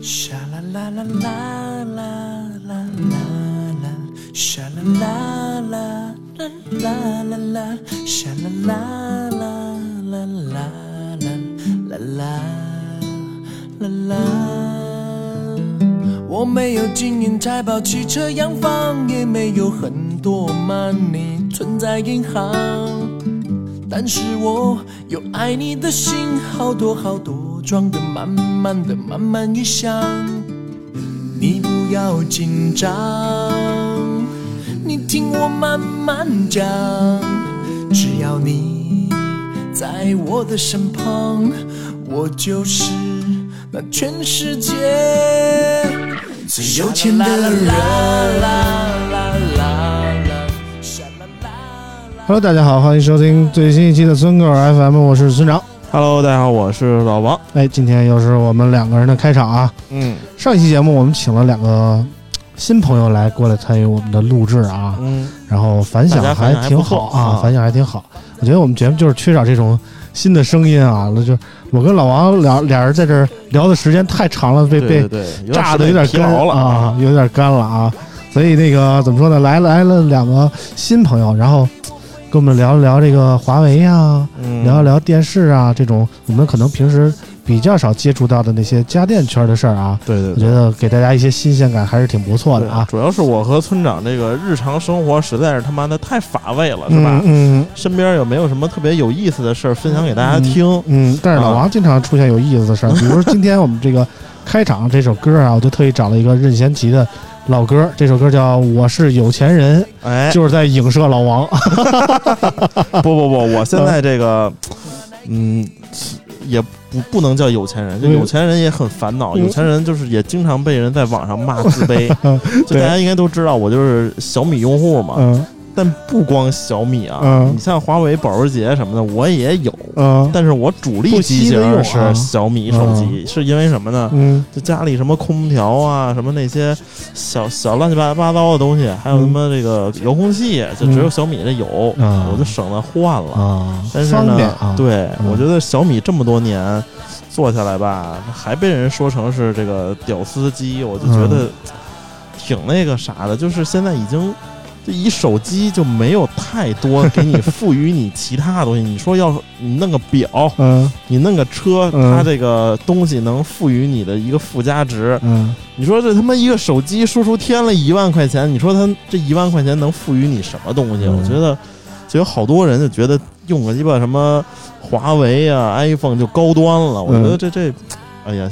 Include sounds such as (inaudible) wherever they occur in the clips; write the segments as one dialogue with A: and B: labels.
A: 沙啦啦啦啦啦啦啦啦，沙啦啦啦啦啦啦啦，沙啦啦啦啦啦啦啦啦啦啦。我没有金银财宝、汽车、洋房，也没有很多 money 存在银行。但是我有爱你的心，好多好多，装的满满的，满满一箱。你不要紧张，你听我慢慢讲，只要你在我的身旁，我就是那全世界最有钱的人。
B: Hello，大家好，欢迎收听最新一期的村口 FM，我是村长。
C: Hello，大家好，我是老王。
B: 哎，今天又是我们两个人的开场啊！
C: 嗯
B: 上一期节目我们请了两个新朋友来过来参与我们的录制啊，
C: 嗯，
B: 然后反响
C: 大家反响还
B: 挺
C: 不错
B: 好啊，
C: 啊
B: 反响还挺好。我觉得我们节目就是缺少这种新的声音啊，那就我跟老王俩俩人在这儿聊的时间太长了，被
C: 对
B: 被
C: 对对，
B: 炸的有点
C: 疲
B: 干
C: 劳了
B: 啊，。有点干了啊。所以那个怎么说呢？来了来了两个新朋友，然后跟我们聊一聊这个华为呀、
C: 嗯，
B: 聊一聊电视啊这种我们可能平时比较少接触到的那些家电圈的事儿啊，
C: 对对
B: 我觉
C: 对。
B: 得给大家一些新鲜感还是挺不错
C: 对
B: 的啊，
C: 主要是我和村长这个日常生活实在是他妈的太乏味了，是吧？
B: 嗯
C: 身边有没有什么特别有意思的事儿分享给大家听？
B: 嗯嗯，但是老王经常出现有意思的
C: 啊
B: 事儿，比如说今天我们这个开场这首歌啊，我就特意找了一个任贤齐的老歌，这首歌叫《我是有钱人》，
C: (laughs) 哎，
B: 嗯 (laughs)
C: 啊
B: 就是在影射老王。
C: 不不不，我现在
B: (laughs)
C: 这个，嗯，也不不能叫有钱人，就
B: 嗯
C: 有钱人也很烦恼。有钱人就是也经常被人在网上骂自
B: (laughs)
C: 卑，就
B: 对
C: 大家应该都知道，我就是小米用户嘛。
B: 嗯
C: 但不光小米啊，
B: 嗯
C: 你像华为、保时捷什么的，我也有，
B: 嗯
C: 但是我主力机型是小米手
B: 不惜利
C: 机，是因为什么呢？
B: 嗯
C: 就家里什么空调啊，什么那些小小乱七八糟的东西，还有什么这个遥控器，就只有小米这有，
B: 嗯
C: 啊我就省得换了。
B: 啊，
C: 但是
B: 方
C: 呢，
B: 便啊，
C: 对、
B: 嗯
C: 我觉得小米这么多年做下来吧，还被人说成是这个屌丝机，我就觉
B: 嗯
C: 得挺那个啥的。就是现在已经，就以手机就没有太多给你赋予你其他的东西。你说要你弄个表，
B: 嗯
C: 你弄个车，
B: 嗯
C: 它这个东西能赋予你的一个附加值。
B: 嗯
C: 你说这他妈一个手机输出添了一万块钱，你说他这一万块钱能赋予你什么东西？
B: 嗯
C: 我觉得，就有好多人就觉得用个鸡巴什么华为啊、iPhone 就高端了。我觉得
B: 嗯
C: 这这，哎呀，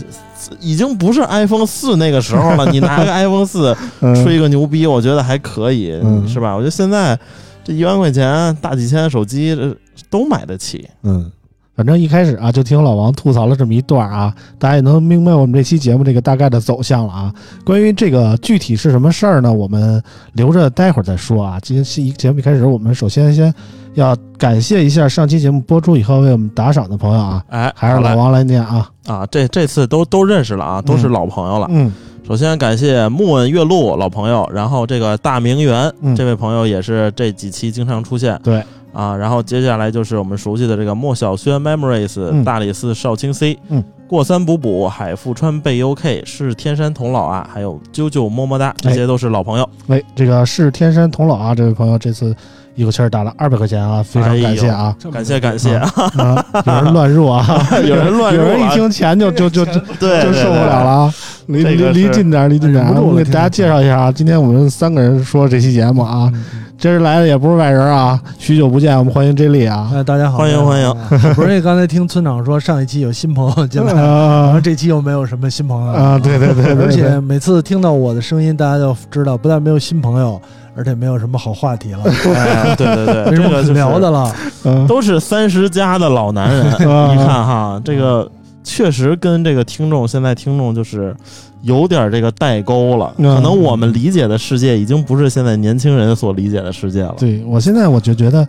C: 已经不是 iPhone 四那个时候
B: (laughs)
C: 了。你拿个 iPhone 四
B: 嗯，
C: 吹个牛逼，我觉得还可以，
B: 嗯
C: 是吧？我觉得现在这一万块钱大几千的手机这都买得起。
B: 嗯，反正一开始啊，就听老王吐槽了这么一段啊，大家也能明白我们这期节目这个大概的走向了啊。关于这个具体是什么事儿呢，我们留着待会儿再说啊。今天是一节目一开始，我们首先先要感谢一下上期节目播出以后为我们打赏的朋友啊，
C: 哎，
B: 还是老王来念啊。
C: 啊，这这次都都认识了啊，都是老朋友了。
B: 嗯
C: 首先感谢木问月露老朋友，然后这个大名媛、
B: 嗯
C: 这位朋友也是这几期经常出现，
B: 对
C: 啊，然后接下来就是我们熟悉的这个莫小轩 Memories、
B: 嗯
C: 大理寺少卿 C，
B: 嗯，
C: 过三补补海富川贝 UK 是天山童姥啊，还有啾啾么么
B: 哎
C: 哒，这些都是老朋友，
B: 喂，这个是天山童姥啊，这位朋友这次一口气儿打了二百块钱啊，非常感谢啊。
C: 感谢感谢，
B: 啊，有人乱入啊，
C: (laughs) 哎有人乱
B: (laughs)
C: 入
B: 有
C: 啊
B: 人一听钱就就就就
C: 对，
B: 就
C: 对
B: 受不了了。啊！离
C: 这
B: 离
C: 个哎
B: 离
C: 是
B: 近点儿，离近点儿啊！
D: 忍不住
B: 我
D: 了
B: 给大家介绍一下啊，今天我们三个人说这期节目啊，
C: 嗯
B: 今儿来的也不是外人啊，许久不见，我们欢迎 J 莉啊，
D: 哎，大家好，
C: 欢迎欢迎
D: 迎！不是刚才听村长说上一期有新朋
C: (laughs)
D: 友进来，然
C: 嗯
D: 后
B: 啊
D: 这期又没有什么新朋友
B: 啊，对对对对，对
D: 而且每次听到我的声音，大家就知道不但没有新朋友，而且没有什么好
C: (laughs)
D: 话题了，
C: 哎对对
B: (laughs)
C: 对，
D: 没
C: 这
D: 什么
C: 个
D: 可
C: 就是啊 (laughs)
D: 聊的了。
B: 嗯
C: 都是三十加的老男人，
B: 啊
C: 你看哈，这个确实跟这个听众现在听众就是有点这个代沟了，
B: 嗯
C: 可能我们理解的世界已经不是现在年轻人所理解的世界了。
B: 对我现在我就觉得，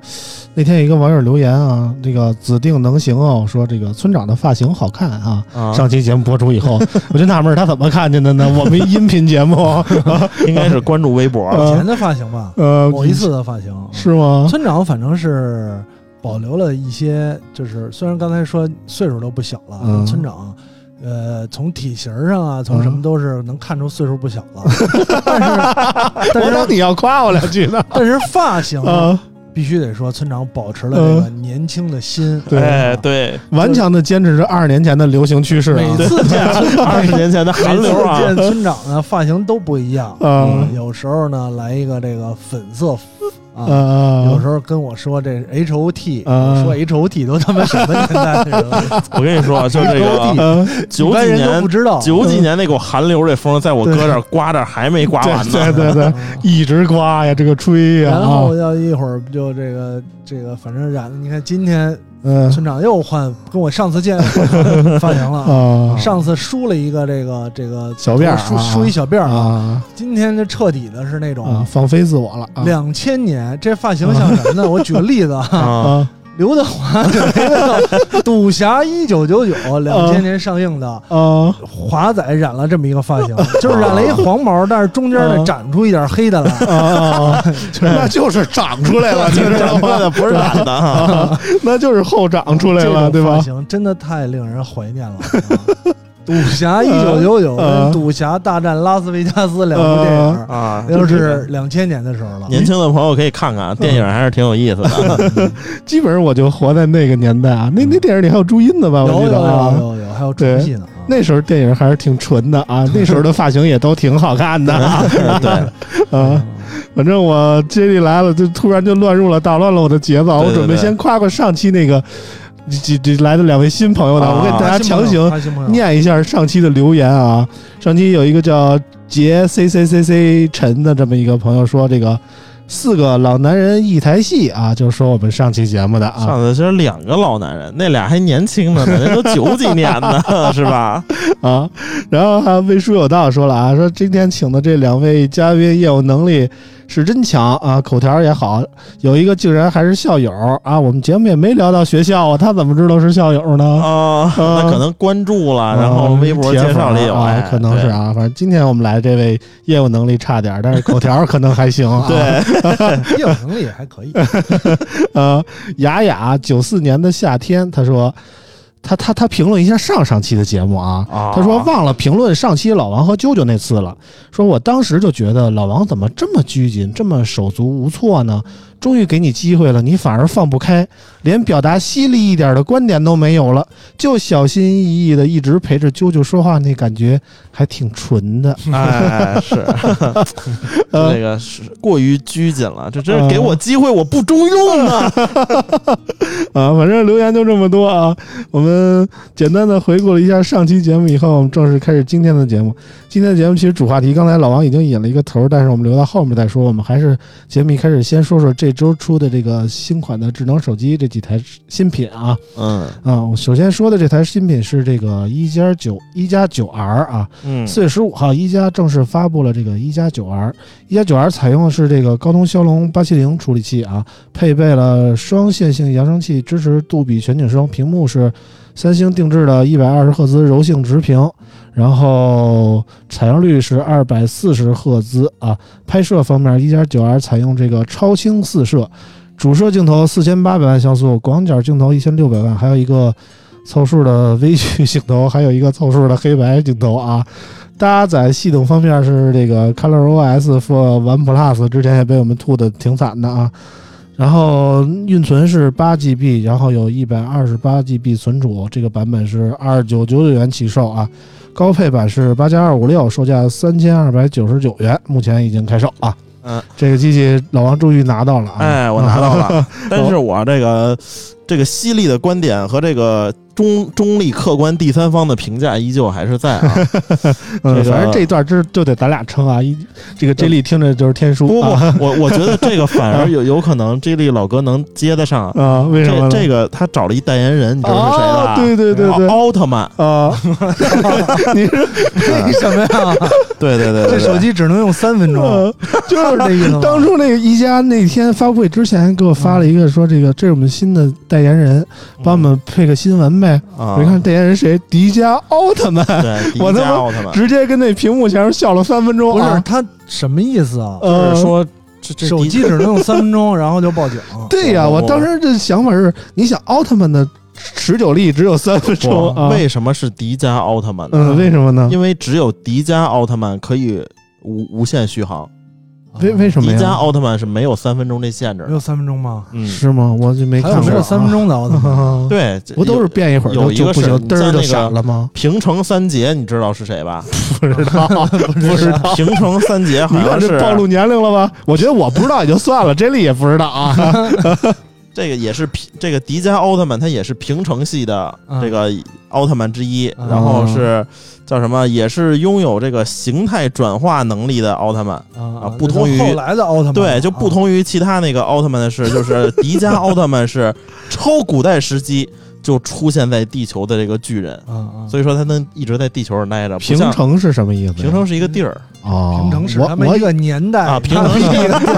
B: 那天有一个网友留言啊，这个指定能行哦，说这个村长的发型好看啊。
C: 啊，
B: 上期节目播出以后，我就纳闷儿他怎么看见的呢？我们音频节目，
D: (laughs)
C: 应该是关注微 (laughs) 博
B: 嗯
C: 了。
D: 以前的发型吧，
C: 啊
B: 呃，
D: 某一次
C: 嗯
D: 的发型。
B: 是吗？
D: 村长反正是保留了一些，就是虽然刚才说岁数都不小了，
B: 嗯
D: 村长。呃，从体型上啊，从
C: 嗯
D: 什么都是能看出岁数不小了，但
B: 我
D: 是但
B: 等
D: 是
B: 你要夸我两句呢。
D: 但是发型
B: 啊，
D: 必须得说，村长保持了这个年轻的心。
B: 嗯
D: 啊
B: 对
C: 哎，对，
B: 顽强的坚持着二十年前的流行趋势
D: 每
B: 啊。
D: 次见
C: 二十年前的
D: 每
C: 韩
D: 次
C: 流啊，
D: 见村长呢，发型都不一样。
B: 嗯
D: 嗯有时候呢来一个这个粉色啊，
B: 呃，
D: 有时候跟我说这 H O T，
B: 嗯
D: 说 H O T 都他妈什么年代的人
B: (laughs)
D: 了，
C: 我跟你说啊，就这
D: 高
C: 个
D: 地
B: 呃，
C: 九
D: 一般
C: 几
D: 人都
C: 年。
D: 不知道。啊
C: 九几年那股韩流这风，在我哥这儿刮这儿还没刮完
B: 呃对
C: 呢。
B: 对对，一直刮呀，这个吹呀
D: 然
B: 啊
D: 后，要一会儿就这个这个，反正染，你看今天
B: 嗯
D: 村长又换，跟我上次见 (laughs) 发型了。
B: 啊，
D: 上次梳了一个这个这个
B: 小辫儿
D: 梳
B: 啊
D: 梳一小辫儿，
B: 啊
D: 今天就彻底的是那
B: 啊，
D: 种
B: 放飞自我了啊
D: 两千年这发型像什
B: (laughs)
D: 么呢？我举个例子啊，
C: (laughs) 啊，
B: 啊
D: 刘德华《赌侠一九九九》两千年上映的，
B: 啊
D: 华仔染了这么一个发型，就是染了一黄毛，但是中间呢
B: 嗯
D: 长出一点黑的来。
B: 啊
D: (laughs)
B: 啊，那就是长出来了，你知道
C: 这
B: 吗？
C: 的不是染的啊。 (laughs)
B: 啊，那就是后长出来了，
D: 这
B: 对
D: 种发
B: 吧？
D: 型真的太令人怀念
B: (laughs)
D: 了。啊赌侠一九九九跟
B: 嗯
D: 《赌侠大战拉斯维加斯》两部电影，
C: 啊，
D: 那都是两千年的时候了。
C: 年轻的朋友可以看看，电影还是挺有意思的。
B: 基本上我就活在那个年代啊，那那电影里还有朱茵的吧？
D: 嗯有
B: 我
D: 有
B: 记得
D: 有
B: 啊。
D: 有有，还有出戏呢。啊
B: 那时候电影还是挺纯的啊，那时候的发型也都挺好看的
D: (laughs)
B: 啊。 (laughs)
C: 对，
B: 啊，反正我接力来了，就突然就乱入了，打乱了我的节奏。
C: 对
B: 我
C: 对
B: 准备
C: 对
B: 先夸夸上期那个这这这来的两位新朋友呢，
C: 啊
B: 我给大家强行
D: 发新朋友
B: 念一下上期的留言啊。上期有一个叫杰 C C C C 陈的这么一个朋友说，这个四个老男人一台戏啊，就是说我们上期节目的啊
C: 上次就是两个老男人，那俩还年
B: (laughs)
C: 轻呢，人家都九几年的，是吧？
B: 啊。然后还有魏书有道说了啊，说今天请的这两位嘉宾业务能力是真强啊，口条也好，有一个竟然还是校友啊。我们节目也没聊到学校啊，他怎么知道是校友呢？
C: 啊，那可能关注了，啊然后微博介绍里有，
B: 啊
C: 哎
B: 可能是啊，反正今天我们来这位业务能力差点儿，但是口条可能还行、啊。
C: (laughs) 对，对
D: 业务能力还可以。
B: (laughs) 呃，雅雅九四年的夏天，她说，她她她评论一下上上期的节目啊，
C: 啊
B: 她说忘了评论上期老王和啾啾那次了，说我当时就觉得老王怎么这么拘谨，这么手足无措呢？终于给你机会了，你反而放不开，连表达犀利一点的观点都没有了，就小心翼翼的一直陪着啾啾说话，那感觉还挺纯的。
C: 哎，是
B: (laughs) 呃
C: 那个是过于拘谨了，这真是给我机会我不中用啊！
B: 呃啊，反正留言就这么多啊。我们简单的回顾了一下上期节目以后，我们正式开始今天的节目。今天的节目其实主话题，刚才老王已经引了一个头儿，但是我们留到后面再说。我们还是节目一开始先说说这周出的这个新款的智能手机这几台新品啊。
C: (laughs) 嗯
B: 啊，我首先说的这台新品是这个一加九一加九 R 啊，
C: 嗯，
B: 四月十五号，一加正式发布了这个一加九 R。一加九 R 采用的是这个高通骁龙八七零处理器啊，配备了双线性扬声器，支持杜比全景声，屏幕是三星定制的一百二十赫兹柔性直屏，然后采样率是二百四十赫兹啊。拍摄方面，一加九 R 采用这个超清四摄，主摄镜头四千八百万像素，广角镜头一千六百万，还有一个。凑数的微距镜头，还有一个凑数的黑白镜头啊，搭载系统方面是这个 ColorOS for OnePlus，之前也被我们吐的挺惨的啊。然后运存是八 GB，然后有一百二十八 GB 存储，这个版本是二九九九元起售啊。高配版是八加二五六，售价三千二百九十九元，目前已经开售啊。
C: 嗯，哎
B: 这个机器老王终于拿到了啊！ (laughs)
C: 哎，我拿到了，但是我这个这个犀利的观点和这个中中立客观第三方的评价依旧还是在啊。
B: 嗯，
C: 这个
B: 反正这一段就就得咱俩撑啊！一这个 J 莉听着就是天书，
C: 不不
B: 啊
C: 不，我我觉得这个
B: (laughs)
C: 反而有有可能 J 莉老哥能接得上。
B: 啊，为什么
C: 这
B: 呢？
C: 这个他找了一代言人，你知道是谁啊了吧？
B: 哦对对对对
C: 奥奥特曼，
B: 啊，
D: 为什么呀？
B: (laughs)
C: 对对对对
D: 这
C: 对，
D: 手机只能用三分钟，
B: 呃就是
D: 这意思吗
C: (laughs)
B: 当初那个宜家那天发布会之前给我发了一个说，这个这是我们新的代言人，帮我们配个新闻呗。
C: 嗯啊，
B: 我一看代言人谁，迪迦奥特曼，
C: 对，迪
B: 我他
C: 迦
B: 妈
C: 奥特曼，
B: 直接跟那屏幕前笑了三分钟
D: 不是
B: 啊！
D: 他什么意思啊？
C: 就
B: 呃
C: 是，说这这
D: 手
C: 迪
D: 机只能用三分钟，然后就报警。
B: 对呀，
C: 我
B: 我当时这想法是，你想奥特曼的持久力只有三分钟
C: 不
B: 啊？
C: 为什么是迪迦奥特曼呢？
B: 嗯，为什么呢？
C: 因为只有迪迦奥特曼可以无无限续航，
B: 为为什么
C: 迪迦
B: 呀？
C: 奥特曼是没有三分钟这限制
D: 啊没
C: 的。
D: 有三分钟吗？
C: 嗯，
B: 是吗？我就没
D: 还
B: 看
D: 有
B: 过
D: 没有三分钟的奥
B: (laughs)
D: 特曼？
B: 啊。
C: 对，
B: 不都是
C: 有
B: 变一会儿就
C: 有一
B: 就
C: 个
B: 不
C: 是
B: 行，
C: 你
B: 嘚儿
C: 像
B: 就
C: 那个
B: 闪了吗？
C: 平成三杰，你知道是谁吧？
B: 不知道，不知道。
C: 平成三杰好
B: 你看
C: 像
B: 这
C: 是
B: 暴露年龄了吧？我觉得我不知道也就算了，这里也不知道啊。
C: 这个也是平这个迪迦奥特曼，他也是平成系的这个奥特曼之一，
D: 嗯
C: 然后是叫什么？也是拥有这个形态转化能力的奥特曼。
D: 啊
C: 啊不同于
D: 那就后来的奥特曼，
C: 对，就不
D: 啊。
C: 同于其他那个奥特曼的是，就是迪迦奥特曼是超古代时期 (laughs) 就出现在地球的这个巨人，
D: 嗯嗯，
C: 所以说他能一直在地球上待着。不
B: 平
C: 像
B: 城是什么意思呀？
C: 平成是一个地儿，
B: 哦，
D: 平成是
B: 我
D: 他们
B: 我
D: 一个年代
C: 啊平成
D: 是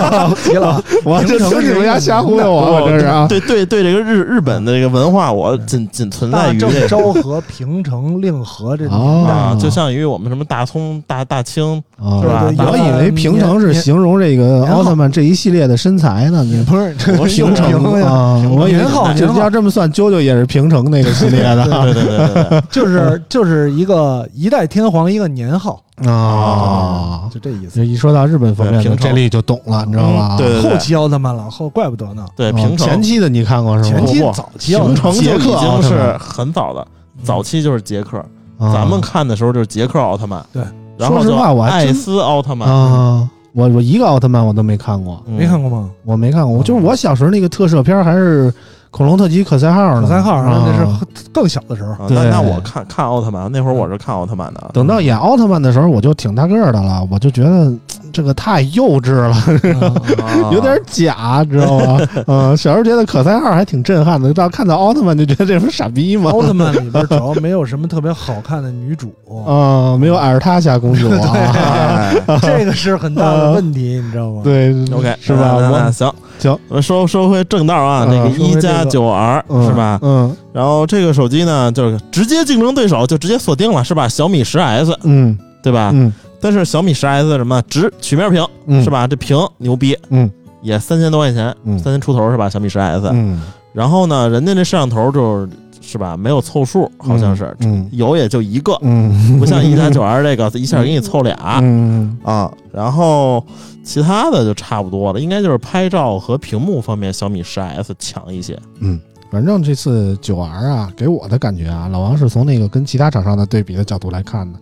B: (laughs)
D: 急了，
B: 我这
D: 平成
B: 听
D: 是
B: 你们家瞎忽悠
C: 我
B: 我，我这是啊。
C: 对对对，这个日日本的这个文化，我仅仅存在
D: 大
C: 于
D: 正
C: 这个。
D: 昭和、平成、令和这
B: 哦
C: 啊，就相当于我们什么大葱、大大清，
B: 啊
C: 是吧
B: 我以为平成是形容这个奥特曼这一系列的身材呢。你
D: 不是
C: 我平
D: 又
C: 成
D: 平呀
B: 啊，我以为
D: 年号
B: 就
D: 年号
B: 要这么算，啾啾也是平成那个系列的
C: 对对对对对，
D: (laughs) 就是就是一个一代天皇一个年号，
B: 啊。
D: 就这意思。
B: 这一说到日本方面
C: 对
B: 的，
C: 平成
B: 这里就懂了，你知道吧？
C: 嗯对对
D: 后期奥特曼了，后怪不得呢。
C: 对
B: 啊
C: 平成
B: 前期的你看过是吗？
D: 前期
C: 不不
D: 早期奥
C: 平
D: 特
C: 成
D: 曼
C: 就
B: 捷
C: 已
B: 克奥
C: 经
B: 特
C: 是
B: 曼
C: 很早的，早期就是捷克，
B: 啊
C: 咱们看的时候就是捷克奥特曼，
D: 对，
C: 然后
B: 说实
C: 就
B: 话我还
C: 艾
B: 真
C: 斯奥特曼，
B: 啊，我我一个奥特曼我都没看过，
C: 嗯
D: 没看过吗？
B: 我没看过，
D: 嗯
B: 就是我小时候那个特摄片儿还是《恐龙特级可赛号》呢，
D: 小三号，
B: 啊
D: 那是更小的时候。
C: 啊
B: 对
C: 那那我看看奥特曼，那会儿我是看奥特曼的啊。
B: 等到演奥特曼的时候，我就挺大个儿的了，我就觉得嘖这个太幼稚了，
D: 嗯
C: 啊
B: (laughs) 有点假，知道吗？ (laughs) 嗯，小时候觉得可赛号还挺震撼的，到看到奥特曼就觉得这不是傻逼吗？
D: 奥特曼里边主要没有什么特别好看的女主，
B: 啊，没有艾尔塔夏公主啊，
C: 哎
D: (laughs) 这个是很大的问题，你知道吗？
B: (laughs) 对
C: OK
B: 嗯是吧？
C: 那那那
B: 我
C: 行
B: 行，
C: 我说说回正道啊，
B: 啊
C: 那个
D: 说回
C: 一
D: 这
C: 加
D: 个
C: 九 R
B: 嗯
C: 是吧？
B: 嗯
C: 然后这个手机呢，就是直接竞争对手就直接锁定了是吧？小米十 S
B: 嗯
C: 对吧？
B: 嗯
C: 但是小米十 S 什么直曲面屏
B: 嗯，
C: 啊是？吧？这屏牛逼，
B: 嗯，
C: 也三千多块钱，
B: 嗯
C: 三千出头是吧？小米十 S，
B: 嗯，
C: 然后呢，人家这摄像头就是是吧，没有凑数，好像是、
B: 嗯
C: 有也就一个，
B: 嗯，
C: 不像一加九 R (laughs) 这个一下给你凑俩、
B: 嗯
C: 啊。然后其他的就差不多了，应该就是拍照和屏幕方面，小米十 S 强一些。
B: 嗯，反正这次九 R 啊，给我的感觉啊，老王是从那个跟其他厂商的对比的角度来看的。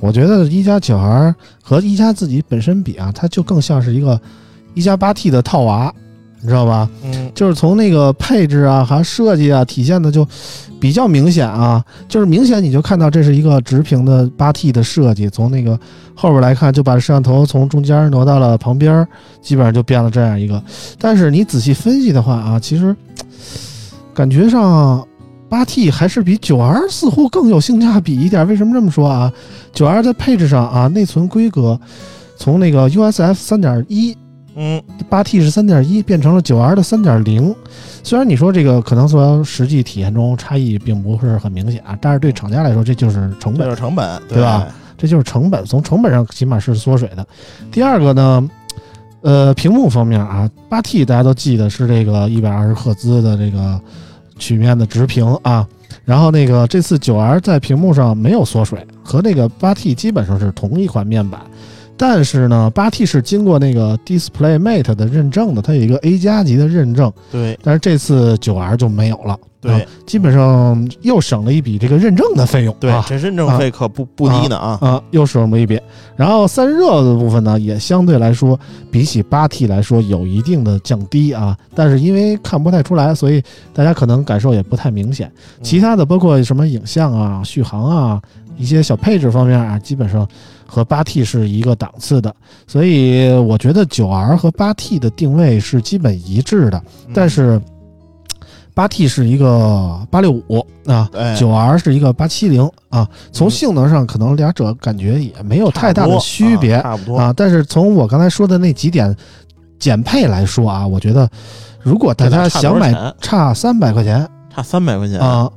B: 我觉得一加九 R 和一加自己本身比啊，它就更像是一个一加八 T 的套娃，你知道吧？
C: 嗯，
B: 就是从那个配置啊，还有设计啊，体现的就比较明显啊，就是明显你就看到这是一个直屏的八 T 的设计，从那个后边来看，就把摄像头从中间挪到了旁边儿，基本上就变了这样一个。但是你仔细分析的话啊，其实感觉上八 T 还是比九 R 似乎更有性价比一点。为什么这么说啊？九 R 在配置上啊，内存规格从那个 USF 三点一
C: 嗯，
B: 八 T 是三点一，变成了九 R 的三点零。虽然你说这个可能从实际体验中差异并不是很明显啊，但是对厂家来说这就是成
C: 这
B: 本
C: 是，成本，
B: 对吧？这就是成本，从成本上起码是缩水的。第二个呢，呃，屏幕方面啊，八 T 大家都记得是这个一百二十赫兹的这个曲面的直屏啊，然后那个这次九 R 在屏幕上没有缩水，和那个八 T 基本上是同一款面板。但是呢，八 T 是经过那个 DisplayMate 的认证的，它有一个 A 加级的认证，
C: 对
B: 但是这次九 R 就没有了。啊
C: 对
B: 基本上又省了一笔这个认证的费用。
C: 对
B: 啊，
C: 这认证费可不不低呢啊！
B: 啊，又省了一笔。然后散热的部分呢，也相对来说比起八 T 来说有一定的降低啊，但是因为看不太出来，所以大家可能感受也不太明显。
C: 嗯
B: 其他的包括什么影像啊、续航啊、一些小配置方面啊，基本上和八 T 是一个档次的。所以我觉得九 R 和八 T 的定位是基本一致的，
C: 嗯
B: 但是八 T 是一个八六五啊，
C: 哎
B: 九 R 是一个八七零啊，从
C: 嗯
B: 性能上可能俩者感觉也没有太大
C: 差不
B: 的
C: 多
B: 区别
C: 啊差不多
B: 啊，但是从我刚才说的那几点减配来说啊，我觉得如果大家
C: 这俩差
B: 想
C: 多少
B: 买
C: 钱啊
B: 差三百块钱
C: 差三百块钱，
B: 啊。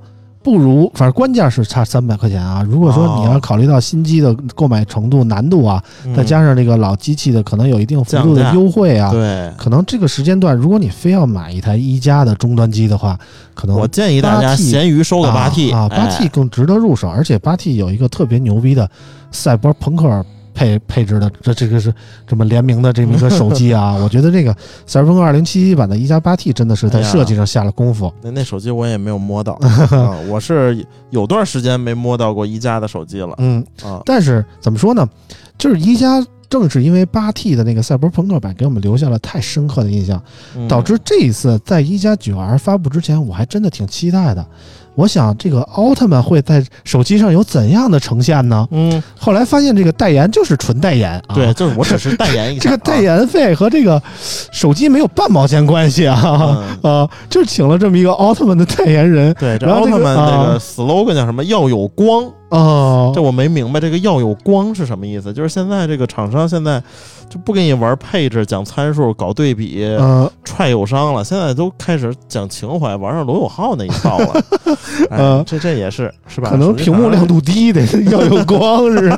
B: 不如，反正关键是差三百块钱啊！如果说你要
C: 哦
B: 考虑到新机的购买程度、难度啊，
C: 嗯
B: 再加上这个老机器的可能有一定幅度的
C: 降价
B: 优惠啊，
C: 对，
B: 可能这个时间段，如果你非要买一台一加的终端机的话，可能
C: 我建议大家
B: 8T
C: 闲鱼收个八 T 哎
B: 啊，八 T 更值得入手，而且八 T 有一个特别牛逼的赛博朋克配配置的，这这个是这么联名的这么一个手机
C: (laughs)
B: 啊，我觉得这个赛博朋克二零七一版的一加八 T 真的是在
C: 哎呀
B: 设计上下了功夫。
C: 那那手机我也没
B: (laughs)
C: 有摸到，啊我是有段时间没摸到过一加的手机了
B: 嗯，
C: 啊。
B: 但是怎么说呢，就是一加。正是因为八 T 的那个赛博朋克版给我们留下了太深刻的印象，
C: 嗯
B: 导致这一次在一加九 R 发布之前，我还真的挺期待的。我想这个奥特曼会在手机上有怎样的呈现呢？
C: 嗯，
B: 后来发现这个代言就是纯代言啊，
C: 对，，就是我只是代言一下
B: 这
C: 啊
B: 个代言费和这个手机没有半毛钱关系啊，
C: 嗯
B: (laughs) 啊，就请了这么一个奥特曼的代言人
C: 对，这
B: 然后
C: 奥
B: 这
C: 特
B: 个
C: 曼
B: 啊
C: 这个 slogan 叫什么？要有光，
B: 哦
C: 这，我没明白这个要有光是什么意思。就是现在这个厂商现在就不跟你玩配置、讲参数、搞对比、
B: 嗯
C: 踹友商了，现在都开始讲情怀，玩上罗永浩那一套
B: (laughs)
C: 了。哎
B: 嗯，
C: 这这也是是吧？
B: 可能
C: 手机
B: 屏幕
C: 上
B: 亮度低得 (laughs) 要有光是，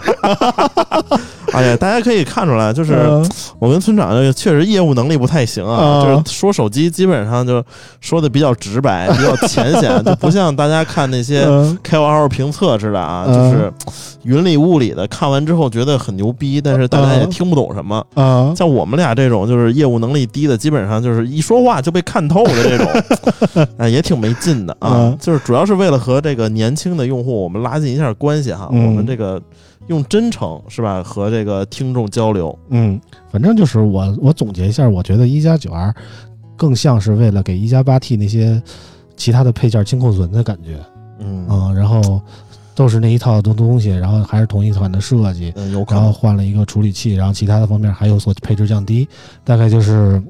C: 哎呀，大家可以看出来， (laughs) 就是
B: 嗯
C: 我跟村长这个确实业务能力不太行啊，
B: 啊
C: 就是说手机基本上就说的比较直白，
B: (laughs)
C: 比较浅显，就不像大家看那些
B: 嗯
C: KOL 评测似的啊，
B: 嗯
C: 就是云里雾里的，看完之后觉得很牛逼，但是大家也
B: 嗯
C: 听不懂什么。
B: 啊，
C: 像我们俩这种就是业务能力低的，基本上就是一说话就被看透的这种，
B: (laughs)
C: 哎，也挺没劲的啊
B: 嗯。
C: 就是主要是为了和这个年轻的用户我们拉近一下关系哈，
B: 嗯
C: 我们这个用真诚是吧和这个听众交流。
B: 嗯，反正就是我我总结一下，我觉得一加九 R 更像是为了给一加八 T 那些其他的配件清库存的感觉
C: 嗯
B: 啊，然后都是那一套东东西，然后还是同一款的设计，
C: 嗯，有可
B: 然后
C: 能。
B: 换了一个处理器，然后其他的方面还有所配置降低，大概就是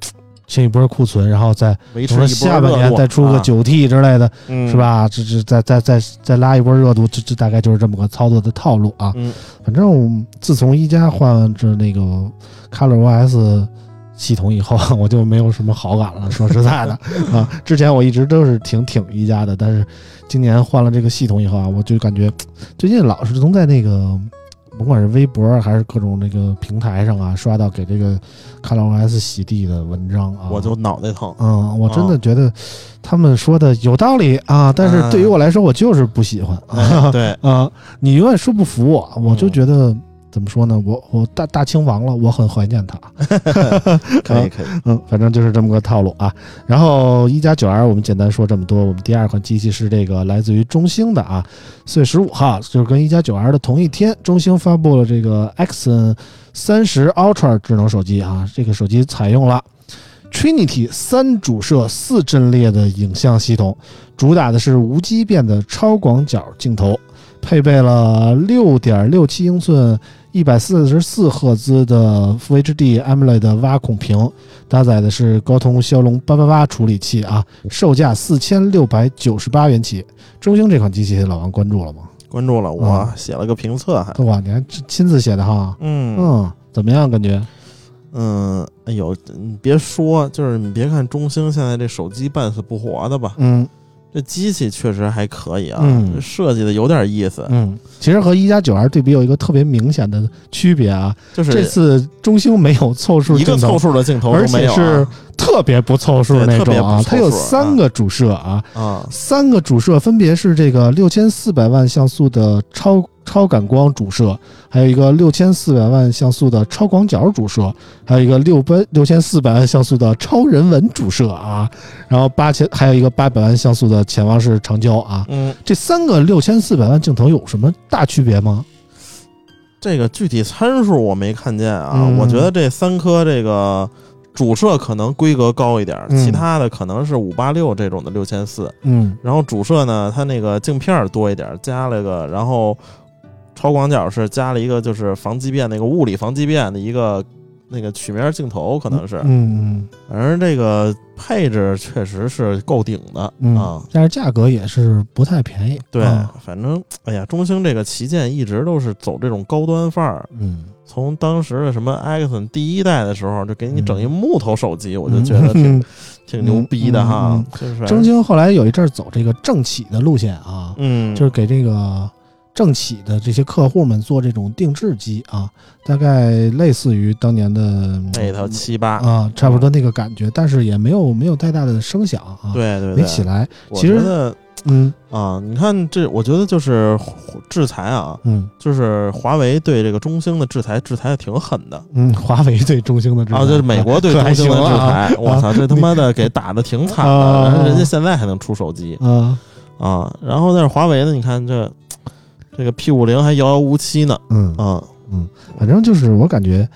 B: 清一波库存，然后再
C: 维持
B: 等
C: 一波
B: 到下半
C: 热
B: 年
C: 度
B: 再出个
C: 啊
B: 九 T 之类的，
C: 嗯
B: 是吧？这这再再再再拉一波热度，这这大概就是这么个操作的套路啊。
C: 嗯
B: 反正自从一加换这那个 Color OS 系统以后，我就没有什么好感
C: (laughs)
B: 了。说实在的啊，之前我一直都是挺挺一加的，但是今年换了这个系统以后啊，我就感觉最近老是能在那个。甭管是微博啊还是各种那个平台上啊，刷到给这个 Color OS 洗地的文章啊，
C: 我就脑袋疼。
B: 嗯，我真的觉得他们说的有道理啊，但是对于我来说，我就是不喜欢
C: 哎
B: 啊。
C: 对，
B: (laughs) 啊，你永远说不服我，我就觉得怎么说呢？我我大大清王了，我很怀念他。
C: 可以可以。
B: 嗯，反正就是这么个套路啊。然后一加九 R，我们简单说这么多。我们第二款机器是这个来自于中兴的啊，四月十五号，就是跟一加九 R 的同一天，中兴发布了这个 Axon 三十 Ultra 智能手机啊，这个手机采用了。Trinity 三主摄四阵列的影像系统，主打的是无畸变的超广角镜头，配备了六点六七英寸、一百四十四赫兹的 Full HD AMOLED 挖孔屏，搭载的是高通骁龙八八八处理器啊，
C: 嗯
B: 售价四千六百九十八元起。中兴这款机器，老王关注了吗？
C: 关注
B: 嗯
C: 了，我写了个评测还。
B: 哇，你还亲自写的哈？
C: 嗯
B: 嗯，怎么样？感觉？
C: 嗯，哎呦，你别说，就是你别看中兴现在这手机半死不活的吧，
B: 嗯
C: 这机器确实还可以啊，
B: 嗯
C: 这设计的有点意思，
B: 嗯，其实和一加九 R 对比有一个特别明显的区别啊，
C: 就是
B: 这次中兴没有凑数
C: 一个
B: 镜
C: 凑
B: 头，
C: 数的镜头
B: 而
C: 都没
B: 且
C: 有、啊，
B: 是特别不凑数
C: 对
B: 那
C: 特
B: 种
C: 别
B: 啊
C: 不，
B: 它
C: 凑
B: 有
C: 数
B: 三
C: 啊
B: 个主摄啊，
C: 啊，
B: 三个主摄分别是这个六千四百万像素的超超感光主摄，还有一个六千四百万像素的超广角主摄，还有一个六百六千四百万像素的超人文主摄啊，然后八千还有一个八百万像素的潜望式长焦啊。
C: 嗯，
B: 这三个六千四百万镜头有什么大区别吗？
C: 这个具体参数我没看见啊，
B: 嗯
C: 我觉得这三颗这个主摄可能规格高一点，
B: 嗯
C: 其他的可能是五八六这种的六千四，
B: 嗯
C: 然后主摄呢，它那个镜片儿多一点，加了个，然后超广角是加了一个就是防畸变那个物理防畸变的一个那个曲面镜头，可能是，
B: 嗯嗯
C: 反正这个配置确实是够顶的、啊
B: 嗯。，但是价格也是不太便宜。
C: 对，
B: 啊
C: 反正哎呀，中兴这个旗舰一直都是走这种高端范儿，
B: 嗯，
C: 从当时的什么 Axon 第一代的时候，就给你整一木头手机，我就
B: 嗯
C: 觉
B: (laughs)
C: 得挺、
B: 嗯
C: 挺牛逼的哈，
B: 嗯
C: 就是
B: 中兴后来有一阵儿走这个政企的路线啊，
C: 嗯，
B: 就是给这个政企的这些客户们做这种定制机啊，大概类似于当年的
C: 那套七八，
B: 啊，差不多那个感觉，但是也没有没有太大的声响啊，
C: 对对对，
B: 没起来。
C: 我
B: 其实
C: 觉得
B: 嗯
C: 啊，你看这，我觉得就是华制裁啊，
B: 嗯
C: 就是华为对这个中兴的制裁，制裁的挺狠的。
B: 嗯，华为对中兴的制裁
C: 啊，就是美国 (laughs)
B: (laughs)
C: 对
B: 可还
C: 中兴
B: 行
C: 的制
B: 啊
C: 裁，我操，这他妈的给打的挺惨的，
B: 啊
C: 然后人家现在还能出手机
B: 啊
C: 啊。然后但是华为呢，你看这这个 P 五零还遥遥无期呢
B: 嗯，
C: 啊，
B: 反正就是我感觉。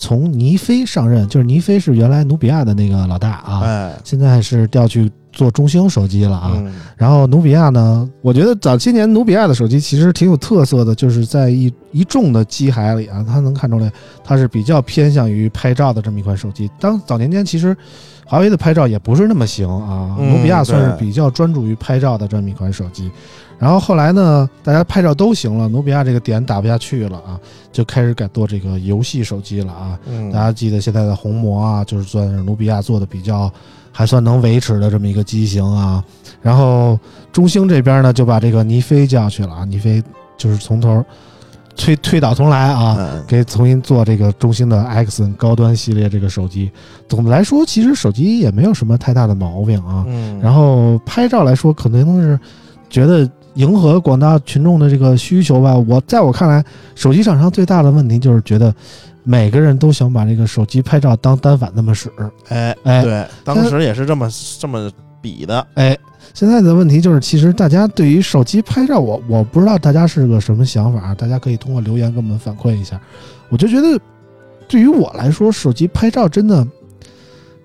B: 从倪飞上任，就是倪飞是原来努比亚的那个老大啊，
C: 哎，
B: 现在是调去做中兴手机了啊。
C: 嗯
B: 然后努比亚呢，我觉得早些年努比亚的手机其实挺有特色的，就是在一一众的机海里啊，它能看出来它是比较偏向于拍照的这么一款手机。当早年间其实华为的拍照也不是那么行啊，
C: 嗯
B: 努比亚算是
C: 对
B: 比较专注于拍照的这么一款手机。然后后来呢，大家拍照都行了，努比亚这个点打不下去了啊，就开始改做这个游戏手机了啊。
C: 嗯
B: 大家记得现在的红魔啊，就是算是努比亚做的比较还算能维持的这么一个机型啊。然后中兴这边呢，就把这个倪飞叫去了啊，倪飞就是从头推推倒重来啊，
C: 哎
B: 给重新做这个中兴的 Axon 高端系列这个手机。总的来说，其实手机也没有什么太大的毛病啊。
C: 嗯，
B: 然后拍照来说，可能是觉得迎合广大群众的这个需求吧。我在我看来，手机厂商最大的问题就是觉得每个人都想把这个手机拍照当单反那么使。
C: 哎
B: 哎
C: 对，当时也是这么这么比 (laughs) 的，
B: 哎，现在的问题就是，其实大家对于手机拍照，我我不知道大家是个什么想法，啊大家可以通过留言给我们反馈一下。我就觉得，对于我来说，手机拍照真的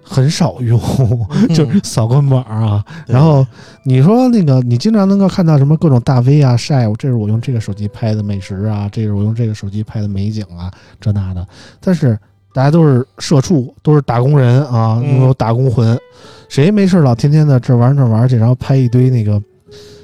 B: 很少用， (laughs)
C: 嗯
B: 就是扫个码啊。
C: 对
B: 然后你说那个，你经常能够看到什么各种大 V 啊晒，我这是我用这个手机拍的美食啊，这是我用这个手机拍的美景啊，这那的。但是大家都是社畜，都是打工人啊，
C: 嗯
B: 都有打工魂，谁没事老天天的这玩儿那玩儿去，然后拍一堆那个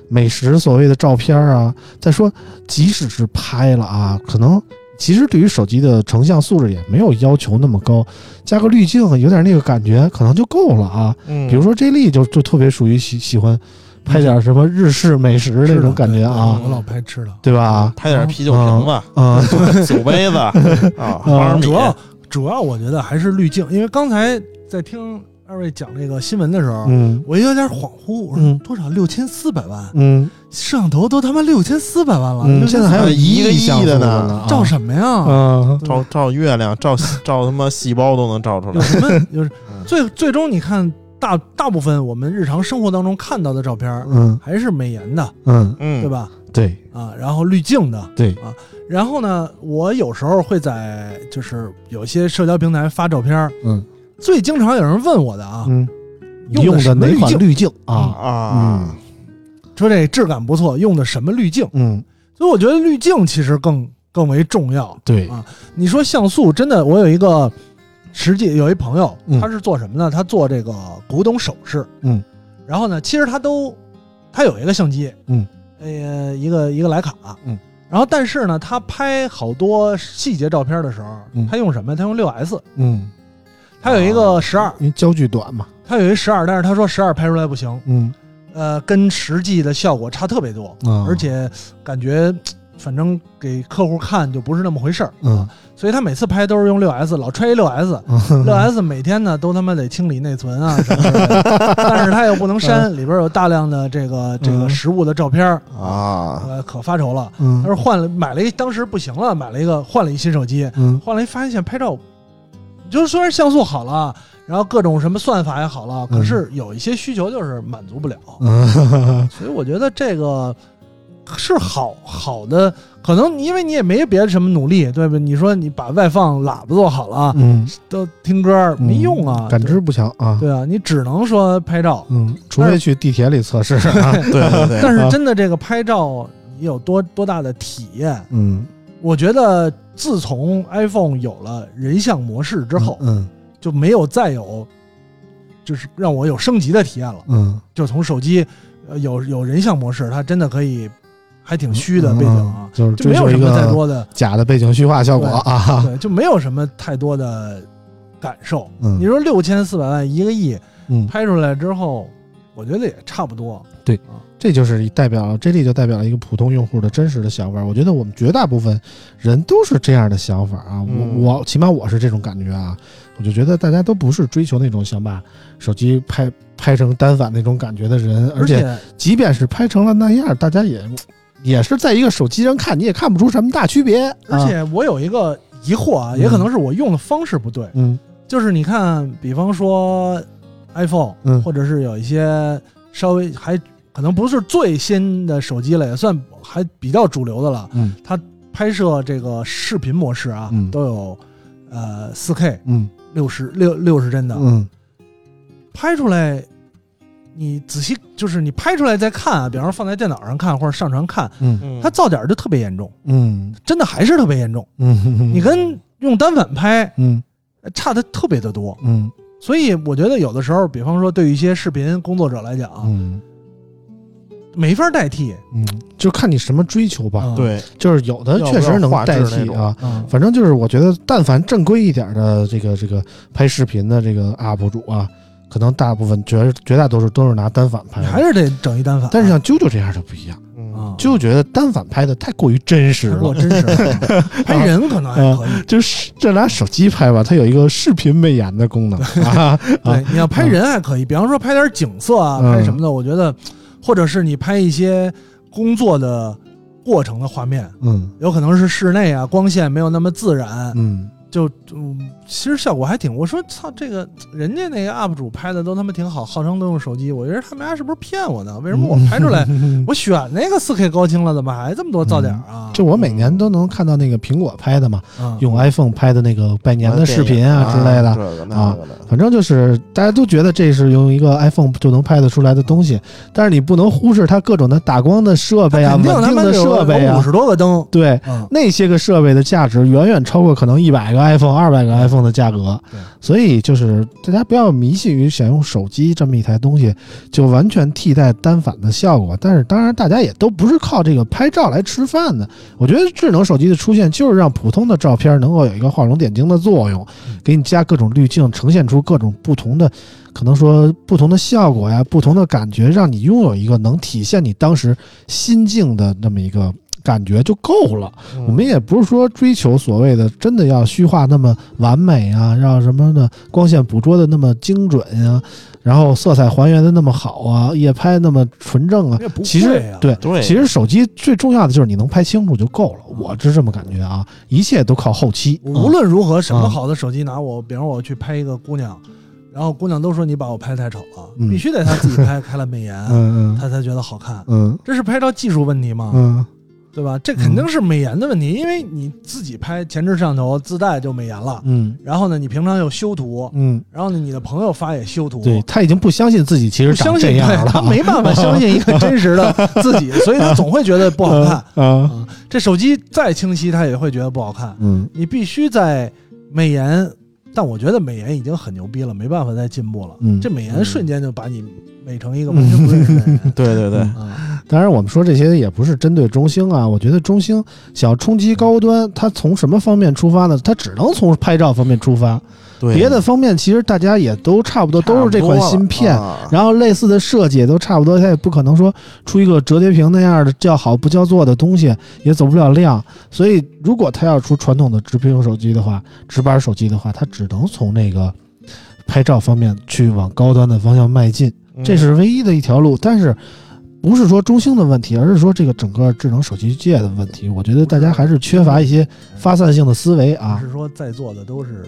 B: 美食所谓的照片儿啊。再说，即使是拍了啊，可能。其实对于手机的成像素质也没有要求那么高，加个滤镜，有点那个感觉，可能就够了啊。
C: 嗯
B: 比如说 J 莉就就特别属于喜喜欢拍点什么日式美食那种感觉啊
C: 是，
D: 我老拍吃的，
B: 对吧？
C: 拍点啤酒瓶子、
B: 嗯，
C: (laughs) 酒 (laughs) 杯子啊，花生米
D: 主要主要我觉得还是滤镜，因为刚才在听二位讲这个新闻的时候，
B: 嗯
D: 我有点恍惚，我说
B: 嗯
D: 多少六千四百万，
B: 嗯
D: 摄像头都他妈六千四百万了，
B: 嗯，
D: 6400
B: 现在还有
C: 一个
B: 亿
C: 亿
B: 像素
C: 的呢啊
B: 呢，
D: 照什么呀？
B: 嗯
C: 照照月亮，照照他妈细胞都能照出
D: 有
C: (laughs) 来。
D: 什么？就是
B: (laughs)
C: 嗯
D: 最最终你看大大部分我们日常生活当中看到的照片，
B: 嗯
D: 还是美颜的，
B: 嗯，
C: 嗯，
D: 对？吧？
B: 对
D: 啊，然后滤镜的，
B: 对，
D: 然后呢，我有时候会在就是有些社交平台发照片，
B: 嗯
D: 最经常有人问我的啊，
B: 嗯，你
D: 用
B: 用
D: 的
B: 的
D: 什么
B: 哪款
D: 滤镜
B: 滤镜啊？
C: 啊，
D: 说这质感不错，用的什么滤镜？
B: 嗯，
D: 所以我觉得滤镜其实更更为重要。
B: 对
D: 啊，你说像素，真的，我有一个实际有一朋友
B: 嗯，
D: 他是做什么呢？他做这个古董首饰，
B: 嗯，
D: 然后呢，其实他都他有一个相机，
B: 嗯，
D: 呃，一个一个徕卡，
B: 嗯，
D: 然后但是呢，他拍好多细节照片的时候，
B: 嗯
D: 他用什么？他用六 S，
B: 嗯，
D: 他有一个十二，
B: 因为焦距短嘛，
D: 他有一十二，但是他说十二拍出来不行，
B: 嗯
D: 呃，跟实际的效果差特别多，
B: 啊，
D: 而且感觉反正给客户看就不是那么回事儿。
B: 嗯
D: 所以他每次拍都是用六 S，老揣一六
B: (laughs)
D: S。六 S 每天呢都他妈得清理内存啊什么之类的，但是他又不能删，里边有大量的这个这个
B: 嗯
D: 实物的照片儿，
C: 啊，
D: 呃，可发愁了。
B: 嗯
D: 他说换了买了一，当时不行了，买了一个换了一新手机，
B: 嗯
D: 后来发现拍照，就是虽然像素好了，然后各种什么算法也好了，
B: 嗯
D: 可是有一些需求就是满足不了，
B: 嗯
D: 所以我觉得这个是好好的，可能因为你也没别的什么努力，对吧？你说你把外放喇叭做好了，啊
B: 嗯，
D: 都听歌没用啊，
B: 感知不强啊。
D: 对啊，你只能说拍照，
B: 嗯，除非去地铁里测试。啊
C: 对
B: (laughs)
C: 对对，
D: 但是真的这个拍照你有多多大的体验？
B: 嗯，
D: 我觉得自从 iPhone 有了人像模式之后，
B: 嗯
D: 就没有再有，就是让我有升级的体验了。
B: 嗯
D: 就从手机，呃，有有人像模式，它真的可以，还挺虚的
B: 嗯
D: 背景啊，
B: 就是
D: 就
B: 追
D: 没有
B: 求
D: 什
B: 一
D: 么太
B: 个
D: 多的，
B: 假的背景虚化效果啊。
D: 对，就没有什么太多的感受。
B: 嗯
D: 你说六千四百万一个亿
B: 嗯，
D: 拍出来之后，我觉得也差不多。
B: 这就是代表 J D 就代表了一个普通用户的真实的想法。我觉得我们绝大部分人都是这样的想法啊。
C: 嗯
B: 我我起码我是这种感觉啊。我就觉得大家都不是追求那种想把手机拍拍成单反那种感觉的人，而
D: 而
B: 且即便是拍成了那样，大家也也是在一个手机上看，你也看不出什么大区别。
D: 而
B: 啊，
D: 且我有一个疑惑啊，
B: 嗯
D: 也可能是我用的方式不对，
B: 嗯
D: 就是你看，比方说 iPhone，
B: 嗯
D: 或者是有一些稍微还可能不是最新的手机了，也算还比较主流的了。
B: 嗯
D: 拍摄这个视频模式啊，
B: 嗯
D: 都有呃四 K
B: 嗯
D: 六十六六十帧的，啊
B: 嗯
D: 拍出来你仔细就是你拍出来再看啊，比方说放在电脑上看或者上传看，
B: 嗯
C: 嗯
D: 它噪点就特别严重，
B: 嗯
D: 真的还是特别严重。
B: 嗯，
D: 你跟用单反拍
B: 嗯
D: 差的特别的多，
B: 嗯
D: 所以我觉得有的时候，比方说对于一些视频工作者来讲啊，
B: 嗯
D: 没法代替。
B: 嗯，就看你什么追求吧。
D: 嗯
C: 对，
B: 就是有的确实能代替啊。
D: 嗯，
B: 反正就是我觉得，但凡正规一点的这个这个拍视频的这个 UP 主啊，可能大部分绝绝大多数都是拿单反拍
D: 你
B: 的。
D: 还是得整一单反。
B: 但是像啾啾这样就不一样，
C: 嗯
D: 啊，
B: 啾啾觉得单反拍的太过于真实
D: 太
B: 了嗯
D: 过，真实了，拍人可能 (laughs) 还可以。
B: (laughs) 就是这拿手机拍吧，它有一个视频美颜的功
D: (laughs)
B: 能啊。
D: 对，你要拍人还可以，比方说拍点景色啊，
B: 嗯
D: 拍什么的，我觉得，或者是你拍一些工作的过程的画面，
B: 嗯
D: 有可能是室内啊，光线没有那么自然，
B: 嗯
D: 就嗯，其实效果还挺。我说操，这个人家那个 UP 主拍的都他妈挺好，号称都用手机，我觉得他们家是不是骗我呢？为什么我拍出来，
B: 嗯
D: 我选那个四 K 高清了，怎么还这么多噪点啊？
B: 就我每年都能看到那个苹果拍的嘛，
D: 嗯
B: 用 iPhone 拍的那个拜年
D: 哦
B: 的视频啊之类的。
C: 这个那个的，
B: 反正就是大家都觉得这是用一个 iPhone 就能拍得出来的东西，但是你不能忽视它各种的打光的设备啊、
D: 肯
B: 稳
D: 定他
B: 定
D: 妈
B: 的设备
D: 五
B: 啊，
D: 十多个灯，
B: 对
D: 嗯，
B: 那些个设备的价值远远超过可能一百个 iPhone、二百个 iPhone 的价格
D: 对。
B: 所以就是大家不要迷信于想用手机这么一台东西就完全替代单反的效果。但是当然，大家也都不是靠这个拍照来吃饭的。我觉得智能手机的出现就是让普通的照片能够有一个画龙点睛的作用，
D: 嗯
B: 给你加各种滤镜，呈现出各种不同的。可能说不同的效果呀，不同的感觉，让你拥有一个能体现你当时心境的那么一个感觉就够了。
D: 嗯
B: 我们也不是说追求所谓的真的要虚化那么完美啊，让什么的光线捕捉的那么精准啊，然后色彩还原的那么好啊，夜拍那么纯正啊。
D: 也不
B: (laughs) 其
D: 贵
B: 实
D: 啊，
B: 对，
C: 对，
B: 其实手机最重要的就是你能拍清楚就够了，我是这么感觉啊，一切都靠后期。
D: 我嗯无论如何，什么
B: 嗯
D: 好的手机拿我，比方我去拍一个姑娘，然后姑娘都说你把我拍太丑了，
B: 嗯
D: 必须得她自己拍开了美颜，
B: 嗯
D: 她才觉得好看。
B: 嗯
D: 这是拍照技术问题吗？
B: 嗯
D: 对吧？这肯定是美颜的问题，因为你自己拍前置摄像头自带就美颜了，
B: 嗯
D: 然后呢，你平常又修图，
B: 嗯，
D: 然后呢，你的朋友发也修图，
B: 对他已经不相信自己其实
D: 不
B: 长
D: 相信
B: 这样
D: 对
B: 了，
D: 他没办法相信一个真实的自己，所以他总会觉得不好看。
B: 啊，
D: 这手机再清晰，他也会觉得不好看。
B: 嗯
D: 你必须在美颜，但我觉得美颜已经很牛逼了，没办法再进步了。
B: 嗯
D: 这美颜瞬间就把你美成一个完全不认识的人。
C: 对对
B: 嗯
C: 对，
D: 啊，
B: 当然，我们说这些也不是针对中兴啊。我觉得中兴想要冲击高端，它从什么方面出发呢？它只能从拍照方面出发。
C: 对
B: 别的方面其实大家也都差不多，都是这款芯片，
C: 差不多了啊
B: 然后类似的设计也都差不多，它也不可能说出一个折叠屏那样的叫好不叫座的东西，也走不了量。所以，如果它要出传统的直屏手机的话，直板手机的话，它只能从那
D: 嗯
B: 个拍照方面去往高端的方向迈进，
C: 嗯
B: 这是唯一的一条路。但是，不是说中兴的问题，而是说这个整个智能手机界的问题。我觉得大家还是缺乏一些发散性的思维啊
D: (laughs) 只！是说在座的都是，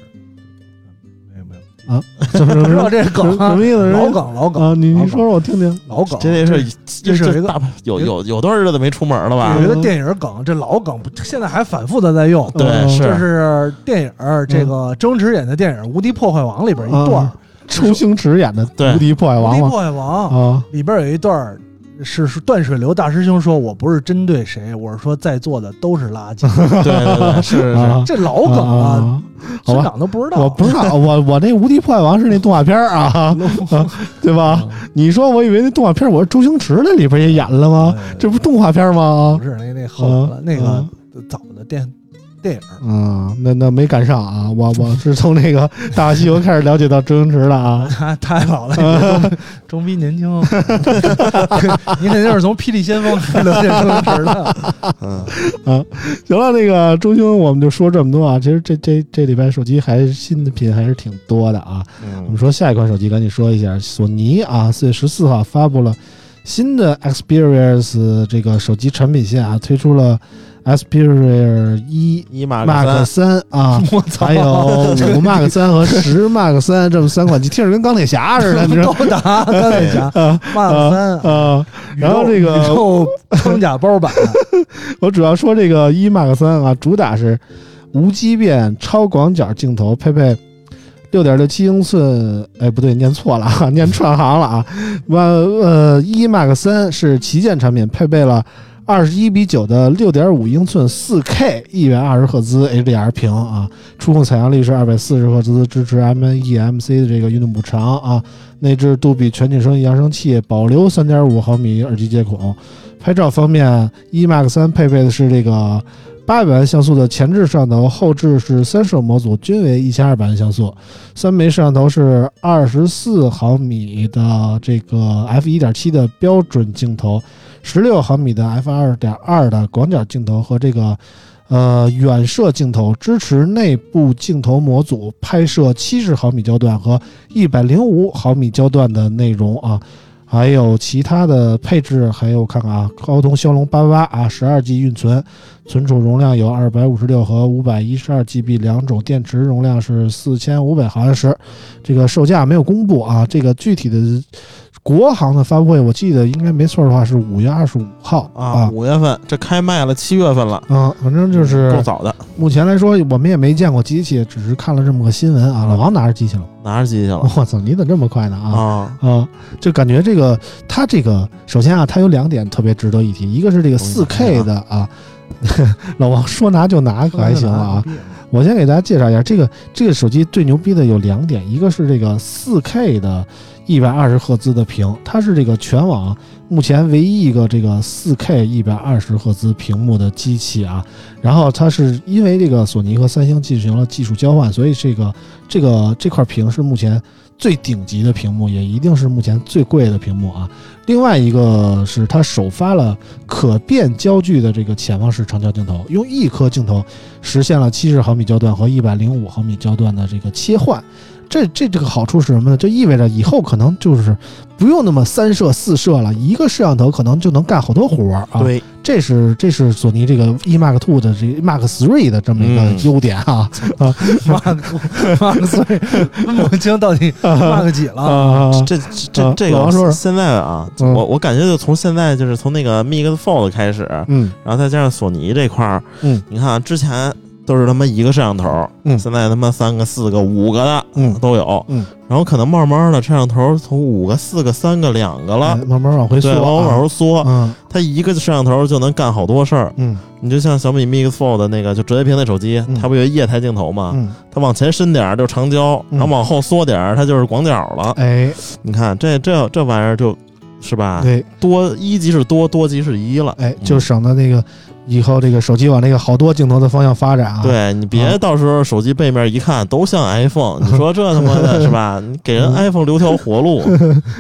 D: 没有没有，
B: 怎么怎么
D: 不知道
B: 什
D: 这是梗啊
B: 么，意思？
D: 老梗老梗
B: 啊，你你说说我听听。
D: 老梗，
C: 这得是
D: 这是有一个
C: 大有有有段日子没出门了吧
D: 有？一个电影梗，这老梗现在还反复的在用。
C: 对，
B: 嗯
D: 这
C: 是
D: 是电影儿这个周星驰演的电影《无敌破坏王》里边一段
B: 嗯
D: 儿，
B: 周星驰演的
C: 对
B: 《无敌破坏
D: 无
B: 王》
D: 敌
B: 嘛
D: 破坏王》
B: 啊，
D: 里边有一段儿是是断水流大师兄说：“我不是针对谁，我是说在座的都是
B: (laughs)
D: 垃圾。
C: 对对对，是是是
B: 啊”
D: 这老梗啊，
B: 啊，好
D: 村
B: 吧，
D: 长都不知道。
B: 我不知道，我我那《无敌破坏王》是那动画片儿
D: (laughs)
B: 啊，对吧？你说我以为那动画片儿，我说周星驰那里边也演了吗？
D: 哎
B: 这不是动画片儿吗
D: 不？是那那后来
B: 嗯
D: 那个早的电电影儿。。
B: 啊，那那没赶上啊，我我是从那个《大话西游》开始了解到周星驰了啊 (laughs)
D: 他太老了，你这装装逼年轻，你肯定是从《霹雳先锋》开始了解周星驰的。
B: 啊
C: 嗯，
B: 行了，那个中兴我们就说这么多啊。其实这这这礼拜手机还新的品还是挺多的啊。我们
C: 嗯，
B: 说下一款手机，赶紧说一下，索尼啊，四月十四号发布了新的 Xperience 这个手机产品线啊，推出了 Xperia 一
C: 一马
B: Mark
C: 三
B: 三
D: (laughs)
B: 啊。
D: 我操，
B: 还有五 Mark 三和十 Mark 三这么三款机，听着跟钢铁侠似的，你
D: (laughs)
B: 知道
D: 高达、钢铁侠、
B: (laughs) 啊
D: 漫三
B: 啊、，呃
D: 宇宙
B: 然后这个
D: 宇宙装甲包版，
B: 我主要说这个一 Mark 三啊，主打是无畸变超广角镜头，配备六点六七英寸，哎，不对，念错了啊， (laughs) 念串行了啊。万呃，一 Mark 三是旗舰产品，配备了二十一比九的六点五英寸四 K 一百二十赫兹 HDR 屏啊，触控采样率是二百四十赫兹，支持 MEMC 的这个运动补偿啊。内置杜比全景声扬声器，保留三点五毫米耳机接孔。拍照方面，一 Max 三配备的是这个八百万像素的前置摄像头，后置是三摄模组，均为一千二百万像素。三枚摄像头是二十四毫米的这个 f 一点七的标准镜头，十六毫米的 f 二点二的广角镜头和这个。呃，远摄镜头支持内部镜头模组拍摄七十毫米焦段和一百零五毫米焦段的内容啊，还有其他的配置，还有看看啊，高通骁龙八八啊，十二 G 运存，存储容量有二百五十六和五百一十二 GB 两种，电池容量是四千五百毫安时，这个售价没有公布啊，这个具体的国行的发布会，我记得应该没错的话是五月二十五号
C: 啊，五月份这开卖了，七月份了，
B: 嗯，反正就是
C: 够早的，
B: 目前来说，我们也没见过机器，只是看了这么个新闻啊。老王拿着机器了，
C: 拿着机去了
B: 我操，你怎么这么快呢啊？
C: 啊，
B: 啊，就感觉这个它这个，首先啊，它有两点特别值得一提，一个是这个四 K 的啊， (laughs) 老王说拿就拿可 (laughs) 还行了啊。我先给大家介绍一下这个这个手机最牛逼的有两点，一个是这个四 K 的一百二十赫兹的屏，它是这个全网目前唯一一个这个四 K 一百二十赫兹屏幕的机器啊。然后它是因为这个索尼和三星进行了技术交换，所以这个这个这块屏是目前最顶级的屏幕，也一定是目前最贵的屏幕啊。另外一个是它首发了可变焦距的这个潜望式长焦镜头，用一颗镜头实现了七十毫米焦段和一百零五毫米焦段的这个切换。这这这个好处是什么呢？就意味着以后可能就是不用那么三摄四摄了，一个摄像头可能就能干好多活儿啊。，
C: 对，
B: 这是这是索尼这个 E Mark Two 的这 Mark Three 的这么一个
C: 嗯
B: 优点啊。
C: (laughs)
D: 骂个骂个岁，母亲到底骂个几
B: (laughs)
D: 了？
B: 啊
C: 这这
B: 啊
C: 这
B: 老王说
C: 个
B: 说
C: 现在啊，
B: 嗯
C: 我我感觉就从现在就是从那个 Mix Fold 开始，
B: 嗯
C: 然后再加上索尼这块儿，
B: 嗯，
C: 你看啊，之前都是他妈一个摄像头，
B: 嗯
C: 现在他妈三个、四个、五个的，
B: 嗯
C: 都有，
B: 嗯，
C: 然后可能慢慢的摄像头从五个、四个、三个、两个了
B: 哎，慢慢往回缩
C: 对，
B: 啊，
C: 往往后缩，
B: 嗯
C: 它一个摄像头就能干好多事儿。
B: 嗯
C: 你就像小米 Mix Fold 那个，就折叠屏那手机
B: 嗯，
C: 它不有一液态镜头吗？
B: 嗯，
C: 它往前伸点儿就长焦，
B: 嗯
C: 然后往后缩点儿它就是广角了。
B: 哎
C: 你看这这这玩意儿就是吧，
B: 对
C: 多一级是多，多级是一了。
B: 哎，就省得那个以后这个手机往那个好多镜头的方向发展啊。，
C: 对你别
B: 啊
C: 到时候手机背面一看都像 iPhone，你说这他妈
B: (laughs)
C: 的是吧？你给
B: 嗯
C: 人 iPhone 留条活路，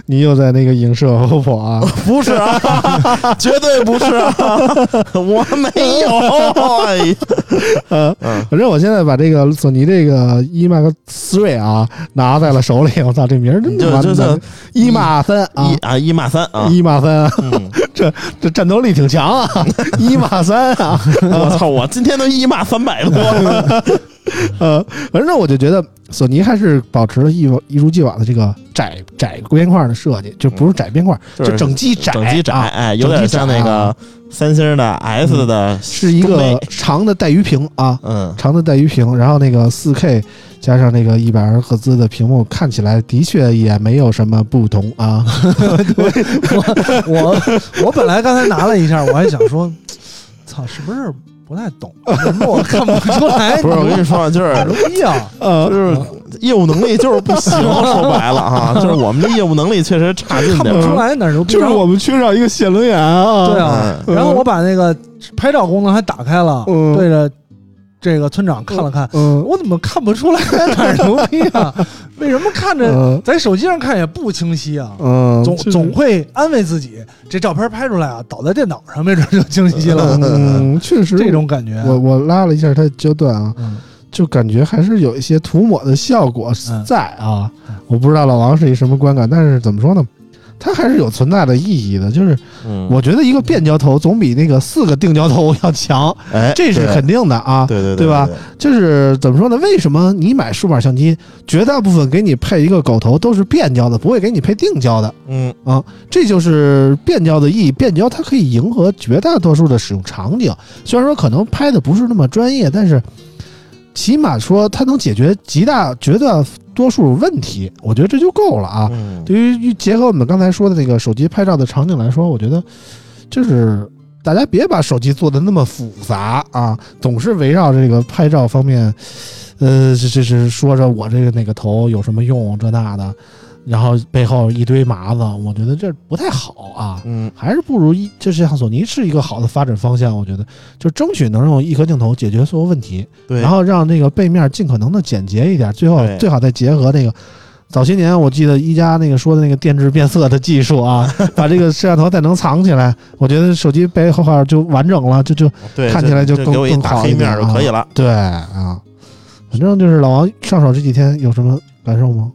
B: 你又在那个影射 OPPO
C: (laughs)
B: 啊？
C: 不是
B: (laughs)
C: 啊，绝对不是啊，我没有，哎呀
B: 呃，
C: 嗯，
B: 反正我现在把这个索尼这个伊玛克思锐啊拿在了手里，我操，这名儿真
C: 就
B: 他妈
C: 就
B: 难
C: 像
B: 伊玛三啊
C: 一。啊一骂三啊，
B: 伊玛三，
C: 嗯
B: 这战斗力挺强 (laughs) 啊！伊玛三啊，
C: 我操，我今天都一骂三百多了，
B: 呃，反正我就觉得索尼还是保持了一一如既往的这个窄窄边框的设计，就不是窄边框，
C: 就是
B: (laughs) 就整机窄，
C: 整机窄，
B: 啊
C: 哎，有点像那个三星的 S 的，
B: 嗯是一
C: 中
B: 个
C: 杯
B: 长的带鱼屏啊，
C: 嗯，
B: 长的带鱼屏，然后那个四 K 加上那个一百二赫兹的屏幕，看起来的确也没有什么不同啊。
D: 我我本来刚才拿了一下，我还想说，操，是不是不太懂？为什么我看不出来？
C: 不
B: 啊
C: 是，我跟你说，就是
D: 牛逼啊！
C: 就
B: 呃，
C: 是业务能力就是不
B: (laughs)
C: 行，说白了啊，就是我们的业务能力确实差劲
D: 看
C: 点
D: 不
C: 儿。
D: 出来哪儿牛逼。
B: (laughs) 就是
D: 然后
B: 我们缺少一个写轮眼啊。
D: 对啊
C: 嗯，
D: 然后我把那个拍照功能还打开了，
B: 嗯
D: 对着这个村长看了看，
B: 嗯，
D: 我怎么看不出来哪儿牛逼啊？为什么看着
B: 嗯
D: 在手机上看也不清晰啊？
B: 嗯，
D: 总
B: 就是
D: 总会安慰自己，这照片拍出来啊，倒在电脑上没准就清晰了，
B: 嗯，确实
D: 这种感觉。
B: 我我拉了一下它的焦段啊，
D: 嗯，
B: 就感觉还是有一些涂抹的效果
D: 嗯
B: 在啊。我不知道老王是一什么观感，但是怎么说呢？它还是有存在的意义的，就是
C: 嗯，
B: 我觉得一个变焦头总比那个四个定焦头要强，
C: 哎，
B: 这是
C: 对
B: 肯定的啊。
C: 对对
B: 对吧？就是怎么说呢？为什么你买数码相机，绝大部分给你配一个狗头都是变焦的，不会给你配定焦的？
C: 嗯，
B: 这就是变焦的意义。变焦它可以迎合绝大多数的使用场景，虽然说可能拍的不是那么专业，但是起码说它能解决极大绝大多数问题，我觉得这就够了啊。
C: 嗯
B: 对于结合我们刚才说的那个手机拍照的场景来说，我觉得就是大家别把手机做的那么复杂啊，总是围绕这个拍照方面，呃，这这是说着我这个哪个头有什么用这那的，然后背后一堆麻子，我觉得这不太好啊。
C: 嗯，
B: 还是不如一，就像索尼是一个好的发展方向，我觉得就争取能用一颗镜头解决所有问题，
C: 对，
B: 然后让那个背面尽可能的简洁一点，最后
C: 对
B: 最好再结合那个早些年我记得一加那个说的那个电致变色的技术
C: (laughs)
B: 啊，把这个摄像头再能藏起来，我觉得手机背后号就完整了，就就
C: 对，
B: 看起来就
C: 就
B: 更
C: 给我一
B: 更
C: 大
B: 好
C: 黑
B: 一
C: 面
B: 点
C: 儿就可以了。
B: 对啊。反正就是老王上手这几天有什么感受吗？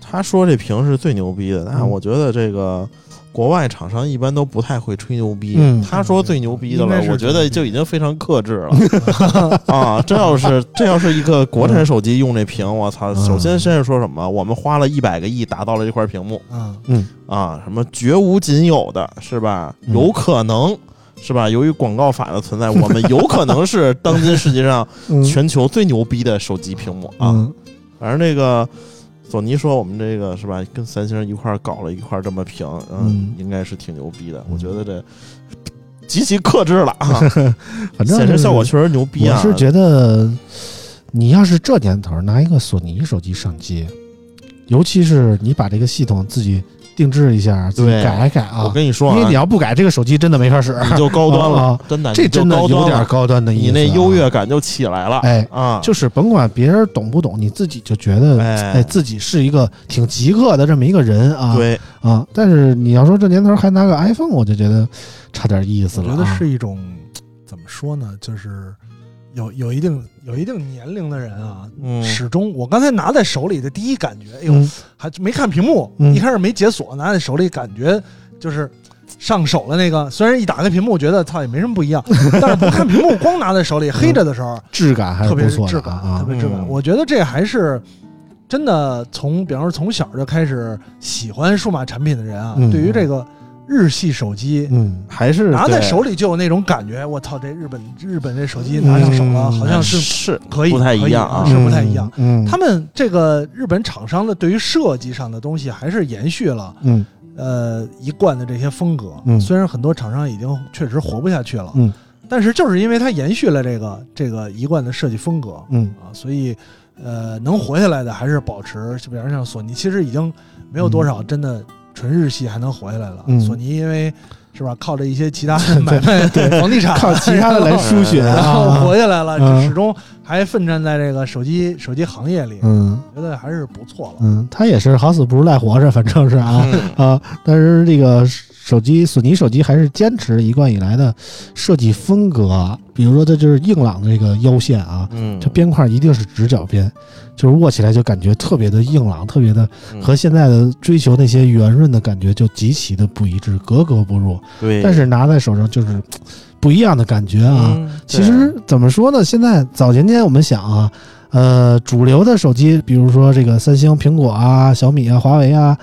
C: 他说这屏是最牛逼的，那
B: 嗯
C: 我觉得这个。国外厂商一般都不太会吹牛逼，
B: 嗯
C: 他说最牛逼的
D: 应该
C: 了
D: 是，
C: 我觉
D: 最牛
C: 得
D: 逼
C: 就已经非常克制了
B: (laughs)
C: 啊！这要是这要是一个国产手机用这屏，我操！
B: 嗯
C: 首先先是说什么，我们花了一百个亿打造了这块屏幕，
D: 嗯，
C: 啊，什么绝无仅有的是吧？
B: 嗯
C: 有可能是吧？由于广告法的存在，我们有可能是当今世界上
B: 嗯
C: 全球最牛逼的手机屏幕啊。
B: 嗯
C: 反正这个索尼说我们这个是吧，跟三星一块儿搞了一块儿这么屏，
B: 嗯
C: 嗯，应该是挺牛逼的。我觉得这极其克制了啊，
B: 反正
C: 显
B: 就是
C: 示效果确实牛逼
B: 我
C: 啊。
B: 是觉得，你要是这年头儿拿一个索尼手机上街，尤其是你把这个系统自己定制一下，自己
C: 对
B: 改一改啊。
C: 我跟你说
B: 因为
C: 啊
B: 你，要不改，这个手机真的没法使， (laughs)
C: 你就高
B: 啊
C: 端了
B: 啊，
C: 真的，
B: 这
C: 你就
B: 真的
C: 高端
B: 有点
C: 了
B: 高端的意思、啊
C: 你那优，越感就起来了，
B: 哎
C: 啊，
B: 就是甭管别人懂不懂，你自己就觉得，
C: 哎
B: 哎，自己是一个挺极客的这么一个人啊。
C: 对，
B: 啊，但是你要说这年头儿还拿个 iPhone，我就觉得差点意思
D: 我
B: 了、啊。
D: 觉得是一种怎么说呢？就是有有一定有一定年龄的人啊，
C: 嗯，
D: 始终我刚才拿在手里的第一感觉，哎呦，
B: 嗯
D: 还没看屏幕，
B: 嗯
D: 一开始没解锁，拿在手里感觉就是。上手了那个，虽然一打开屏幕，我觉得操也没什么不一样，但是不看屏幕，光拿
B: (laughs)
D: 在手里
B: 嗯
D: 黑着的时候，
B: 质感还是
D: 特别
B: 不
D: 是
B: 错的
D: 质
B: 啊
D: 感，
B: 啊
D: 特别质感。
C: 嗯
D: 我觉得这还是真的从，比方说从小就开始喜欢数码产品的人啊，
B: 嗯
D: 对于这个日系手机。
B: 嗯，
C: 还是
D: 拿在
C: 对
D: 手里就有那种感觉，我操！这日本日本这手机拿上手了，
B: 嗯
D: 好像是
C: 是
D: 可以，
C: 不太一
D: 可以
C: 样啊
D: 是不太一样。
B: 嗯。嗯，
D: 他们这个日本厂商的对于设计上的东西还是延续了
B: 嗯
D: 呃一贯的这些风格。
B: 嗯
D: 虽然很多厂商已经确实活不下去了，
B: 嗯
D: 但是就是因为它延续了这个这个一贯的设计风格， (laughs)
B: 嗯
D: 啊，所以呃，能活下来的还是保持，就比方像索尼，其实已经没有多少真的纯日系还能活下来了。
B: 嗯
D: 索尼因为是吧？靠着一些其他的买卖房地产，
B: 靠其他的来输血
D: (laughs) 然后
B: 啊。
D: 活下来了，
B: 嗯
D: 就始终还奋战在这个手机手机行业里，
B: 嗯
D: 觉得还是不错了。
B: 嗯，他也是好死不如赖活着，反正是
D: (laughs)
B: 啊
C: 嗯
B: 啊。但是这个手机，索尼手机还是坚持一贯以来的设计风格，啊比如说它就是硬朗的这个腰线啊，
C: 嗯，
B: 这边块一定是直角边，就是握起来就感觉特别的硬朗，特别的
C: 嗯
B: 和现在的追求那些圆润的感觉就极其的不一致，格格不入。
C: 对，
B: 但是拿在手上就是嘖不一样的感觉啊。
C: 嗯
B: 其实怎么说呢？现在早前天我们想啊，呃，主流的手机，比如说这个三星、苹果啊、小米啊、华为啊，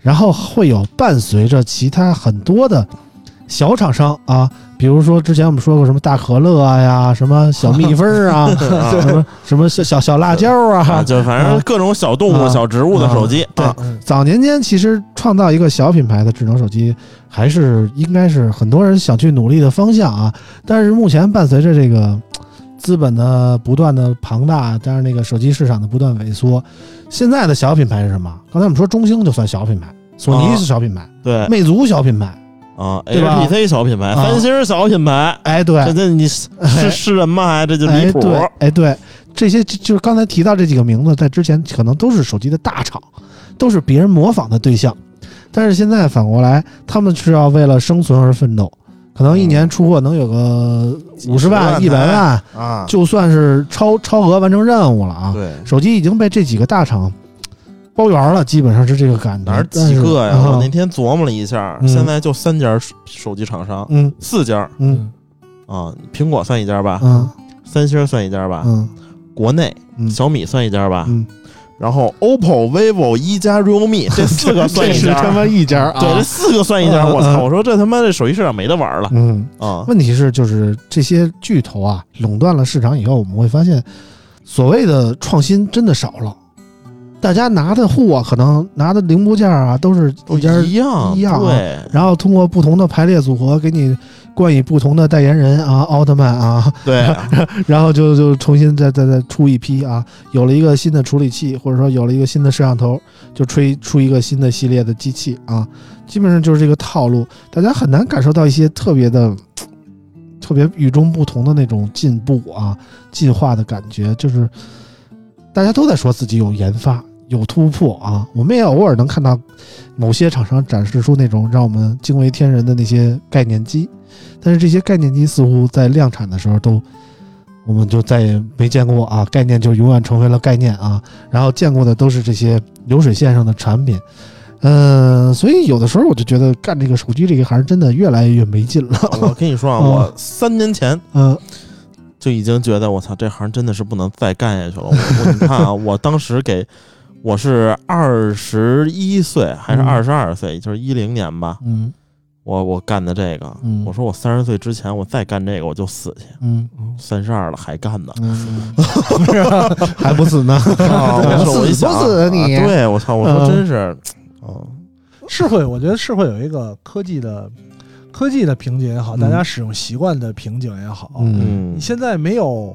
B: 然后会有伴随着其他很多的小厂商啊，比如说之前我们说过什么大可乐啊呀，什么小 (laughs) 蜜蜂儿啊，
C: 对啊
B: 什么什么小小小辣椒
C: 啊，
B: 啊。
C: 就反正
B: 啊
C: 各种小动
B: 啊
C: 物、小植物的手机
B: 对
C: 啊，
D: 嗯，
B: 早年间其实创造一个小品牌的智能手机，还是应该是很多人想去努力的方向啊。但是目前伴随着这个资本的不断的庞大，当然那个手机市场的不断萎缩，现在的小品牌是什么？刚才我们说中兴就算小品牌，索尼
C: 啊
B: 是小品牌，
C: 对
B: 魅族小品牌，
C: 啊
B: 对吧
C: ，HTC 小品牌，
B: 啊
C: 三星小品牌，
B: 哎对，
C: 这这你是
B: 哎
C: 是是人吗？还这就离谱，
B: 哎对，哎对，这些就就是刚才提到这几个名字，在之前可能都是手机的大厂，都是别人模仿的对象。但是现在反过来，他们是要为了生存而奋斗，可能一年出货能有个五十万、一
C: 嗯几十
B: 百
C: 万台
B: 万，
C: 啊，
B: 就算是超超额完成任务了啊。
C: 对，
B: 手机已经被这几个大厂包圆了，基本上是这个感觉。
C: 哪儿
B: 但
C: 几
B: 是
C: 个呀？
B: 啊
C: 我那天琢磨了一下，
B: 嗯
C: 现在就三家手手机厂商，
B: 嗯
C: 四家
B: 嗯
C: 啊，苹果算一家吧，
B: 嗯
C: 三星算一家吧，
B: 嗯
C: 国内
B: 嗯
C: 小米算一家吧，
B: 嗯，
C: 然后 OPPO、vivo、一加、realme 这四个
B: (laughs)
C: 算
B: 这
C: 一
B: 是他
C: 家。
B: 妈一家啊！
C: 对，这四个算一家，
B: 嗯嗯
C: 我操！我说这他妈这手机市场没得玩了
B: 嗯。
C: 啊！
B: 问题是，就是这些巨头啊垄断了市场以后，我们会发现，所谓的创新真的少了。大家拿的货啊可能拿的零部件啊都是一家，
C: 一样
B: 一样啊 (laughs)
C: 对
B: 然后通过不同的排列组合给你冠以不同的代言人啊，奥特曼啊， (laughs)
C: 对，
B: 然后就就重新再再再出一批啊，有了一个新的处理器，或者说有了一个新的摄像头，就吹出一个新的系列的机器啊，基本上就是这个套路，大家很难感受到一些特别的、特别与众不同的那种进步啊、进化的感觉，就是大家都在说自己有研发。有突破啊！我们也偶尔能看到某些厂商展示出那种让我们惊为天人的那些概念机，但是这些概念机似乎在量产的时候都我们就再也没见过啊，概念就永远成为了概念啊，然后见过的都是这些流水线上的产品，嗯、所以有的时候我就觉得干这个手机这一行真的越来越没劲
C: 我
B: 了，
C: 跟你说啊，
B: 嗯
C: 我三年前
B: 嗯、
C: 就已经觉得我操，这行真的是不能再干下去了。我 (laughs) 我你看啊，我当时给我是二十一岁还是
B: 嗯
C: 二十二岁，就是一零年吧，
B: 嗯
C: 我我干的这个，
B: 嗯
C: 我说我三十岁之前我再干这个我就死去，
B: 嗯
C: 三十二了还干
B: (laughs)
C: 呢。
B: 嗯，还不死呢，
C: 啊我说我一
B: 死
C: 想
B: 不死你
C: 啊对我操，我说
B: 嗯
C: 真是，哦，
D: 是会，我觉得是会有一个科技的科技的瓶颈也好，
B: 嗯
D: 大家使用习惯的瓶颈也好，
B: 嗯
C: 嗯
D: 你，现在没有，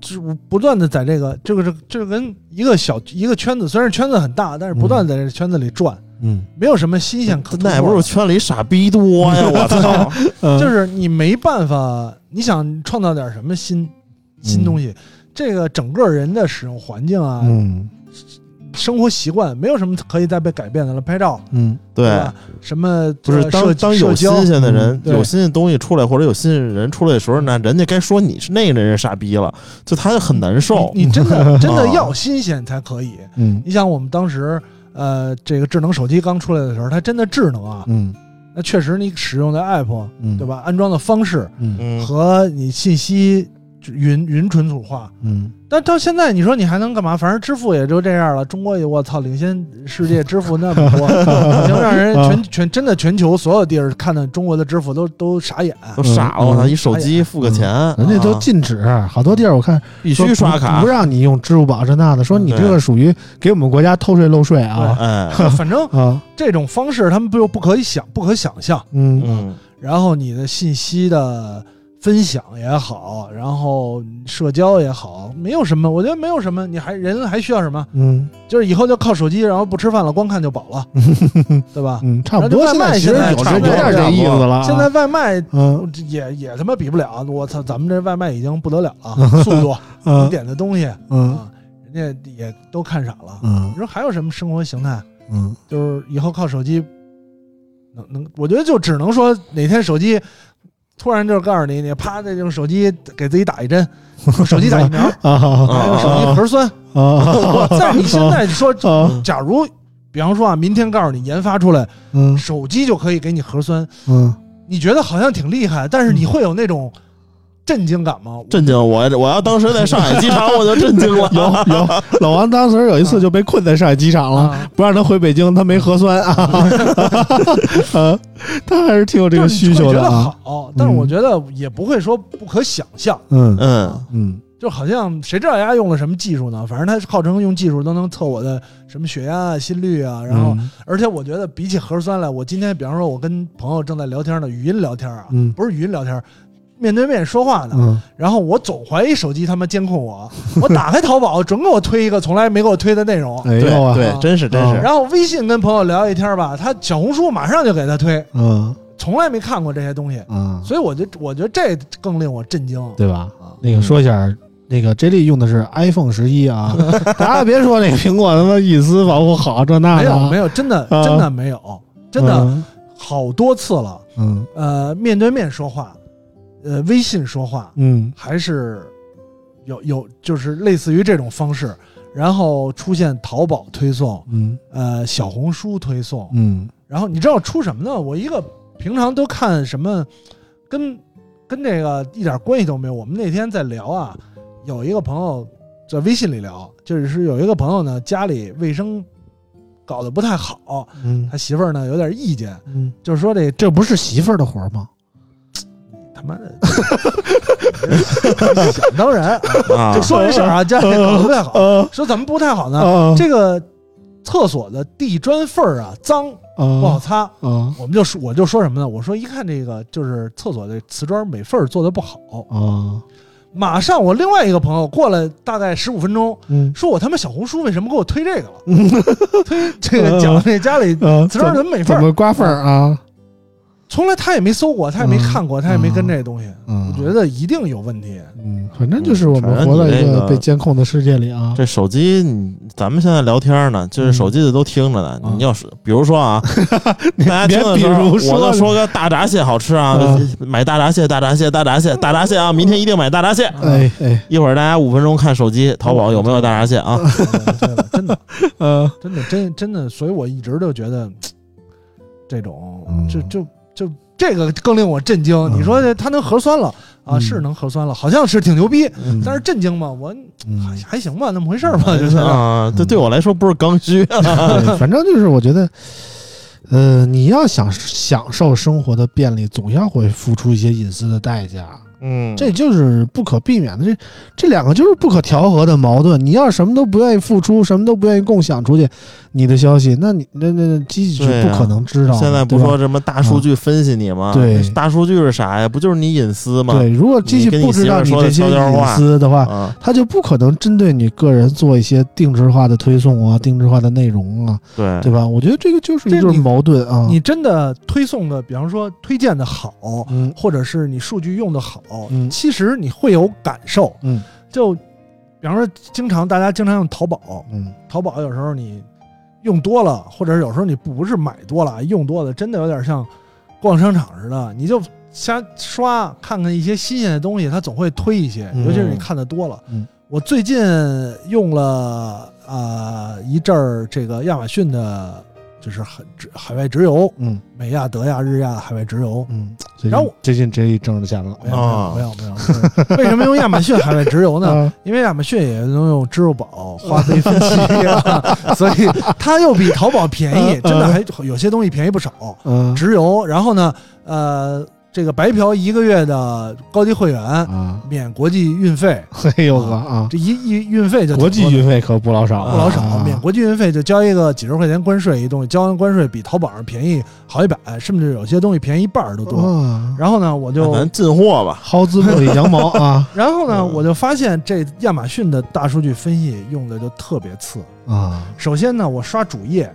D: 就是不断的在这个这个这个这个跟一个小一个圈子，虽然圈子很大，但是不断地在这个圈子里转，
B: 嗯
D: 没有什么新鲜可突破
C: 耐不嗯住圈里傻逼多呀！我操，
D: 就是你没办法，你想创造点什么新新
C: 嗯
D: 东西，这个整个人的使用环境啊，
B: 嗯
D: 生活习惯，没有什么可以再被改变的了。拍照，
B: 嗯
C: 对 (laughs)
D: 吧，什么
C: 不是
D: 呃
C: 当
D: 社
C: 当有
D: 社交
C: 新鲜的人
B: 嗯、
D: 对
C: 有新鲜东西出来，或者有新鲜人出来的时候，那人家该说你是那个人是傻逼了，就他就很难受。
D: 你你真
C: (laughs)
D: 的真的
C: 啊
D: 要新鲜才可以。
B: 嗯
D: 你想，我们当时，呃，这个智能手机刚出来的时候，它真的智能啊，
B: 嗯
D: 那确实你使用的 app，
B: 嗯，
D: 对？吧？安装的方式
B: 嗯
C: 嗯，
D: 和你信息云云存储化，
B: 嗯
D: 但到现在你说你还能干嘛？反正支付也就这样了。中国也我操，领先世界支付那么多，已经让人全全真的全球所有地儿看到中国的支付都都傻眼。
C: 都傻了，
B: 嗯
C: 我操！
B: 嗯
C: 一手机付个钱，
B: 人家都
C: 啊
B: 禁止，好多地儿我看
C: 必
B: 说
C: 须
B: 不
C: 刷卡
B: 不，让你用支付宝这那的，说你
C: 对
B: 这个属于给我们国家偷税漏税啊
C: 哎，
D: (laughs) 反正
B: 啊
D: 这种方式他们不又不可以想不可想象。
B: 嗯
C: 嗯，
D: 然后你的信息的分享也好，然后社交也好，没有什么，我觉得没有什么，你还人还需要什么？
B: 嗯
D: 就是以后就靠手机，然后不吃饭了，光看就饱
B: (laughs)
D: 了，对吧？
B: 嗯，差不多。
D: 然
B: 现在
D: 后这外卖
B: 其实
D: 现在
B: 有
D: 差
B: 这
D: 不多
B: 有点这意思了啊。
D: 现在外卖
B: 嗯
D: 也也他妈比不了，我操，咱们这外卖已经不得了了，速度，
B: (laughs)
D: 你
B: 嗯
D: 点的东西
B: 嗯
D: 啊，人家也都看傻了。你
B: 嗯
D: 说还有什么生活形态？
B: 嗯
D: 就是以后靠手机，能能，我觉得就只能说哪天手机突然就告诉你，你啪这用手机给自己打一针，
B: (laughs)
D: 用手机打疫苗，
B: 嗯
D: 嗯
B: 啊
D: 还有手机核酸。
B: 啊！
D: 但是你现在说，
B: (laughs) 啊
D: 假如比方说啊，明天告诉你研发出来
B: 嗯
D: 手机就可以给你核酸，
B: 嗯
D: 你觉得好像挺厉害，但是你会有那种震惊感吗？
C: 震惊！我我要当时在上海机场，我就震惊了。
B: 有有，老王当时有一次就被困在上海机场了，
D: 啊，
B: 不让他回北京，他没核酸
D: (laughs)
B: 啊，啊他还是挺有这个需求
D: 就是你
B: 的
D: 会觉得
B: 啊，
D: 好，但是我觉得也不会说不可想象。
B: 嗯
C: 嗯，
B: 嗯
D: 就好像谁知道人家用了什么技术呢？反正他号称用技术都能测我的什么血压啊、心率啊。然后，
B: 嗯
D: 而且我觉得比起核酸来，我今天比方说，我跟朋友正在聊天呢，语音聊天啊，
B: 嗯
D: 不是语音聊天，面对面说话呢。
B: 嗯
D: 然后我总怀疑手机他妈监控我，我打开淘宝 (laughs) 准给我推一个从来没给我推的内容。
B: 哎
C: 对
B: 呦啊，
C: 对，真是真是。
D: (laughs) 然后微信跟朋友聊一天吧，他小红书马上就给他推，
B: 嗯
D: 从来没看过这些东西，
B: 啊，
D: 所以我就我觉得这更令我震惊。
B: 对吧？
D: 啊，
B: 那个说一下，那个 J 莉用的是 iPhone 十一
D: (laughs)
B: 啊，大家别说那个苹果他妈隐私保护好这那
D: 没
B: 的啊，
D: 有没有，真的
B: 啊
D: 真的没有，真的
B: 嗯，
D: 好多次了。
B: 嗯
D: 呃，面对面说话，呃，微信说话，
B: 嗯
D: 还是有有就是类似于这种方式，然后出现淘宝推送，
B: 嗯
D: 呃，小红书推送，
B: 嗯
D: 然后你知道出什么呢？我一个平常都看什么，跟跟这个一点关系都没有。我们那天在聊啊，有一个朋友在微信里聊，就是有一个朋友呢，家里卫生搞得不太好，
B: 嗯
D: 他媳妇儿呢有点意见，
B: 嗯，
D: 就是说这
B: 这不是媳妇儿的活儿吗？
D: 他妈 (laughs) 的想当然啊，
C: 啊
D: 就，说这事儿啊，家里搞得不太好，
B: 呃
D: 说怎么不太好呢？
B: 啊
D: 这个厕所的地砖缝儿啊脏，不好
B: 啊
D: 擦。
B: 啊
D: 我们就说，我就说什么呢？我说一看这个就是厕所的瓷砖每缝儿做的不好，
B: 啊
D: 马上我另外一个朋友过了大概十五分钟，
B: 嗯
D: 说我他妈小红书为什么给我推这
B: (laughs)
D: 个了？推这个讲这家里
B: 呃，
D: 瓷砖怎么每缝
B: 怎
D: 儿，
B: 么刮缝儿啊？
D: 从来他也没搜过，他也没看过，他也没跟这东西，
B: 嗯，
D: 我觉得一定有问
B: (laughs)
D: 题。
B: 嗯，反正就是我们活在一个被监控的世界里啊。
C: 这手机，你咱们现在聊天呢，就是手机的都听着呢。
B: 嗯
C: 你要是比如说啊，
B: (laughs)
C: 大家听的时
B: 别比
C: 候，
B: 如说
C: 我就说个大闸蟹好吃啊
B: 嗯，
C: 买大闸蟹，大闸蟹，大闸蟹，大
B: (laughs)
C: 闸蟹啊！明天一定买大闸蟹。
B: 哎哎
C: 一会儿大家五分钟看手机，淘宝有没有大闸蟹
B: (laughs)
C: 啊？
D: 对了，真的，
B: 呃
D: 真的，真真的，所以我一直就觉得，这种
B: 嗯
D: 就就就这个更令我震惊。你说这他能核酸了啊？
B: 嗯
D: 是能核酸了，好像是挺牛逼，
B: 嗯
D: 但是震惊吗？我还
B: 嗯
D: 还行吧，那么回事儿吧，就是
C: 啊，这对我来说不是刚需。啊
B: (laughs)
C: (laughs) 嗯
B: 对，反正就是我觉得，呃，你要想享受生活的便利，总要会付出一些隐私的代价，
C: 嗯，
B: 这就是不可避免的。这这两个就是不可调和的矛盾。你要什么都不愿意付出，什么都不愿意共享出去，你的消息，那你那那那机器
C: 对
B: 是
C: 啊
B: 不可能知道的。啊
C: 现在不
B: 对吧
C: 说什么大数据分析你吗？
B: 对
C: 大数据是啥呀？不就是你隐私吗？
B: 对，如果机器
C: 你跟你
B: 不知
C: 媳妇
B: 道
C: 儿
B: 你
C: 说的
B: 这些
C: 悄悄
B: 隐
C: 话
B: 私的话，
C: 啊，
B: 它就不可能针对你个人做一些定制化的推送啊、定制化的内容啊，
C: 对
B: 对吧？我觉得这个就是
D: 这
B: 一对
D: 你
B: 矛盾啊。
D: 你真的推送的，比方说推荐的好，
B: 嗯
D: 或者是你数据用的好，
B: 嗯
D: 其实你会有感受。
B: 嗯
D: 就比方说，经常大家经常用淘宝，
B: 嗯
D: 淘宝有时候你用多了，或者有时候你不是买多了，用多了真的有点像逛商场似的，你就瞎刷看看一些新鲜的东西，它总会推一些，
B: 嗯
D: 尤其是你看的多了。
B: 嗯
D: 我最近用了啊、呃一阵儿这个亚马逊的，就是海海外直邮，
B: 嗯
D: 美亚、德亚、日亚海外直邮。
B: 嗯。最
D: 然后
B: 近
D: 我哎
B: 最近这一挣着钱了
D: 没有
C: 啊
D: 没有没有，
B: (laughs)
D: 没有为什么用亚马逊海外直邮呢？
B: 啊
D: 因为亚马逊也能用支付宝、花呗分期、
B: (laughs)
D: 啊，所以它又比淘宝便宜，
B: 嗯
D: 真的还有些东西便宜不少。
B: 嗯
D: 直邮，然后呢，呃，这个白嫖一个月的高级会员
B: 啊，
D: 免国际运费，
B: 嘿呦呵啊，
D: 这一一运费就
B: 国际
D: 挺多的
B: 运费可不老少啊，
D: 不老少，
B: 啊
D: 免国际运费就交一个几十块钱关税一东西，交完关税比淘宝上便宜好几百，甚至有些东西便宜一半儿都多。
B: 啊，
D: 然后呢，我
C: 那
D: 就
C: 咱进货吧，
B: 薅资茉莉羊
D: (laughs)
B: 毛啊
D: 然后呢，
C: 嗯
D: 我就发现这亚马逊的大数据分析用的就特别次。
B: 啊，
D: 首先呢，我刷主页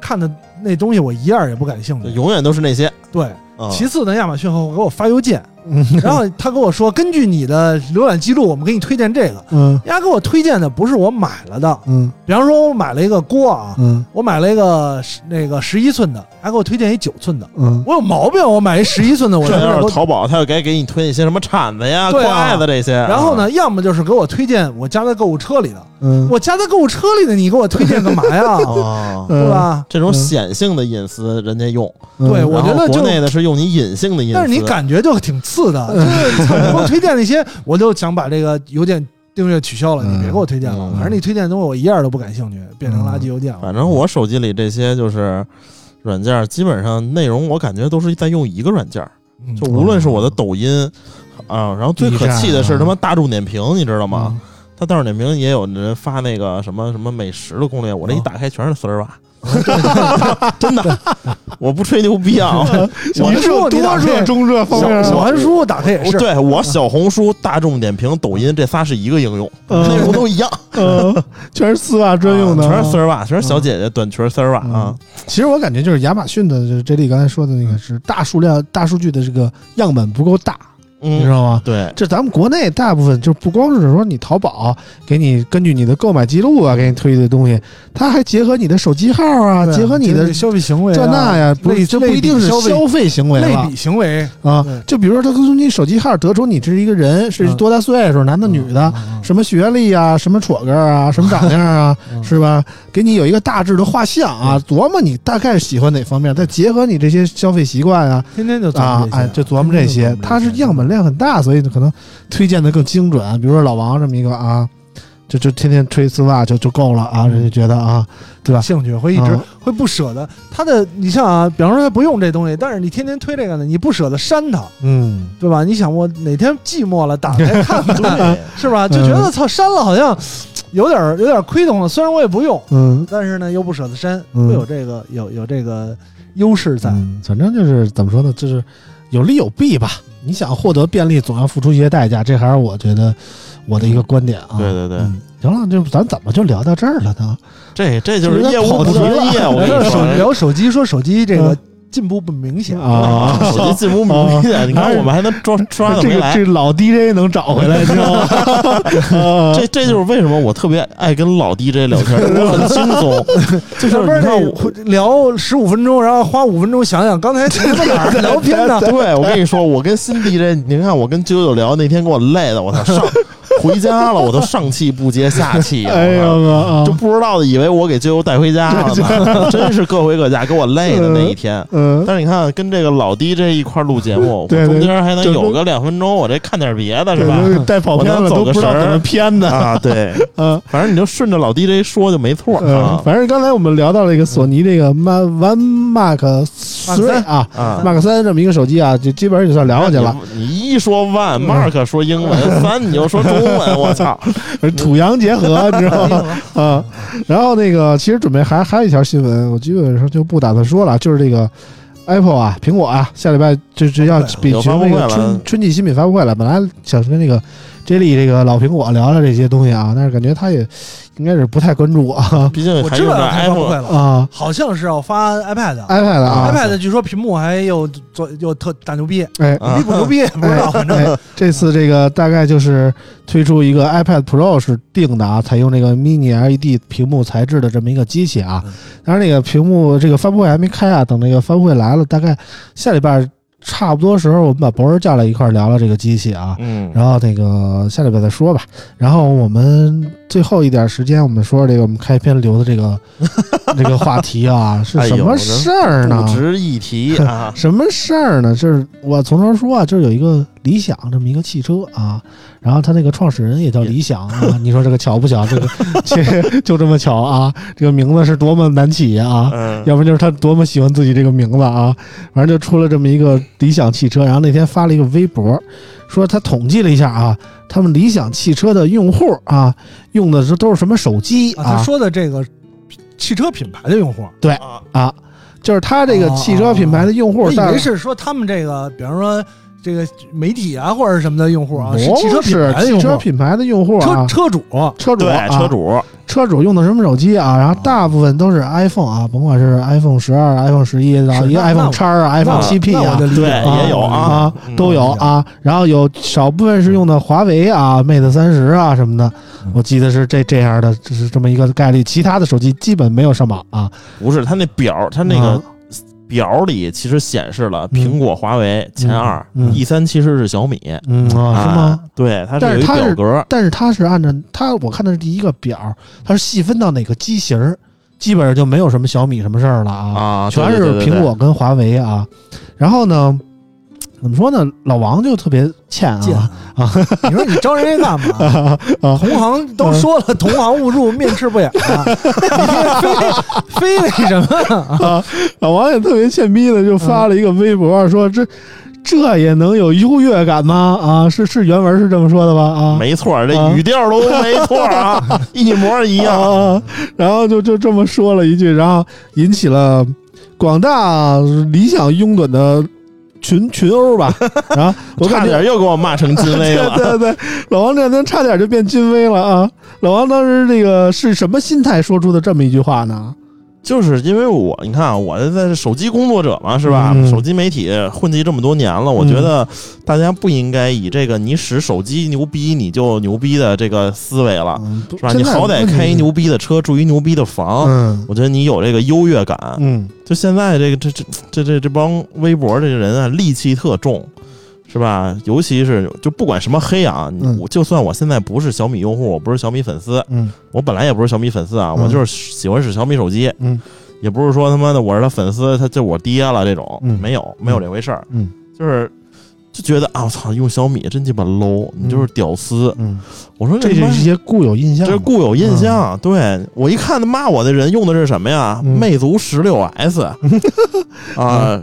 D: 看的那东西我一样也不感兴趣，
C: 永远都是那些。
D: 对。
C: 啊
D: 其次呢，亚马逊会给我发邮件，
B: 嗯
D: 然后他跟我说，根据你的浏览记录，我们给你推荐这个。
B: 嗯
D: 丫给我推荐的不是我买了的，
B: 嗯
D: 比方说我买了一个锅啊，
B: 嗯
D: 我买了一个十那个十一寸的，还给我推荐一九寸的，
B: 嗯，
D: 我有毛病，啊我买一十一寸的，我
C: 这
D: 他妈
C: 要
D: 都
C: 是淘宝，他又该给你推一些什么铲子呀、
D: 对啊
C: 筷子这些。
D: 然后呢，要么就是给我推荐我加在购物车里的，
B: 嗯，
D: 我加在购物车里的，你给我推荐干嘛呀？
C: 啊？哦，
D: 对
C: (laughs)
D: 吧？
C: 这种显性的隐私人家用，
B: 嗯？
D: 对嗯我觉得
C: 然后
D: 就
C: 国内的是用你隐性的隐私，
D: 但是你感觉就挺次的，
C: (laughs)
D: 就是你操你给我推荐那些，我就想把这个邮件订阅取消了，你别给我推荐了，
C: 嗯
D: 反正你推荐的东西我一样都不感兴趣，变成垃圾邮件了。
C: 反正我手机里这些就是软件儿，基本上内容我感觉都是在用一个软件儿，
D: 嗯
C: 就无论是我的抖音啊，然后最可气的是
D: 啊
C: 他妈大众点评，你知道吗？
D: 嗯
C: 他大众点评也有人发那个什么什么美食的攻略，
D: 哦
C: 我这一打开全是丝儿
D: (laughs)
C: 袜。真的，我不吹牛逼啊！
B: 我
D: 我
B: 是
D: 说你
B: 多
D: 打
B: 热
D: 这
B: 中热方
D: 小
B: 面
D: 小
B: 啊，
D: 红书打开也
C: 我
D: 是，
C: 对我小红书、大众点评、抖音这仨是一个应用，
B: 嗯
C: 内容都一样，啊
B: 嗯，全是丝袜专用的，啊
C: 全是丝儿袜，全是小姐姐短裙丝儿袜啊
B: 嗯。其实我感觉就是亚马逊的，就是这里刚才说的
D: 嗯
B: 那个是大数量、大数据的这个样本不够大，你知
C: 嗯，
B: 道吗？
C: 对，
B: 这咱们国内大部分就不光是说你淘宝给你根据你的购买记录啊，给你推的东西，它还结合你的手机号啊，
D: 对
B: 结合你的
D: 消费行为啊
B: 这那呀，不
D: 类
B: 这不一定是
D: 类比消费
B: 消费行为
D: 类
B: 了
D: 比行为
B: 啊
D: 对。
B: 就比如说，他从你手机号得出你这是一个人是
D: 嗯
B: 多大岁数，男的女的，
D: 嗯嗯
B: 什么学历啊，什么戳个啊，什么长相啊，
D: 嗯
B: 是吧？给你有一个大致的画像啊，琢磨你大概喜欢哪方面，再结合你这些消费习惯啊
D: 天天就琢
B: 啊
D: 磨，这些
B: 哎，就琢磨这
C: 嗯
B: 些。它是样本，量很大，所以可能推荐的更精准。啊比如说老王这么一个啊，就就天天吹丝袜就就够了啊，人家觉得啊，
C: 嗯
B: 对吧？
D: 兴趣会一直
B: 嗯
D: 会不舍得他的。你像啊，比方说他不用这东西，但是你天天推这个呢，你不舍得删它，
B: 嗯，啊
D: 对吧？你想我哪天寂寞了，打开看
C: (laughs)
D: 看，
C: 对，
D: 是吧？就觉得操删了好像有点有点亏懂了，虽然我也不用，
B: 嗯。
D: 但是呢又不舍得删，
B: 嗯
D: 会有这个有有这个优势在。
B: 嗯，反正就是怎么说呢，就是有利有弊吧。你想获得便利，总要付出一些代价，这还是我觉得我的一个观点啊。
C: 对对对
B: 嗯行了，就咱怎么就聊到这儿了呢？
C: 这这就是业务不
B: 有点跑题了
C: 专业，我跟
D: 聊
B: (laughs)
C: 你
D: 手
C: 说。
D: 聊手机，说手机这个
B: 嗯
D: 进步不明显
B: 啊
C: 手机进步明显，你看我们还能抓抓的
B: 这
C: 没
B: 个
C: 来，
B: 这老 DJ 能找回来，你知
C: (laughs)
B: 道吗？啊
C: 这这就是为什么我特别爱跟老 DJ 聊天，我很轻松。
B: (laughs)
C: 就是
D: 上班
C: 你看
D: 这
C: 我，
D: 聊十五分钟，然后花五分钟想想刚才这他妈哪儿
C: (laughs)
D: 聊偏呢？
C: 对我跟你说，我跟新 DJ，你看我跟九九聊那天给我累的，我操上回家了，我都上气不接下气，
B: 哎呦
C: 我
B: 我啊
C: 操就不知道的以为我给九九带回家
B: (laughs)
C: 了呢，真是各回各家，给我累的那一天。
B: 嗯，
C: 但是你看，跟这个老 DJ 一块儿录节目，我
B: 对对
C: 中间还能
B: 就是
C: 有个两分钟，我这看点别的是吧？
B: 对就带跑偏
C: 我
B: 了，
C: 能
B: 都
C: 走
B: 不
C: 个
B: 知道
C: 神儿
B: 怎么偏的。
C: 啊，对，
B: 嗯
C: 反正你就顺着老 DJ 说就没错
B: 嗯，
C: 啊
B: 反正刚才我们聊到了一个索尼这个 Man One Mark
D: 三
B: Three 啊
C: 啊。
B: ，Mark 三这么一个手机啊，就基本上就算聊过去了。
C: 你你一说 one Mark 说英
B: (laughs)
C: 文，三你就说中文，我操！
B: 土洋结
C: (laughs)
B: 合，你知道
C: 哎
B: 吗？啊，然后那个其实准备还还有一条新闻，我基本上就不打算说了，就是这个 Apple 啊，苹果啊，下礼拜就就要比
C: 哎有
B: 举
C: 发
B: 行那
C: 布会
B: 个
C: 了
B: 春春季新品发布会了，本来想跟那个 J 莉这个老苹果聊聊这些东西啊，但是感觉他也应该是不太关注我啊
C: 毕竟
D: 我
C: 还
D: 知
C: 用
D: 道
C: 着
D: 要开发布会
C: iPhone，
D: 了，
B: 啊
D: 好像是要发 iPad 的。
B: ，iPad 啊
D: iPad 据说屏幕还又做又特大牛逼，
B: 哎。
C: 啊
D: 牛逼不牛逼不知道，反正
B: 哎，这次这个大概就是推出一个 iPad Pro 是定的啊，采用这个 Mini LED 屏幕材质的这么一个机器啊
D: 嗯。
B: 当然，那个屏幕这个发布会还没开啊，等那个发布会来了，大概下礼拜差不多时候，我们把博儿叫来一块儿聊聊这个机器啊。
C: 嗯，
B: 然后那个下礼拜再说吧。然后我们最后一点时间，我们说这个我们开篇留的这
C: (laughs)
B: 个这个话题啊，是
C: 哎呦
B: 什么事儿呢
C: 不？值一提
B: (laughs)！
C: 啊
B: 什么事儿呢？就是我从头说啊，就是有一个理想这么一个汽车啊，然后它那个创始人也叫理想啊， (laughs) 你说这个巧不巧？这个 (laughs) 这就这么巧啊，这个名字是多么难起啊！
C: 嗯，
B: 要不然就是他多么喜欢自己这个名字啊，反正就出了这么一个理想汽车。然后那天发了一个微博，说他统计了一下啊，他们理想汽车的用户啊，用的是都是什么手机
D: 啊，他
B: 啊？
D: 说的这个汽车品牌的用户，
C: 啊
B: 啊，就是他这个汽车品牌的用户，
D: 哦我以
B: 但
D: 为是说他们这个，比方说这个媒体啊或者什么的用户啊，
B: 不
D: 是汽车品牌的
B: 是
D: 用
B: 汽车
D: 户，
B: 品牌的用户
D: 车
B: 啊，
D: 车主
B: 车主啊
C: 对，车主
B: 车主用的什么手机啊？然后大部分都是 iPhone 啊，甭管是 iPhone 十二、iPhone 十一，然后
D: 是
B: 一个
D: 那那
B: iPhone
D: 我
B: 叉啊、iPhone 七 P
D: 那我
B: 啊
D: 就，理解
C: 对
D: 了
C: 也有
B: 啊
C: 啊，
D: 嗯
B: 都有啊。然后有少部分是用的华为啊、Mate 三十啊什么的，
D: 嗯
B: 我记得是这这样的，就是这么一个概率。其他的手机基本没有上榜啊。
C: 不是他那表，他那
B: 啊
C: 个表里其实显示了苹果、华为前二
B: 嗯嗯
C: ，E 三其实是小米，
B: 嗯啊，是吗？
C: 啊？对，它
B: 但是
C: 有一
B: 它是
C: 表格，
B: 但是它是按照它，我看的是第一个表，它是细分到哪个机型儿，基本上就没有什么小米什么事儿了啊，
C: 啊，
B: 全
C: 对
B: 是
C: 对对对
B: 苹果跟华为啊。然后呢，怎么说呢？老王就特别欠 (laughs)
D: 见
B: 啊，
D: 你说你招人家
B: (laughs)
D: 干嘛？
B: 啊啊
D: 同行都说了，同行误入，面赤不雅，啊 (laughs) 你非非那什
B: (laughs)
D: 么？
B: 老王也特别欠逼的，就发了一个微博说这。这也能有优越感吗？啊，是是原文是这么说的吧？啊，
C: 没错儿，
B: 啊
C: 这语调都没错儿
B: (laughs)
C: 啊，一模一样。
B: 啊，然后就就这么说了一句，然后引起了广大理想拥趸的群群殴吧。然后我
C: 差
B: 感觉，
C: 点又给我骂成金威
B: 对
C: 了。
B: (laughs) 对对，老王这天差点就变金威了啊！老王当时这个是什么心态说出的这么一句话呢？
C: 就是因为我，你看啊，我在手机工作者嘛，是吧？
B: 嗯
C: 手机媒体混迹这么多年了，我
B: 嗯
C: 觉得大家不应该以这个你使手机牛逼你就牛逼的这个思维了，
B: 嗯，
C: 是吧？你好歹开一牛，逼的车，住一牛逼的房，
B: 嗯
C: 我觉得你有这个优越感。
B: 嗯，
C: 就现在这个这这这这这帮微博这人啊，戾气特重，是吧？尤其是就不管什么黑啊，你
B: 嗯
C: 我就算我现在不是小米用户，我不是小米粉丝，
B: 嗯
C: 我本来也不是小米粉丝啊，
B: 嗯
C: 我就是喜欢使小米手机，
B: 嗯，
C: 也不是说他妈的我是他粉丝，他就我爹了这种，
B: 嗯
C: 没有没有这回事儿，
B: 嗯，
C: 就是。就觉得啊，我操，用小米真鸡巴 low，你就是屌丝。
B: 嗯，
C: 我说
B: 这
C: 他
B: 是
C: 妈
B: 一些固有印象啊
C: 这是
B: 嘛，
C: 固有印象。对我一看他骂我的人用的是什么呀？
B: 嗯
C: 魅族十六
B: (laughs)
C: S 啊，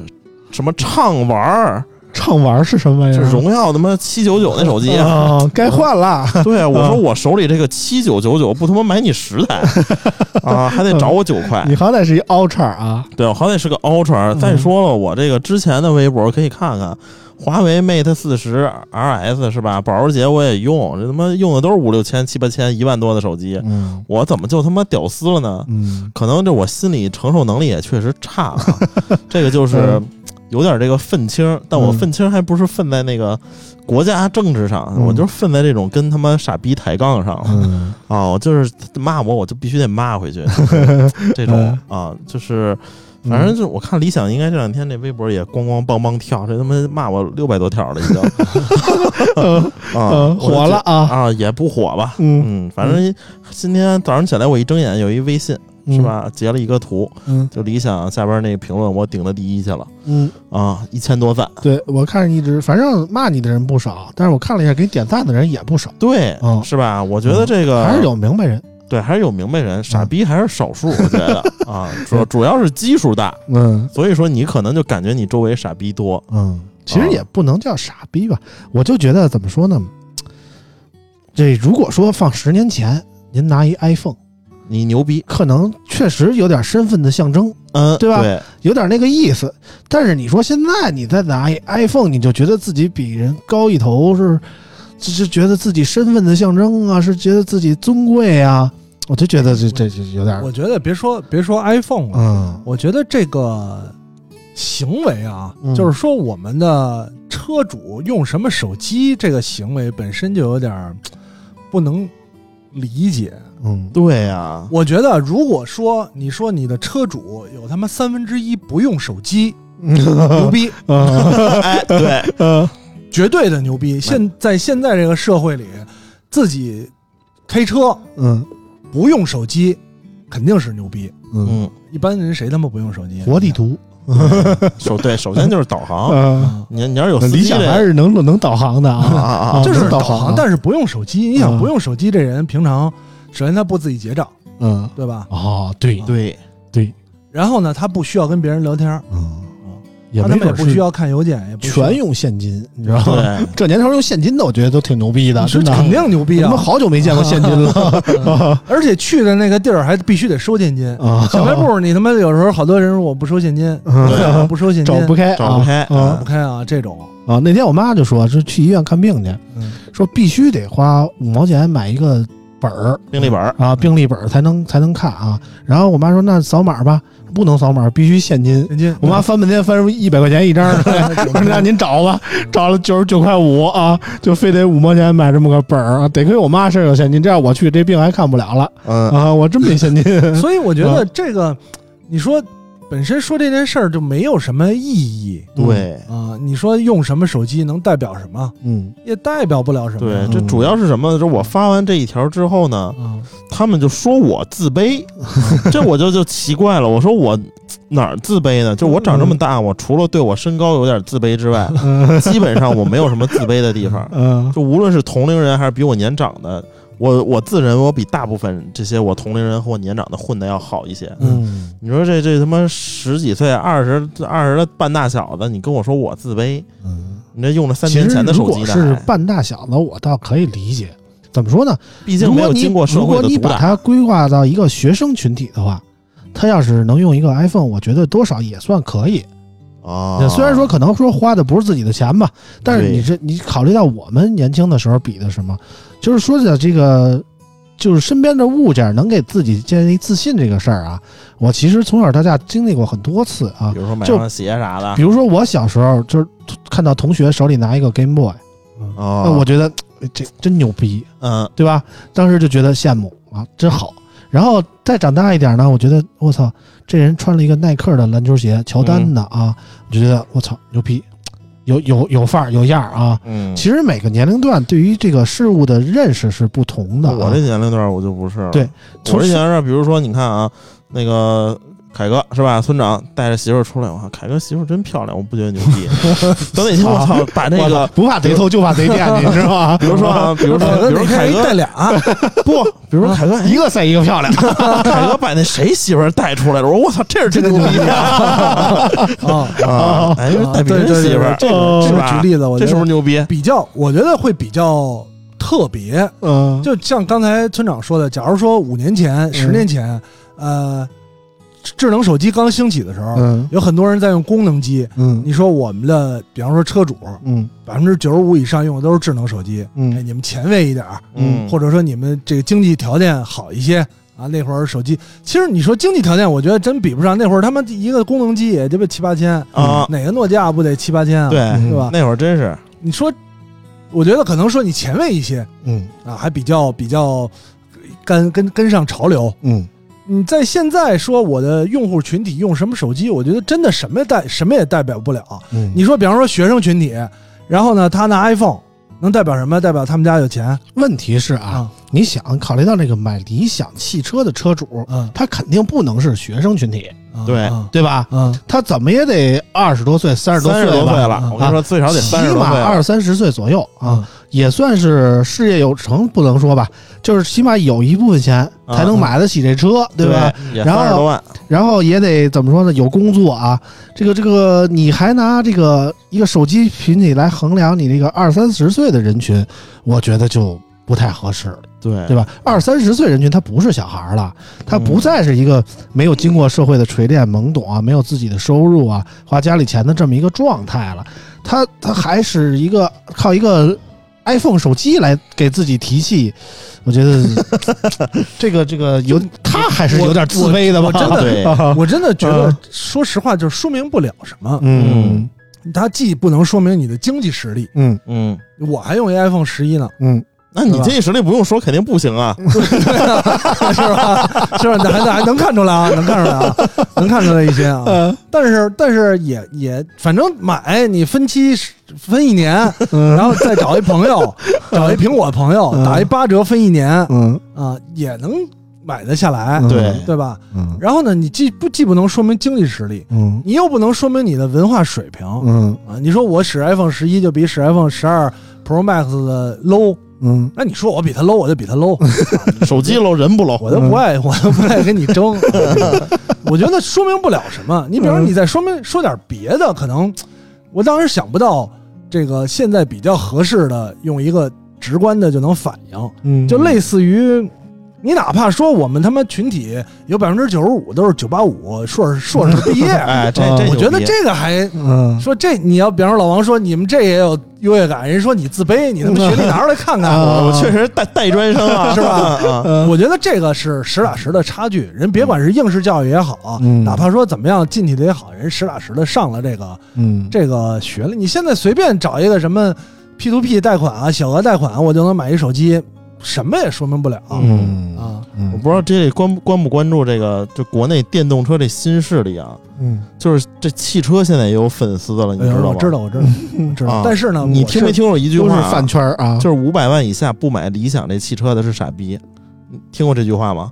C: 什么畅玩儿，
B: 畅玩是什么玩意
C: 这
B: 儿？
C: 荣耀他妈七九九那手机。
B: 啊，该换了。
C: (laughs) 对，我说
B: 啊
C: 我手里这个七九九九不他妈买你十
B: (laughs)
C: 台啊，还得找我九块
B: 你。好歹是一 Ultra 啊，
C: 对，我好歹是个 Ultra。
B: 嗯
C: 再说了，我这个之前的微博可以看看，华为 Mate 四十 RS 是吧？保时捷我也用，这他妈用的都是五六千、七八千、一万多的手机，
B: 嗯
C: 我怎么就他妈屌丝了呢？
B: 嗯
C: 可能这我心理承受能力也确实差
B: (laughs)
C: 了，这个就是
B: 嗯
C: 有点这个愤青，但我
B: 嗯
C: 愤青还不是愤在那个国家政治上，
B: 嗯
C: 我就是愤在这种跟他妈傻逼抬杠上啊、
B: 嗯
C: 我就是骂我，我就必须得骂回
B: (laughs)
C: 去，就是这种
B: 嗯
C: 啊、就是反正就是我看理想应该这两天这微博也咣咣梆梆跳，这他妈骂我六百多条
B: (laughs)
C: 了已经 (laughs) 啊
B: 呃，火了
C: 我就
B: 啊，
C: 啊，也不火吧。
B: 嗯
C: 嗯，反正今天早上起来，我一睁眼有一微信嗯是？吧，截了一个图，
B: 嗯
C: 就理想下边那评论，我顶到第一去了
B: 嗯，
C: 啊，一千多赞。
B: 对我看一直，反正骂你的人不少，但是我看了一下，给你点赞的人也不少，
C: 对，
B: 嗯
C: 是吧？我觉得这个、
B: 还是有嗯明白人。
C: 对，还是有明白人，傻逼还是少数，我觉得啊，
B: (laughs)
C: 主主要是基数大，
B: 嗯
C: 所以说你可能就感觉你周围傻逼多。
B: 嗯，其实也不能叫傻逼吧，我就觉得怎么说呢？这如果说放十年前，您拿一 iPhone，
C: 你牛逼，
B: 可能确实有点身份的象征，
C: 嗯，
B: 对吧
C: 对，
B: 有点那个意思。但是你说现在你再拿一 iPhone，你就觉得自己比人高一头，是就是觉得自己身份的象征啊，是觉得自己尊贵啊。我就觉得这这这有点儿
D: 我觉得别说别说 iPhone 了，
B: 嗯
D: 我觉得这个行为啊，
B: 嗯
D: 就是说我们的车主用什么手机这个行为本身就有点儿不能理解。
B: 嗯
C: 对呀、
B: (laughs)
D: 我觉得如果说你说你的车主有他妈三分之一不用
B: (laughs)
D: 手机，牛逼，
B: 嗯
C: 哎，对，
B: 嗯
D: 绝对的牛逼。现在现在这个社会里，自己开车
B: 嗯
D: 不用手机，肯定是牛逼。
B: 嗯，
C: 嗯，
D: 一般人谁他妈不用手机？
B: 活地图
C: 首对，首先就是导航。
B: 啊，
D: 啊，
C: 你你要是有嗯司
B: 理
C: 机
B: 想
C: 这
B: 还是能能导航的
C: 啊
B: 啊。
C: 啊啊，
D: 就是
B: 能导
D: 导
B: 航
D: 航，
B: 啊
D: 但是不用手机。你
B: 啊
D: 想不用手机这人，平常首先他不自己结账，
B: 嗯，
D: 对吧？
B: 哦，对对
C: 对，
B: 对，
D: 然后呢，他不需要跟别人聊天，
B: 嗯
D: 嗯，
B: 也
D: 他
B: 没
D: 他们也
B: 准
D: 不
B: 是
D: 需要看邮件，也不需要
B: 全用现金，你知道吗？
C: 对，
B: 这年头用现金的，我觉得都挺牛逼的，
D: 是
B: 真的。
D: 肯定牛逼
B: 我他
D: 啊
B: 妈！好久没见过现金了啊
D: 而且去的那个地儿还必须得收现金。
B: (laughs) 啊！
D: 小卖部你他妈有时候好多人说我不收现金，我不收现金，
B: 找不开，
C: 嗯找不开嗯
B: 啊啊
D: 不开啊这种。
B: 啊！那天我妈就说，是去医院看病去，
D: 嗯
B: 说必须得花五毛钱买一个本儿
C: 病历本儿，
B: 啊，病历本儿才能才能看啊。然后我妈说，那扫码吧，不能扫码，必须现金。
D: 现金，
B: 我妈翻半天翻出一百块钱一张出来， (laughs)
C: 嗯
B: 我说那
D: 啊
B: 您找吧，找了九十九块五啊，就非得五毛钱买这么个本儿啊。得亏我妈是有现金，这样我去这病还看不了了
C: 嗯，
B: 啊。我真没现金，
D: 所以我觉
B: 啊
D: 得这个，你说本身说这件事儿就没有什么意义
C: 对
D: 啊、你说用什么手机能代表什么？
B: 嗯，
D: 也代表不了什么。
C: 对，
B: 嗯。
C: 这主要是什么呢？就是我发完这一条之后呢，
D: 嗯，
C: 他们就说我自卑， (laughs) 这我就就奇怪了。我说我哪儿自卑呢？就我长这么大，我除了对我身高有点自卑之外，基本上我没有什么自卑的地方
B: (laughs) 嗯
C: 就无论是同龄人还是比我年长的，我我自认为我比大部分这些我同龄人和我年长的混的要好一些。
B: 嗯
C: 你说这这他妈十几岁、二十二十的半大小子，你跟我说我自卑，
B: 嗯，
C: 你这用了三
B: 其
C: 年
B: 实
C: 前的
B: 如
C: 手
B: 果
C: 机呢？
B: 是半大小子，我倒可以理解。怎么说呢？
C: 毕竟
B: 如
C: 没
B: 果
C: 有
B: 你
C: 经过社
B: 如
C: 会
B: 果
C: 的
B: 你
C: 毒
B: 把
C: 打。
B: 它规划到一个学生群体的话，他要是能用一个 iPhone，我觉得多少也算可以。
C: 啊
B: 虽然说可能说花的不是自己的钱吧，但是
C: 对
B: 你这你考虑到我们年轻的时候比的什么，就是说起来这个，就是身边的物件能给自己建立自信这个事儿啊，我其实从小到大经历过很多次啊
C: 比。如说买
B: 就
C: 双鞋啥的，
B: 比如说我小时候就是看到同学手里拿一个 Game Boy，那
C: 哦，
B: 我觉得哎这真牛逼，
C: 嗯
B: 对吧？当时就觉得羡慕啊，真好。然后再长大一点呢，我觉得我操，这人穿了一个耐克的篮球鞋，乔丹的啊，我就觉得我操牛逼，有有有范儿，有样儿啊。
C: 嗯，
B: 其实每个年龄段对于这个事物的认识是不同的、啊。
C: 我这年龄段我就不是了。
B: 对
C: 我
B: 从
C: 这年龄段，比如说你看啊，那个凯哥是吧？村长带着媳妇儿出来，我看凯哥媳妇儿真漂亮，我不觉得牛 (laughs) 逼。等哪天我操，把那
B: 我操
C: 个。
B: 不怕贼偷就怕贼
C: (laughs)
B: 惦，你知道吗？
C: 比如说啊，比如说，比如凯
D: 一带
C: 哥
D: 俩，
C: (laughs)
D: 啊
C: 不，比如说凯哥，哎
B: 一个赛一个
C: (laughs)
B: 漂亮，
C: 凯哥把那谁媳妇儿带出来了，我说我操，这是真牛逼啊！
D: 啊，
C: 啊哎， (laughs) 带别人
D: 对对对
C: 媳妇儿，
D: 这
B: 个
C: 是
D: 这
C: 吧？
D: 举例子我觉
C: 这
D: 得
C: 是不是牛逼？
D: 比较，我觉得会比较特别。
B: 嗯，
D: 就像刚才村长说的，假如说五年前、十
C: 嗯
D: 年前，呃，智能手机刚兴起的时候，
B: 嗯
D: 有很多人在用功能机。
B: 嗯
D: 你说我们的，比方说车主，
B: 嗯
D: 百分之九十五以上用的都是智能手机。哎，
B: 嗯
D: 你们前卫一点儿，
B: 嗯
D: 或者说你们这个经济条件好一些啊。那会儿手机，其实你说经济条件，我觉得真比不上。那会儿他们一个功能机也就得七八千，
C: 啊，
D: 哪个诺基亚不得七八千啊？，
C: 对，嗯
D: 是吧？
C: 那会儿真是，
D: 你说，我觉得可能说你前卫一些
B: 嗯
D: 啊，还比较比较跟跟跟上潮流。
B: 嗯
D: 你在现在说我的用户群体用什么手机，我觉得真的什么也代什么也代表不了。
B: 嗯，
D: 你说，比方说学生群体，然后呢，他拿 iPhone 能代表什么？代表他们家有钱
B: 问题是啊，
C: 嗯
D: 啊，
B: 你想考虑到这个买理想汽车的车主，
D: 嗯，
B: 他肯定不能是学生群体，
D: 啊
C: 对
D: 啊
B: 对吧？
D: 嗯，
B: 他怎么也得二十多岁、三十多
C: 三
B: 岁
C: 十多岁啊
B: 吧，
C: 了，我跟你说，最少得三十
B: 起
C: 多岁
B: 码
C: 了。
B: 二三十岁左右啊
D: 啊，
B: 也算是事业有成，不能说吧，就是起码有一部分钱
C: 啊
B: 才能买得起这车，对吧？？
C: 也
B: 然后
C: 三十多万，
B: 然后也得怎么说呢？有工作啊，这个这个，你还拿这个一个手机群体来衡量你这个二三十岁的人群，我觉得就不太合适了。
C: 对
B: 对吧？二三十岁人群他不是小孩儿了，他
C: 嗯
B: 不再是一个没有经过社会的锤炼、懵懂啊，没有自己的收入啊，花家里钱的这么一个状态了。他他还是一个靠一个 iPhone 手机来给自己提气，我觉得 (laughs) 这个这个有他还是有点自卑的吧？
D: 我真的
C: 对
D: 我真的觉得
B: 啊，
D: 说实话，就是说明不了什么。
B: 嗯
D: 它既不能说明你的经济实力，
B: 嗯
C: 嗯，
D: 我还用一 iPhone 十一呢， (laughs)
B: 嗯
C: 那你经济实力不用说，肯定不行啊。
D: 是吧？是吧？还还能看出来啊，能看出来啊。能看出来一些啊。
B: 嗯
D: 但是但是也也，反正买你分期分一年，
B: 嗯
D: 然后再找一
B: (laughs)
D: 朋友，找一苹果朋友
B: 嗯
D: 打一八折分一年啊、
B: 嗯
D: 也能买得下来
B: 嗯，
C: 对
D: 对吧？
B: 嗯
D: 然后呢，你既不既不能说明经济实力，
B: 嗯
D: 你又不能说明你的文化水平
B: 嗯
D: 啊。你说我使 iPhone 十一就比使 iPhone 十二 Pro Max 的 low，
B: 嗯
D: 那你说我比他 low，我就比
C: (laughs)
D: 他 low，
C: 手机搂人不搂？
D: 我都不爱，我都不爱跟你
C: (laughs)
D: 争。我觉得说明不了什么。你比
C: 嗯
D: 如说，你再说明说点别的，可能我当时想不到这个现在比较合适的，用一个直观的就能反映，
B: 嗯，
D: 就类似于。你哪怕说我们他妈群体有百分之九十五都是九八五硕士硕士毕业，
C: (laughs) 哎，这
B: 嗯
C: 这
D: 我觉
C: 牛
D: 得
C: 逼
D: 这个还
B: 嗯
D: 说这你要比方说老王说你们这也有优越感，人家说你自卑，你他妈学历拿出来看看，
B: 嗯
C: (laughs) 我我确实带带专生啊，
D: 是吧
C: 啊，
D: 我觉得这个是实打实的差距。人别管是应试教育也好，
B: 嗯
D: 哪怕说怎么样进去的也好，人实打实的上了这个
B: 嗯
D: 这个学了。你现在随便找一个什么 P to P 贷款啊、小额贷款啊，我就能买一手机，什么也说明不了、
B: 嗯
D: 啊。
C: 我
B: 嗯
C: 不知道这里关不关不关注这个，就国内电动车这新势力啊，
B: 嗯
C: 就是这汽车现在也有粉丝的了，你
D: 哎
C: 知
D: 呦
C: 道
D: 我
C: 吗？
D: 知道，我知道，知道。
C: 啊
D: 但是呢，
C: 你
D: 我
C: 听没
D: 是？
C: 听过一句
B: 都
C: 话
B: 是
C: 啊？
B: 饭圈儿啊，
C: 就是五百万以下不买理想这汽车的是傻逼，你听过这句话吗？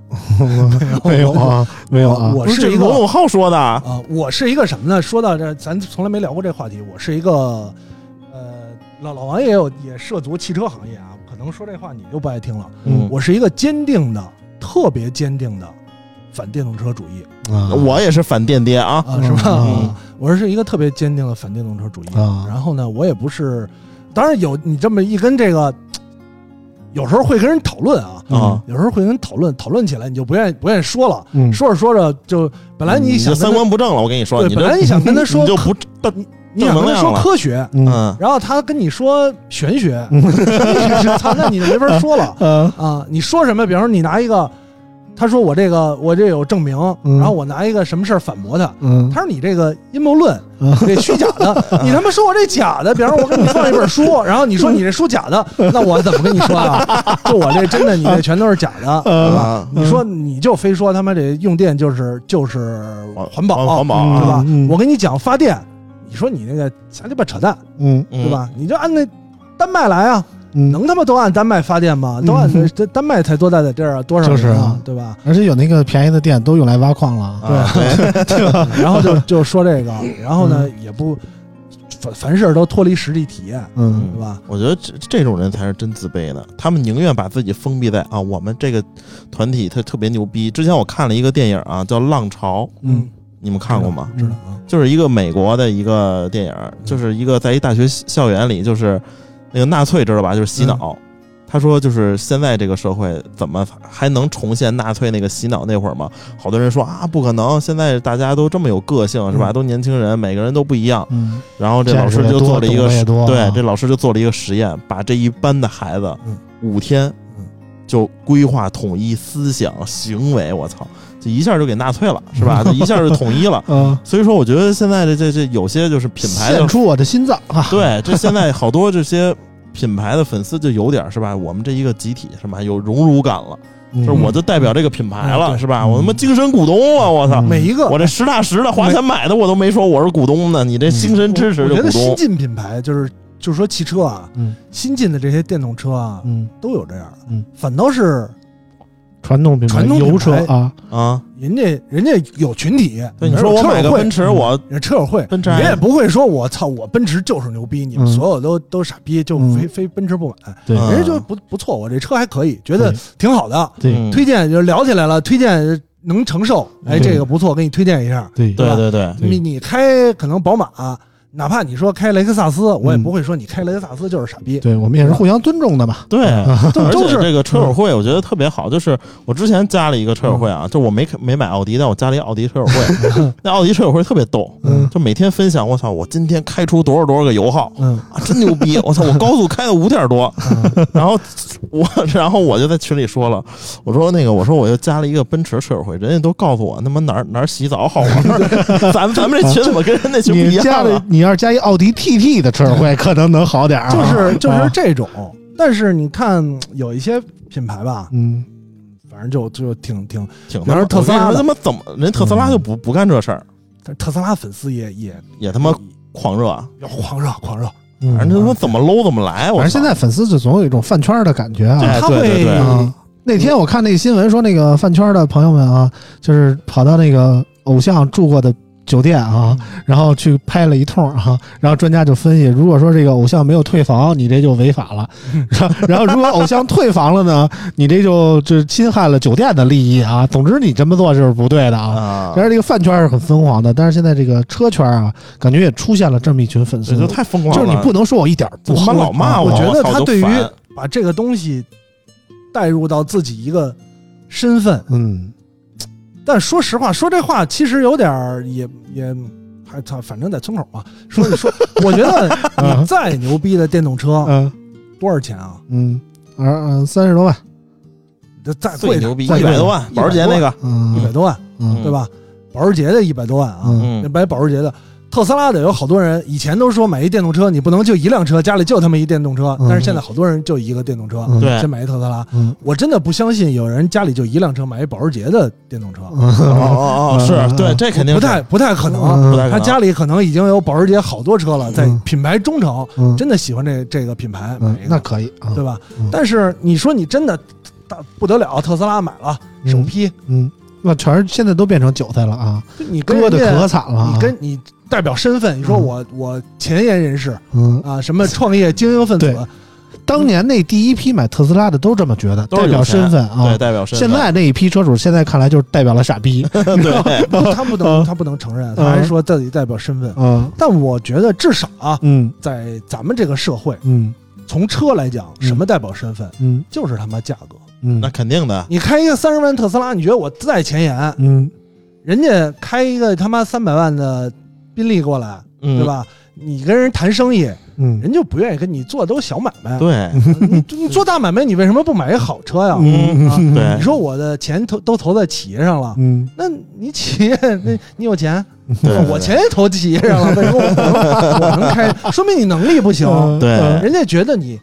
B: (laughs) 没有啊，没有啊，
D: 我
C: 不
D: 是
C: 这
D: 一个
C: 罗永浩说的，
D: 啊、我是一个什么呢？说到这，咱从来没聊过这话题。我是一个，呃，老老王也有也涉足汽车行业啊，可能说这话你就不爱听了。
B: 嗯
D: 我是一个坚定的、特别坚定的反电动车主义
B: 啊
C: 我也是反电爹啊，
D: 啊，是吧？
B: 嗯
D: 我是一个特别坚定的反电动车主义。
B: 啊
D: 然后呢，我也不是，当然有你这么一跟这个，有时候会跟人讨论啊，
C: 啊
D: 有时候会跟人讨论，讨论起来你就不愿意不愿意说了，
B: 嗯
D: 说着说着就本来
C: 嗯你
D: 想
C: 这
D: 跟他
C: 三观不正了，我跟你说，
D: 对，
C: 你
D: 本来
C: 这
D: 你想跟他说
C: (laughs)
D: 嗯
C: 你就不
D: 你想跟
C: 正能
D: 他
C: 量
D: 说
C: 了
D: 科学，
B: 嗯
C: 嗯
D: 然后他跟你说
C: (laughs)
D: 玄学，操，那你就没法说了。
B: 嗯
D: 啊，你说什么？比方说你拿一个，他说我这个我这有证明，
B: 嗯
D: 然后我拿一个什么事儿反驳他。
B: 嗯
D: 他说你这个阴谋论，
B: 嗯
D: 你这虚假
C: (laughs)
D: 的，你他妈说我这假的。比方说，我给你放一本书，然后你说你这书假的，那我怎么跟你说
C: (laughs)
D: 啊？就我这真的，你这全都是假的，
B: 嗯
D: 对吧？
C: 啊，
D: 你说你就非说他妈这用电就是就是环保，
C: 环保
D: 对吧
C: 啊，
B: 嗯嗯？
D: 我跟你讲发电，你说你那个瞎鸡巴扯淡，
B: 嗯
C: 对
D: 对？吧？你就按那丹麦来啊，
B: 嗯，
D: 能他妈都按丹麦发电吗？都按
B: (laughs) 嗯
D: 丹丹麦才多大点地儿啊，多少
B: 就是
D: 人
B: 啊
D: 对吧？ (laughs)
B: 而且有那个便宜的店都用来挖矿了，
C: 啊
B: (laughs)
C: 对，
D: 然后就就说这个，然后呢也不凡凡事都脱离实地体验，
B: 嗯
D: 对吧？
C: 我觉得这这种人才是真自卑的，他们宁愿把自己封闭在啊，我们这个团体他特别牛逼。之前我看了一个电影啊，叫《浪潮》，
B: 嗯，
C: 你们看过吗？
D: 知道啊，
C: 就是一个美国的一个电影，就是一个在一大学校园里，就是那个纳粹知道吧？就是洗脑。他说，就是现在这个社会怎么还能重现纳粹那个洗脑那会儿吗？好多人说啊，不可能，现在大家都这么有个性是吧？
B: 嗯
C: 都年轻人，每个人都不一样。
B: 嗯
C: 然后这老师
B: 见识
C: 就
B: 越多
C: 做了一个
B: 懂得越多啊
C: 对，这老师就做了一个实验，把这一班的孩子
D: 嗯
C: 五天
D: 嗯
C: 就规划统一思想行为，我操，就一下就给纳粹了，是 (laughs) 吧？就一下就统一了。
B: 嗯，
C: 所以说，我觉得现在这这这有些就是品牌的
B: 献，出我的心脏啊，
C: (laughs) 对，这现在好多这些品牌的粉丝就有点儿是吧？我们这一个集体是吧，有荣辱感了，
B: 嗯，
C: 就是我就代表这个品牌
D: 嗯
C: 了，
D: 对
C: 是吧？
B: 嗯
C: 我他妈精神股东了，我操！
B: 嗯
D: 每一个
C: 我这实打实的花钱买的，我都没说我是股东呢，你这精神支持
D: 嗯
C: 就
D: 我觉
C: 股
D: 得新
C: 东。
D: 进品牌就是就是说汽车啊，
B: 嗯
D: 新进的这些电动车啊，
B: 嗯
D: 都有这样的，
B: 嗯
D: 反倒是
B: 传统品牌
D: 传统品牌
B: 油车啊，
C: 啊，
D: 人家人家有群体，
C: 对，你说我买个奔驰，我
D: 人家车友会。
C: 奔驰
D: 人也
C: i
D: 不会说，我操，我奔驰就是牛逼，你
B: 嗯
D: 们所有都都傻逼，就
B: 嗯
D: 非非奔驰不买。
B: 对
C: 嗯
D: 人家就不不错，我这车还可以，觉得
B: 对
D: 挺好的，
B: 对
C: 嗯
D: 推荐就聊起来了，推荐能承受，哎，
B: 嗯
D: 这个不错，给你推荐一下。
B: 对
C: 对对对，
B: 对
D: 你你开可能宝马，哪怕你说开雷克萨斯，我也
B: 嗯
D: 不会说你开雷克萨斯就是傻逼。
B: 对，我们也是互相尊重的 (laughs) 嘛，
C: (laughs) 对，而
D: 都
C: 且
D: 是
C: 这个车友会我觉得特别好，就是我之前加了一个车友会
D: 嗯
C: 啊，就我没没买奥迪，但我加了一个奥迪车
D: (laughs)
C: 友会，那奥迪车友会特别逗，
B: 嗯
C: 就每天分享，我操，我今天开出多少多少个油耗
B: 嗯
C: 啊，真牛逼，我操，我高速开的五点多，
D: 嗯
C: 然后我然后我就在群里说了，我说那个我说我又加了一个奔驰车友会，人家都告诉我他妈哪儿哪儿洗澡好玩
D: (laughs)
C: 儿，咱们咱们这群怎么跟人那群不一
B: 你
C: 样
B: 加
C: 啊
B: 了，你要是加一奥迪 TT 的车友会，可能能好点儿啊，
D: 就是就是
B: 啊
D: 这种，但是你看有一些品牌吧，
B: 嗯
D: 反正就就挺挺，
C: 挺
D: 然后特斯拉
C: 我跟你说他妈
D: 的嗯
C: 怎么人特斯拉就不不干这事儿，
D: 但是特斯拉粉丝也也
C: 也他妈狂热，啊
D: 要狂热狂热，
B: 嗯
C: 反正他妈怎么 low 怎么来，
B: 哦
C: 我
B: 反正现
C: 操
B: 在粉丝就总有一种饭圈的感觉啊。
C: 哎
D: 他
C: 对
D: 会
C: 对对
D: 嗯
B: 啊，那天我看那个新闻说，那个饭圈的朋友们啊，就是跑到那个偶像住过的酒店啊，
C: 嗯
B: 然后去拍了一通啊，然后专家就分析，如果说这个偶像没有退房，你这就违法了；
C: 嗯
B: 然后然后如果偶像退房了呢，你这就就是侵害了酒店的利益啊。总之，你这么做就是不对的啊。
C: 啊
B: 然，而这个饭圈是很疯狂的，但是现在这个车圈啊，感觉也出现了这么一群粉丝
C: 这，就太疯狂
B: 就
C: 了，
B: 是你不能说我一点儿不
C: 他
B: 好，
C: 妈老骂
D: 我
C: 我
D: 觉得
C: 操
D: 他
C: 都
D: 对于
C: 烦
D: 把这个东西带入到自己一个身份，
B: 嗯，
D: 但说实话，说这话其实有点儿也也还他反正在村口嘛，说你说，我觉
B: (laughs)
D: 得你再牛逼的电动车
B: 嗯
D: 多少钱啊？
B: 嗯，二嗯三十多万，
D: 这再
C: 最
D: 贵
C: 牛
D: 点
C: 逼一
B: 再贵
C: 百多万，保时捷那个，
B: 嗯，
D: 一百多万，
B: 嗯
D: 对吧？保时捷的一百多万啊，
B: 嗯
D: 那
C: 嗯，
D: 买保时捷的。特斯拉的有好多人以前都说买一电动车你不能就一辆车，家里就他妈一电动车，
B: 嗯
D: 但是现在好多人就一个电动车，
B: 嗯
C: 对
D: 先，买一特斯拉。
B: 嗯
D: 我真的不相信有人家里就一辆车买一保时捷的电动车，
C: 哦
B: 嗯
C: 哦哦，是对，这肯定
D: 不
C: 是
D: 啊太不太可能。
B: 嗯
C: 不太可能
D: 他家里可能已经有保时捷好多车了，在
B: 嗯
D: 品牌忠诚，
B: 嗯
D: 真的喜欢这这个品牌，
B: 嗯
D: 买一，个
B: 那可以啊，
D: 对吧
B: 嗯？
D: 但是你说你真的大不得了，特斯拉买了
B: 嗯
D: 首批，
B: 嗯，那全是现在都变成韭菜了啊，
D: 你跟
B: 割
D: 人
B: 的
D: 家
B: 可惨了啊，
D: 你跟你代表身份，你说
B: 嗯
D: 我我前沿人士
B: 嗯，
D: 啊，什么创业精英分
B: 对
D: 子，
B: 当年那第一批买特斯拉的都这么觉得，
C: 都是
B: 代
C: 有
B: 表
C: 钱
B: 身份啊
C: 对，代表身
B: 现
C: 份，
B: 在那一批车主现在看来就是代表了傻
D: (laughs)
B: 逼，
C: (laughs) 对，
D: 他不能
B: 嗯
D: 他不能承认，他还
B: 嗯
D: 说自己代表身份。
B: 嗯
D: 但我觉得至少啊，
B: 嗯
D: 在咱们这个社会，
B: 嗯
D: 从车来讲，
B: 嗯
D: 什么代表身份，
B: 嗯
D: 就是他妈价格。
B: 嗯，
C: 那肯定的，
D: 你开一个三十万特斯拉，你觉得我再前沿，
B: 嗯
D: 人家开一个他妈三百万的宾利过来，
C: 嗯，
D: 对？吧？你跟人谈生意，
B: 嗯
D: 人就不愿意跟你做都是小买卖。
C: 对，
D: 你你做大买卖，你为什么不买一好车呀？
B: 嗯
D: 啊
B: 嗯
C: 对
D: 你说我的钱投都投在企业上了，
B: 嗯
D: 那你企业
C: (laughs)
D: 那你有钱，
C: 对
D: 我钱也投企业上了，为什么我不能我 (laughs) 能开？说明你能力不行，
C: 对
B: 嗯
D: 人家觉得你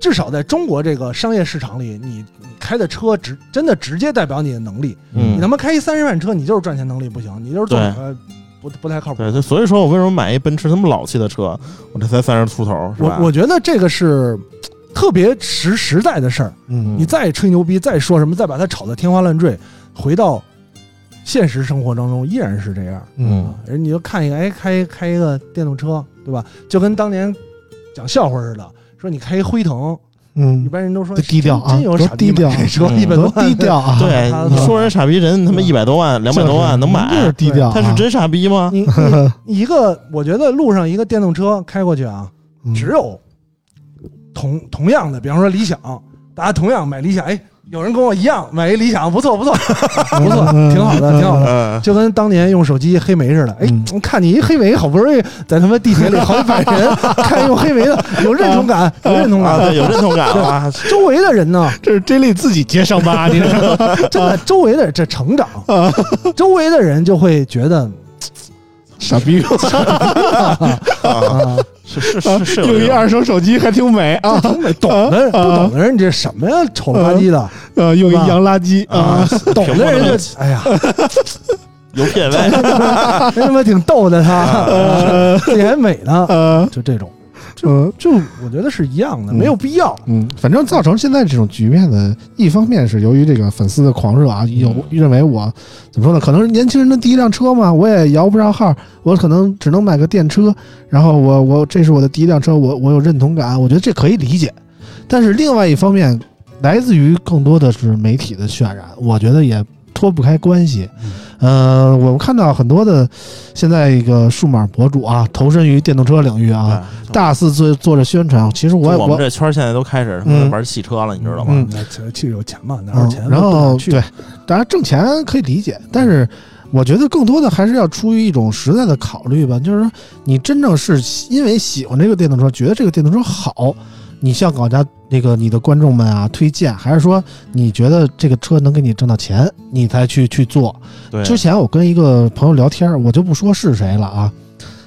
D: 至少在中国这个商业市场里，你你开的车直真的直接代表你的能力。 (laughs) 你
C: 嗯
D: 他，妈开一三十万车，你就是赚钱能力不行，你就是做
C: 对
D: 呃不不太靠谱。
C: 对，就所以说我为什么买一奔驰那么老气的车？我这才三十出头，是吧？
D: 我我觉得这个是特别实实在的事儿。
B: 嗯
D: 你再吹牛逼，再说什么，再把它炒得天花乱坠，回到现实生活当中依然是这样。
B: 嗯
C: 嗯
D: 啊，人你就看一个，哎，开开一个电动车，对吧？就跟当年讲笑话似的，说你开一辉腾，一
B: 嗯，
D: 般人都说
B: 这低调啊
D: 真真有
B: 多
D: 傻逼
B: 低调 (laughs)
D: 买 (laughs) 这车
C: 嗯
D: 一百多
B: 多
D: 万，
B: 低调啊，
C: 对
D: 他，
C: 你说人傻逼人他妈一百多万、两百多万能
B: 就是就是
C: 买，
B: 低调啊，
C: 他是真傻逼吗？
B: (laughs)
D: 你你你一个，我觉得路上一个电动车开过去啊，
B: 嗯
D: 只有同同样的，比方说理想，大家同样买理想，哎，有人跟我一样买一理想，不错不错，
B: 啊
D: 不
B: 嗯
D: 错，挺好的，挺好的。
C: 嗯，
D: (laughs) 就跟当年用手机黑莓似的，哎
B: 嗯，
D: 我看你一黑莓，好不容易在他妈地铁里好几百人看用黑莓的，有认同感，有认同
C: 啊，
D: 感。
C: 对，有认同感
D: (laughs)
C: 啊，
D: 周围的人呢，
B: 这是 J 莉自己接上吧，
D: (laughs)
B: 你知道吗？
D: 真的，周围的人这成长， (laughs) 周围的人就会觉得
B: 傻逼，
D: 啊，
C: 是是是是有
B: 用
C: 这
B: 一
C: 种
B: 二手手机还挺美
D: (laughs)
B: 啊，
D: 懂的懂的人不懂的人，你这什么呀，丑了吧唧的。
B: 呃，用一
D: 是吧
B: 洋垃圾啊
C: 啊，，
D: 懂
C: 挺
D: 的
C: 不能
D: 人就哎呀，
C: 有品位，
D: 真他妈啊挺逗的他，自己还美呢，
B: 呃，
D: 就这种，
B: 嗯
D: 就我觉得是一样的，
B: 嗯
D: 没有必要。
B: 嗯，反正造成现在这种局面的，一方面是由于这个粉丝的狂热啊，有认为我怎么说呢？可能是年轻人的第一辆车嘛，我也摇不上号，我可能只能买个电车，然后我我这是我的第一辆车，我我有认同感，我觉得这可以理解。但是另外一方面，来自于更多的是媒体的渲染，我觉得也脱不开关系。呃，我们看到很多的现在一个数码博主啊，投身于电动车领域啊，
C: 对
B: 大肆做做着宣传。其实我我
C: 我们这圈儿现在都开始他妈玩汽车了，你知道吗
B: 嗯？
D: 那其实有钱嘛，哪有
B: 嗯，
D: 钱？
B: 然后
D: 去
B: 对，当然挣钱可以理解，但是我觉得更多的还是要出于一种实在的考虑吧，就是说你真正是喜因为喜欢这个电动车，觉得这个电动车好，你向搞家那个你的观众们啊推荐，还是说你觉得这个车能给你挣到钱，你才去去做？
C: 对，
B: 之前我跟一个朋友聊天，我就不说是谁了啊，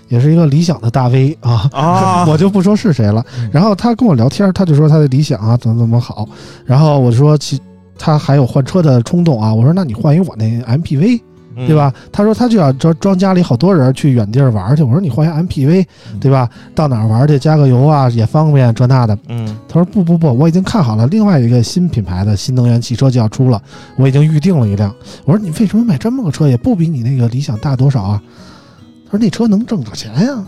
B: 也是一个理想的大 V 啊，
C: 啊，嗯
B: 我就不说是谁了。然后他跟我聊天，他就说他的理想啊怎么怎么好，然后我说其他还有换车的冲动啊。我说那你换一我那 MPV
C: 嗯
B: 对？吧？他说他就想装装家里好多人去远地儿玩儿去。我说你换一 MPV 对吧？到哪儿玩儿去加个油啊也方便这那的。
C: 嗯
B: 他说不不不，我已经看好了，另外一个新品牌的新能源汽车就要出了，我已经预定了一辆。我说你为什么买这么个车？也不比你那个理想大多少啊？他说那车能挣着钱呀、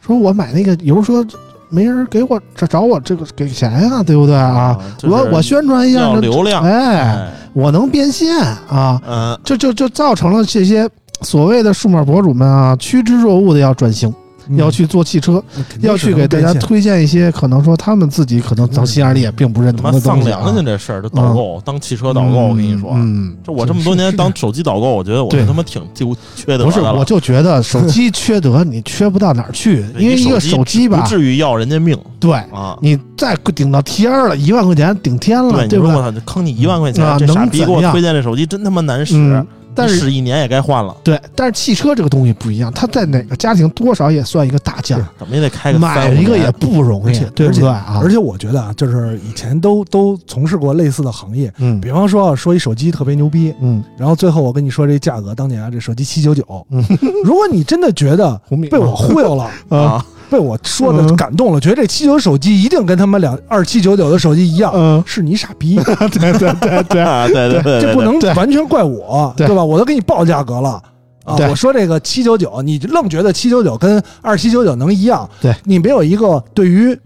B: 说我买那个油车没人给我找找我这个给钱呀、对不对啊？，
C: 就是
B: 我我宣传一下
C: 要
B: 这，
C: 流量，
B: 哎，，我能变现啊，
C: 嗯
B: 就就就造成了这些所谓的数码博主们啊，趋之若鹜的要转型，
C: 嗯
B: 要
D: 嗯
B: 去做汽车。要去给大家推荐一些可能说他们自己可能从心眼里也并不认
C: 他
B: 同
C: 妈
B: 的
C: 丧
B: 东西、啊。
C: 良心这事儿，这导购当汽车导购，我跟你说，
B: 嗯，
C: 这我这么多年当手机导购，我觉得我
B: 对
C: 他妈挺丢缺德
B: 不是，
C: 的了
B: 我就觉得手机缺德，你缺不到哪儿
C: (laughs)
B: 去，因为一个手机
C: 不
B: 吧，
C: 至于要人家命
B: 对
C: 啊。
B: 你再顶到天儿了，一万块钱顶天了，
C: 对，你
B: 对
C: 说我
B: 吧？
C: 操，就坑你一万块
B: 啊
C: 钱，这傻
B: 能
C: 逼
B: 怎
C: 给我
B: 样
C: 推荐这手机真他妈难使
B: 嗯，，但是
C: 使一年也该换了，
B: 对，但是汽车这个东西不一样，它在哪个家庭多少也算一个大件儿，
C: 怎么也得开个
B: 买
C: 三五
B: 一个
C: 年
B: 也不容
D: 而
B: 易
D: 且，
B: 对不对啊？
D: 而且我觉得啊，就是以前都都从事过类似的行业，
B: 嗯
D: 比方说啊说一手机特别牛逼，
B: 嗯，
D: 然后最后我跟你说这价格，当年啊这手机七九九
B: 嗯，
D: 如果你真的
C: (laughs)
D: 觉得
B: 红米
D: 被我忽悠了。
B: 啊，
C: 啊，
D: 被我说的
B: 嗯
D: 感动了，觉得这七九手机一定跟他们两二七九九的手机一样，
B: 嗯， (laughs)
D: 是你傻逼，
B: 对对对对，
C: 啊对对对，
D: 这不能
B: 对
D: 完全怪我，
B: 对
D: 对吧？我都给你报价格了。啊
B: 对，
D: 我说这个七九九，你愣觉得七九九跟二七九九能一样？
B: 对，
D: 你没有一个对于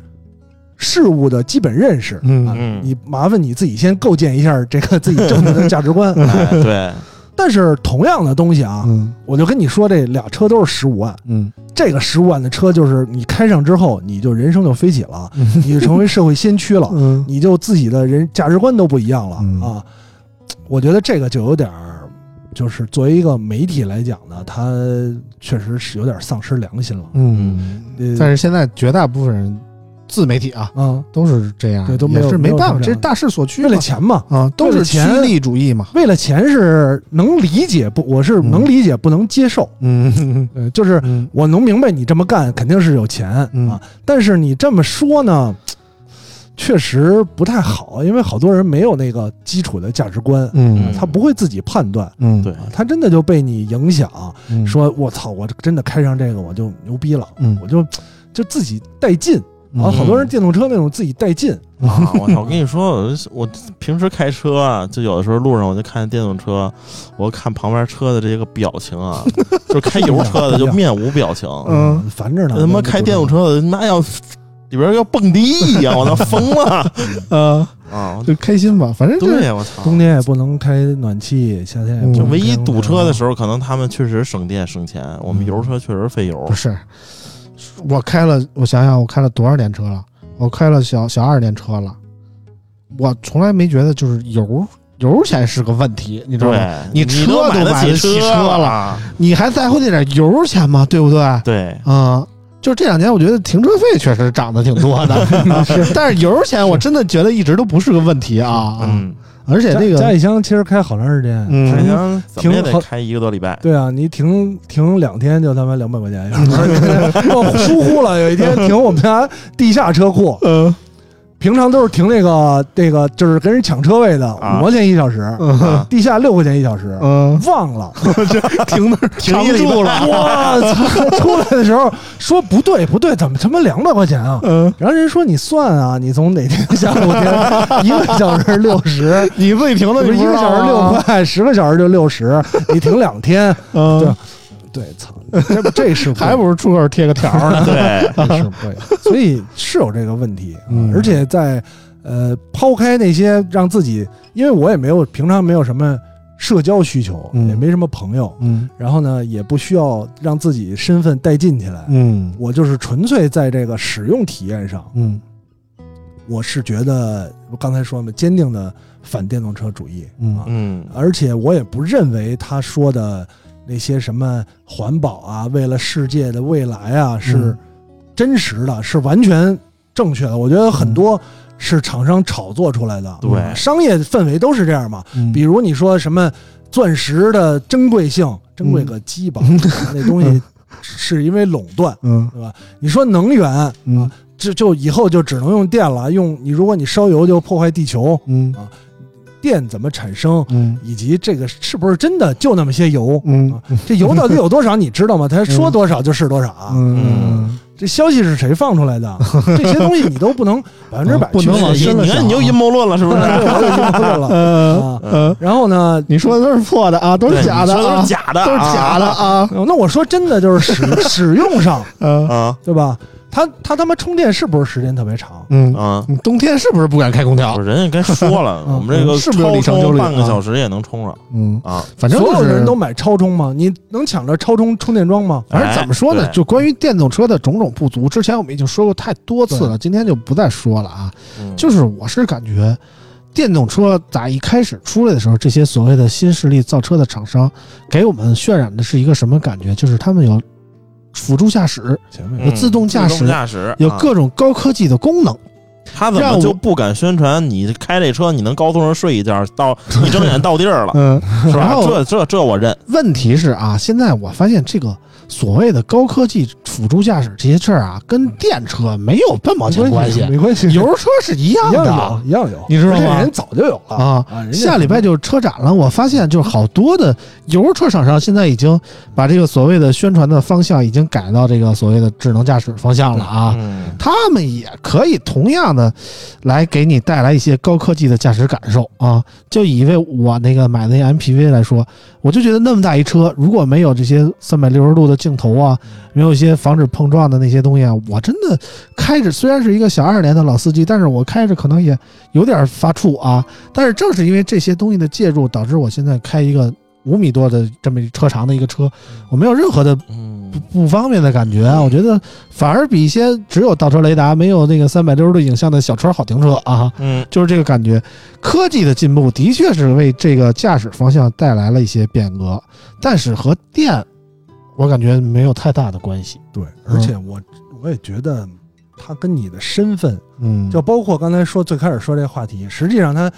D: 事物的基本认识，
B: 嗯
D: 啊
C: (laughs) 嗯
D: 你麻烦你自己先构建一下这个自己正确的价值
B: (laughs)
D: 观。
C: 哎对，
D: 但是同样的东西啊，
B: 嗯
D: 我就跟你说，这俩车都是十五万，
B: 嗯
D: 这个十五万的车就是你开上之后，你就人生就飞起了，你就成为社会先驱
B: (laughs)
D: 了，
B: 嗯
D: 你就自己的人价值观都不一样了、
B: 嗯
D: 啊。我觉得这个就有点儿，就是作为一个媒体来讲呢，他确实是有点丧失良心了。
B: 嗯。
D: 呃
B: 但是现在绝大部分人自媒体啊
D: 啊，
B: 都是这样，
D: 对都没
B: 也
D: 有
B: 是没办法，
D: 没有成长
B: 这是大势所趋
D: 为了
B: 嘛
D: 钱嘛，
B: 啊，都
D: 为
B: 是
D: 了
B: 趋
D: 钱
B: 利主义嘛。
D: 为了钱是能理解不？我是能理解不能接受， (laughs)
B: 嗯
D: 呃，就是
B: 嗯
D: 我能明白你这么干肯定是有钱、
B: 嗯
D: 啊，但是你这么说呢，确实不太好，因为好多人没有那个基础的价值观，
B: 嗯
D: 他不会自己判断，
B: 嗯，
C: 对，
D: 啊他真的就被你影响，
B: 嗯
D: 说我操，我真的开上这个我就牛逼了，
B: 嗯
D: 我就就自己带劲啊，
B: 嗯
D: 好多人电动车那种自己带劲，
C: 啊，我操！我跟你说，我我平时开车啊，就有的时候路上我就看电动车，我看旁边车的这些个表情啊， (laughs) 就是开油车的就面无表情，
B: 嗯，
D: 烦着呢，
C: 那他妈
D: 就
C: 开电动，车的他妈要里边要蹦迪一样，我操，疯了
B: 呃，
C: 啊！
B: 就开心吧，反正就是
C: 对，我操！
D: 冬天也不能开暖气，夏天也不
B: 嗯
C: 就
D: 能
C: 唯一
D: 开
C: 堵车的时
D: 空
C: 候，可能他们确实省电省钱，我们油车确实费油
B: 不。是我开了，我想想，我开了多少年车了？我开了小小二年车了，我从来没觉得就是油油钱是个问题，你知道吗？
C: 对，
B: 你车
C: 都
B: 都买
C: 得
B: 得
C: 起
B: 起车
C: 了，
B: 你还在乎那点油钱吗？对不对？
C: 对，
B: 啊、就这两年，我觉得停车费确实涨得挺多的，啊但 (laughs) 是油钱我真的觉得一直都不是个问题啊。，
C: 嗯，
B: 而且
D: 调
B: 这
D: 加加
B: 个，
D: 一箱其实开好长时间，
B: 嗯
C: 好像怎么也
D: 停
C: 得
D: 好
C: 开一个多礼拜。
D: 对啊，你停停两天就他妈两百
C: (laughs)
D: 块钱，我疏忽了。有一天停我们家地下车库，
B: 呃， (laughs)
D: 平常都是停那个那个，就是跟人抢车位的，
C: 啊
D: 五毛钱一小时，
C: 啊
D: 地下六块钱一小时，
B: 嗯、
D: 忘了。
B: 停那儿
C: 停一
B: 扛
C: 礼拜
B: 住 (laughs) 了，
D: 我操！出来的时候说不对不对，怎么他妈两百块钱啊？
B: 嗯，
D: 然后人说你算啊，你从哪天下
B: (laughs)
D: 午停一个小时六十，
B: 你自己停的，
D: 不
B: 你
D: 是一
B: 不知
D: 个
B: 道
D: 小时六
B: 啊，
D: 块，十个小时就六十，你停两天， (laughs)
B: (laughs)
D: 对
B: 嗯，
D: 对，操，这这是贵
B: 还不如出口贴个条儿呢。
C: 对，
D: 真是贵，所以是有这个问题。
B: 嗯
D: 而且在呃抛开那些让自己，因为我也没有平常没有什么社交需求，
B: 嗯
D: 也没什么朋友，
B: 嗯
D: 然后呢也不需要让自己身份带进起来。
B: 嗯
D: 我就是纯粹在这个使用体验上，
B: 嗯
D: 我是觉得我刚才说嘛，坚定的反电动车主义，
B: 嗯
D: 啊
C: 嗯，
D: 而且我也不认为他说的那些什么环保啊，为了世界的未来啊是
B: 嗯
D: 真实的，是完全正确的。我觉得很多是厂商炒作出来的，
C: 对
D: 商业氛围都是这样嘛。
B: 嗯，
D: 比如你说什么钻石的珍贵性，珍贵个
B: (laughs)
D: 鸡巴，那东西是因为垄断。
B: 嗯
D: 你说能源，
B: 嗯
D: 就就以后就只能用电了，用你如果你烧油就破坏地球，
B: 嗯
D: 电怎么产生，
B: 嗯
D: 以及这个是不是真的就那么些
B: (laughs)
D: 油。
B: 嗯
D: 这油到底有多少，你知道吗？他说多少就是多少啊。
B: 嗯，
D: 这消息是谁放出
B: (laughs)
D: 来的？这些东西你都不能百分之百
B: 不能往
C: 你
B: 深了
C: 你看
B: 想
C: 你又阴谋论了，是不
B: (laughs)
C: 是？
D: 了。
B: 呃
D: 啊
B: 呃，
D: 然后呢，
B: 你说的都是错的啊，都
C: 对
B: 是
C: 你
B: 假的
C: 说都
B: 啊
C: 是，假的，
B: 都是假的
C: 啊
B: 啊，
D: 那我说真的就是使
B: (laughs)
D: 使用上，
B: 呃
C: 啊
D: 对吧？它它他妈充电是不是时间特别长？
B: 嗯
C: 啊！
B: 你冬天是不是不敢开空调
C: 不？是，人家该说了，
D: 嗯
C: 我们这个
B: 是不是有里程
C: 超
B: 焦
C: 充
B: 虑
C: 半个
B: 啊
C: 小时也能充上
B: 嗯，
C: 啊。
B: 反正
D: 所
B: 就
D: 有
B: 是
D: 人都买超充吗？你能抢着超充充电桩吗？
B: 反正怎么说呢
C: 哎，对
B: 就关于电动车的种种不足，之前我们已经说过太多次了，今天就不再说了啊。
C: 嗯
B: 就是我是感觉，电动车打一开始出来的时候，这些所谓的新势力造车的厂商给我们渲染的是一个什么感觉？就是他们有辅助驾驶，
D: 前面
B: 有自动驾
C: 嗯自动
B: 驶，
C: 驾驶
B: 有
C: 啊
B: 各种高科技的功能。
C: 他怎
B: 让
C: 么
B: 我
C: 就不敢宣传？你开这车，你能高速上睡一觉，
B: (laughs)
C: 到一睁眼到地儿了，
B: 嗯，
C: 是
B: 然
C: 吧？
B: 后
C: 这这这我认。
B: 问题是啊，现在我发现这个所谓的高科技辅助驾驶这些事儿啊，跟电车没有半毛钱关系，
D: 嗯没关系，
B: 油车是一样
D: 一样
B: 的。
D: 有，一样有，
B: 你知道吗
D: 而且人早就有了
B: 啊
D: 人家
B: 下礼拜就是车展了，我发现就是好多的油车厂商现在已经把这个所谓的宣传的方向已经改到这个所谓的智能驾驶方向了啊。
C: 嗯
B: 他们也可以同样的来给你带来一些高科技的驾驶感受啊。就以为我那个买那 MPV 来说，我就觉得那么大一车，如果没有这些三百六十度的镜头啊，没有一些防止碰撞的那些东西啊，我真的开着虽然是一个小二十年的老司机，但是我开着可能也有点发怵啊。但是正是因为这些东西的介入，导致我现在开一个五米多的这么一车长的一个车，我没有任何的
C: 嗯
B: 不不方便的感觉啊。我觉得反而比一些只有倒车雷达没有那个三百六十度影像的小车好停车啊。
C: 嗯
B: 就是这个感觉。科技的进步的确是为这个驾驶方向带来了一些变革，但是和电，我感觉没有太大的关系。
D: 对，而且我我也觉得。它跟你的身份，
B: 嗯
D: 就包括刚才说最开始说这话题，实际上它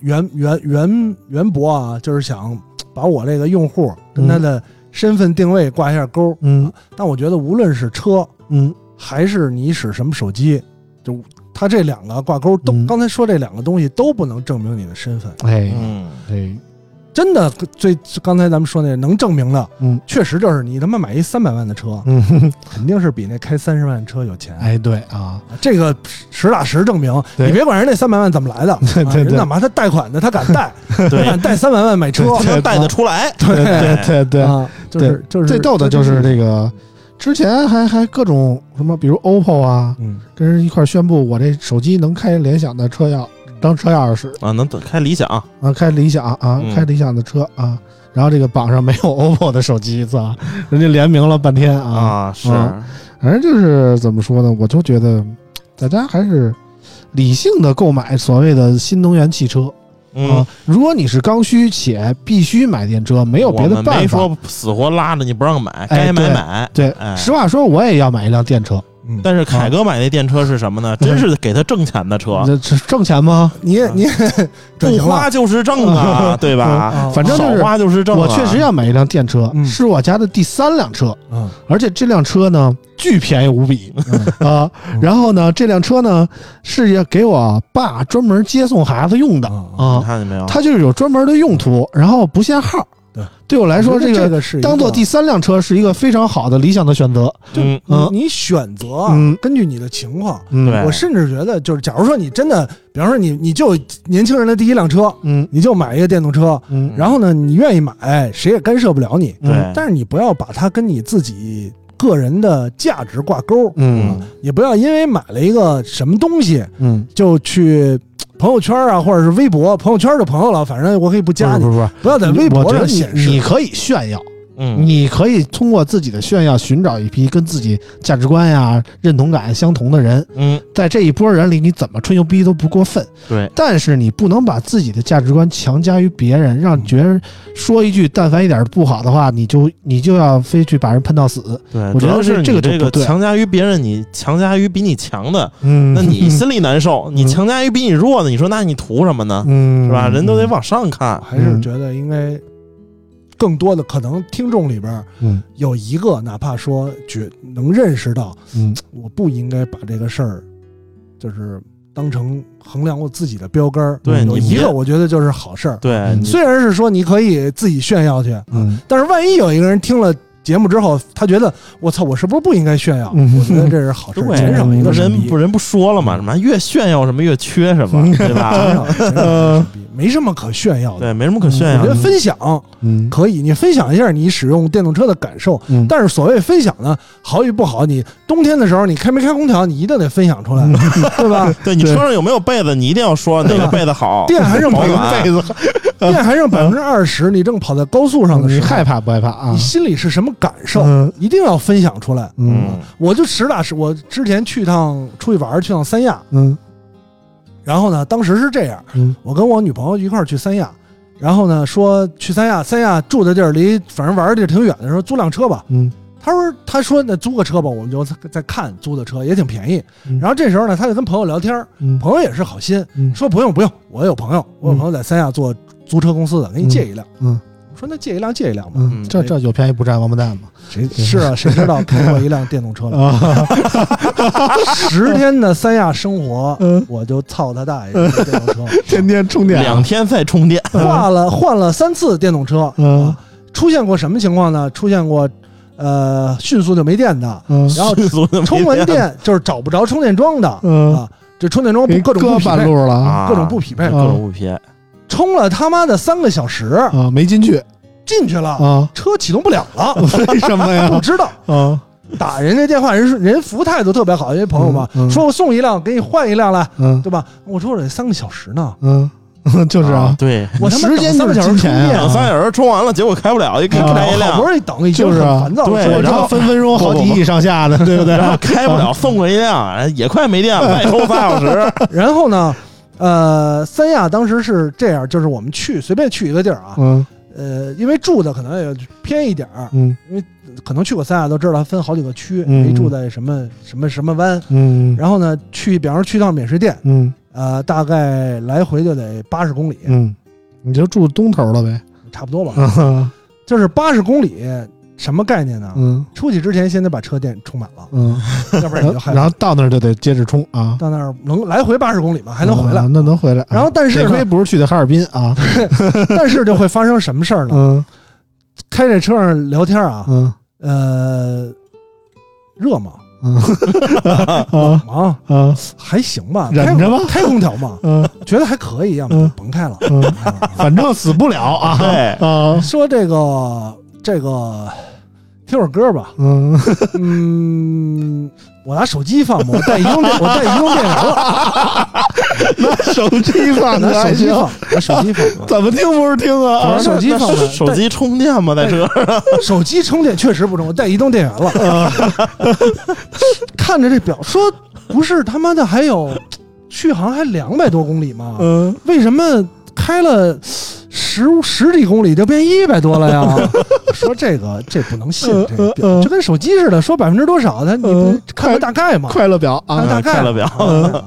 D: 原原原原博啊，就是想把我这个用户跟他的身份定位挂一下钩。
B: 嗯
D: 但我觉得无论是车
B: 嗯
D: 还是你使什么手机，就它这两个挂钩都，
B: 嗯
D: 刚才说这两个东西都不能证明你的身份。
B: 哎
C: 嗯，
B: 哎
D: 真的，最刚才咱们说那能证明的，
B: 嗯
D: 确实就是你他妈买一三百万的车，
B: 嗯 (laughs) 呵呵
D: 肯定是比那开三十万车有钱。
B: 哎对啊
D: 这个实打实证明，
B: 对
D: 你别管人那三百万怎么
B: (laughs)
D: 来的，
B: 对
D: 啊
B: 对
D: 人
B: 对
D: 哪怕他贷款的，他敢
B: (laughs)
D: 贷， (laughs) 他
C: 对，
D: 敢贷三百万买车，
B: 对
C: 能带得出来。
B: (laughs) 对 (laughs) 对对对
D: 啊，就是就是
B: 最逗的就是这个。之前还还各种什么，比如 OPPO 啊，
D: 嗯，
B: 跟人一块儿宣布我这手机能开联想的车钥当车钥匙使，
C: 啊，能开理想，
B: 啊，开理想啊，
C: 嗯
B: 开理想的车啊，然后这个榜上没有 OPPO 的手机，操，人家联名了半天啊，
C: 啊，是
B: 嗯反正就是怎么说呢，我就觉得大家还是理性的购买所谓的新能源汽车啊
C: 嗯，。
B: 如果你是刚需且必须买电车，没
C: 没
B: 有别的办
C: 没
B: 法，哎
C: 说死活拉着你不让买，该买
B: 对
C: 买。
B: 对
C: 哎，
B: 实话说我也要买一辆电车，
D: 嗯
C: 但是
B: 啊
C: 凯哥买那电车是
B: (laughs)
C: 什么呢？真是嗯给他挣钱的车，
B: 这这挣钱吗？
D: 你你转
C: 不
D: 型了
C: 花就是挣啊，
B: (laughs)
C: 对吧？
D: 啊
B: 嗯反正就是
C: 少花就是挣啊。
B: 我确实要买一辆电车，
D: 嗯
B: 是我家的第三辆车，
D: 嗯
B: 而且这辆车呢巨便宜无比，(laughs)
D: 嗯
B: 啊
D: 嗯，
B: 然后呢，这辆车呢是要给我爸专门接送孩子用的
D: 嗯
C: 你
B: 啊，
C: 看见没有？
B: 它就是有专门的用途，然后不限号
D: 对。
B: 对我来说，
D: 我觉
B: 这
D: 得这
B: 个
D: 个是一
B: 当做
D: 个
B: 第三辆车是一个非常好的理想的选择。
C: 嗯，
B: 嗯
D: 你你选择啊
B: 嗯哎
D: 根据你的情况。
C: 对
D: 我甚至觉得，就是假如说你真的，比方说你你就年轻人的第一辆车，
B: 嗯
D: 你就买一个电动车，
B: 嗯
D: 然后呢，你愿意买，谁也干涉不了你。
B: 嗯
C: 对，
D: 但是你不要把它跟你自己个人的价值挂钩，
B: 嗯
D: 也不要因为买了一个什么东西
B: 嗯，
D: 就去朋友圈啊，或者是微博，朋友圈就朋友了，反正我可以不
B: 不
D: 加你，
B: 是不是
D: 不要在
B: 不
D: 微
B: 是，我
D: 博
B: 觉得
D: 上
B: 你
D: 显
B: 你
D: 示。
B: 可以炫耀，
C: 嗯，
B: 你可以通过自己的炫耀寻找一批跟自己价值观呀、认同感相同的人，
C: 嗯，
B: 在这一波人里，你怎么吹牛逼都不过分。
C: 对，
B: 但是你不能把自己的价值观强加于别人，让别人说一句但凡一点不好的话，你就你就要非去把人喷到死。
C: 对，
B: 我觉
C: 主
B: 得
C: 要是
B: 这
C: 你
B: 个就
C: 这
B: 不
C: 个
B: 对
C: 强加于别人，你强加于比你强的，
B: 嗯
C: 那
B: (laughs)
C: 你心里难受；你
B: 嗯
C: 强加于比你弱的，你说那你图什么呢？
B: 嗯
C: 是吧？人都得往上看。
D: 还是觉得应该更多的，可能听众里边
B: 嗯
D: 有一个，哪怕说觉能认识到，
B: 嗯
D: 我不应该把这个事儿就是当成衡量我自己的标杆儿。
C: 对
D: 有
C: 你
D: 一
C: 别
D: 个我觉得就是好事儿。
C: 对，
B: 嗯
C: 你
D: 虽然是说你可以自己炫耀去，
B: 嗯
D: 但是万一有一个人听了节目之后，他觉得我操，我是不是不应该炫耀？
B: 嗯
D: 我觉得这是好事，
C: 对
D: 减少一个
C: 人
D: 神逼
C: 不人不说了嘛，什么越炫耀什么越缺什
B: 嗯
C: 么，对
B: (laughs)
D: 减
C: 吧？
D: 少减少一个神逼没什么可炫耀的。
C: 呃对，没什么可炫
D: 我
C: 耀
D: 觉得
C: 的。
D: 分享
B: 嗯
D: 可以，你分享一下你使用电动车的感受。
B: 嗯，
D: 但是所谓分享呢，好与不好，你冬天的时候你开没开空调，你一定得分享出来，
B: 嗯 (laughs)
D: 对吧？
C: 对你
B: 对
C: 车上有没有被子，你一定要说哪个被子好。
D: 电还剩
C: 保
D: 百分
C: 暖
B: 被子，
D: 电还剩百分之二十，你正跑在高速上的
B: 你
D: 时候，
B: 害怕不害怕啊
D: 你？心里是什么感受？
B: 嗯
D: 一定要分享出来。
B: 嗯
C: 嗯，
D: 我就实打实，我之前去趟出去玩儿，去趟三亚，
B: 嗯
D: 然后呢，当时是这样，
B: 嗯
D: 我跟我女朋友一块儿去三亚，然后呢说去三亚，三亚住的地儿离反正玩儿的地儿挺远的，说租辆车吧。
B: 嗯
D: 她说她说那租个车吧，我们就再看租的车也挺便宜
B: 嗯。
D: 然后这时候呢，她就跟朋友聊天儿，
B: 嗯
D: 朋友也是好心，
B: 嗯
D: 说不用不用，我有朋友，我有朋友在三亚做租车公司的，给你借一辆。
B: 嗯
D: 我说那借一辆借一辆吧，
B: 嗯，这这有便宜不占王八蛋嘛？
D: 谁是啊？谁知道开过一辆电动车了？
B: 啊，
D: 十天的三亚生活，
B: 嗯
D: 我就操他大爷的电动
B: (laughs)
D: 车。
B: 天天充电啊，
C: 两天再充电，
D: 换了换了三次电动车，
B: 嗯
D: 啊，出现过什么情况呢？出现过，呃，迅速就没电的，
B: 嗯
D: 然后充完电就是找不着充电桩的，
B: 嗯，
D: 啊，这充电桩不
B: 给
D: 各种不
B: 搁
D: 匹
B: 半
D: 配
B: 路，了啊
C: 啊，
D: 各种不匹配
C: 各，种不撇，
D: 充了他妈的三个小时
B: 啊，没进去
D: 进去了，，
B: 啊
D: 车启动不了了，
B: (laughs) 为什么呀
D: (laughs) 不？知道。
B: 啊，
D: 打人家电话，人说人服务态度特别好，因为朋友嘛，
B: 嗯嗯
D: 说我送一辆，给你换一辆来，
B: 嗯
D: 对吧？我说我得三个小时呢，
B: 嗯， (laughs) 就是啊，
C: 对，
D: 我他妈
B: 时间
D: 等
B: 就
D: 三个
B: 是
D: 小时
B: 金
D: 充
B: 钱啊
D: 电，
C: 两三小时充完了，结果开不了，一开
B: 啊
C: 开一
D: 好
C: 辆
D: 不，容易等，已经
B: 就
D: 很
B: 是啊
D: 烦躁了，
C: 对
D: 是吧
B: 我知
C: 然
B: 道 (laughs)
C: 后
B: 分分钟好几亿上下的，对不对？
C: 然后
D: 啊
C: 开不了，送过一辆，哎也快没电了，再充仨
D: (laughs)
C: 小时。
D: 然后呢，呃，三亚当时是这样，就是我们去随便去一个地儿啊，
B: (laughs) 嗯
D: 呃，因为住的可能也偏一点儿，
B: 嗯
D: 可能去过三亚都知道，它分好几个区，
B: 嗯
D: 没住在什么什么什么湾。
B: 嗯
D: 然后呢，去比方说去趟免税店，
B: 嗯
D: 呃，大概来回就得八十公里，
B: 嗯，你就住东头了呗？
D: 差不多吧。
B: 嗯
D: 就是八十公里，什么概念呢？
B: 嗯
D: 出去之前先得把车电充满
B: (laughs)
D: 了， (laughs)
B: 嗯，
D: 要不然你就害
B: 然
D: 怕
B: 后。到那儿就得接着充啊，
D: 到那儿能来回八十公里吧，还能回来。
B: 啊那能回来。
D: 然后，但是
B: 得亏
D: 呢，
B: 不是去的哈尔滨啊，
D: (laughs) 但是就会发生什么事儿呢？
B: 嗯
D: 开在车上聊天啊，
B: 嗯
D: 呃，热吗？ (laughs)
B: 嗯啊
D: 啊，
B: 啊
D: 还行吧，
B: 忍着吧
D: 开空，开空调嘛，
B: 嗯，
D: 觉得还可以，要么
B: 嗯
D: 就甭开了。啊
B: 嗯反正死不了啊，
C: 对
B: 啊
D: 说这个这个，听会儿歌吧。
B: 嗯，
D: 嗯，我拿手机放吧，我带移动电，我带移动电源了，
B: 手机 (laughs) 放
D: 拿
B: 的
D: 手
B: 还
D: 机
B: 行，
D: 放，拿手机放。
B: 怎么听不是听啊？
D: 拿
B: 啊
D: 手机放的，
C: 手机充电吗？在车上
D: 带手机充电确实不中，我带移动电源了。
B: 啊
D: (laughs) 看着这表，说不是他妈的还有续航还两百多公里吗？
B: 嗯
D: 为什么开了十十几公里就变一百多了呀？ (laughs) 说这个这不能信，这个
B: 嗯嗯
D: 表就跟手机似的，说百分之多少，它你不
B: 嗯
D: 看个大概嘛，
B: 快乐表
D: 看
B: 啊，
D: 个大概
C: 看了表，
B: (laughs)
D: 嘛，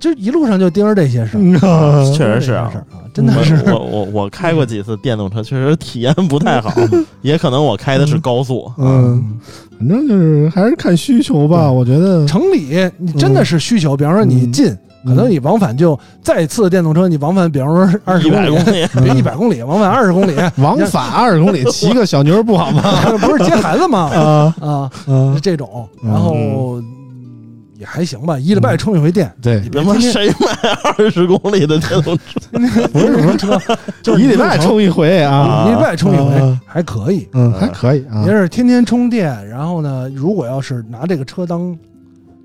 D: 就一路上就盯着这些事儿，
B: 嗯啊嗯
C: 确实是
D: 啊
C: 啊，
D: 真的是
C: 我我我我开过几次电动车，确实体验不太好，
D: 嗯
C: 也可能我开的是高速。
B: 嗯，反正就是还是看需求吧，我觉得
D: 城里你真的是需求，比方说你近，
B: 嗯
D: 可能你往返就再次电动车，你往返，比方说
B: (laughs)
D: 二十
C: 一百
D: 公 (laughs) 里，
C: 公里，
B: 嗯
D: 别一百公里，往返二十公里， (laughs)
B: 往返二十公里骑个小牛儿不好吗？
D: 不是接孩子吗？
B: (laughs) 啊
D: 啊，
B: 啊
D: 就，这种，
B: 嗯
D: 然后也还行吧，一礼拜充一回电，
B: (laughs) 对，
C: 他妈谁买二十公里的电动车？
D: (laughs)
B: 不是不是，
D: 就是
B: 一
D: 你
B: 礼拜充一回 (laughs) 啊，
C: 啊
D: 一礼拜充一回
B: 啊
D: 还可以。
B: 嗯，还可以啊
D: 你要，是天天充电，然后呢，如果要是拿这个车当，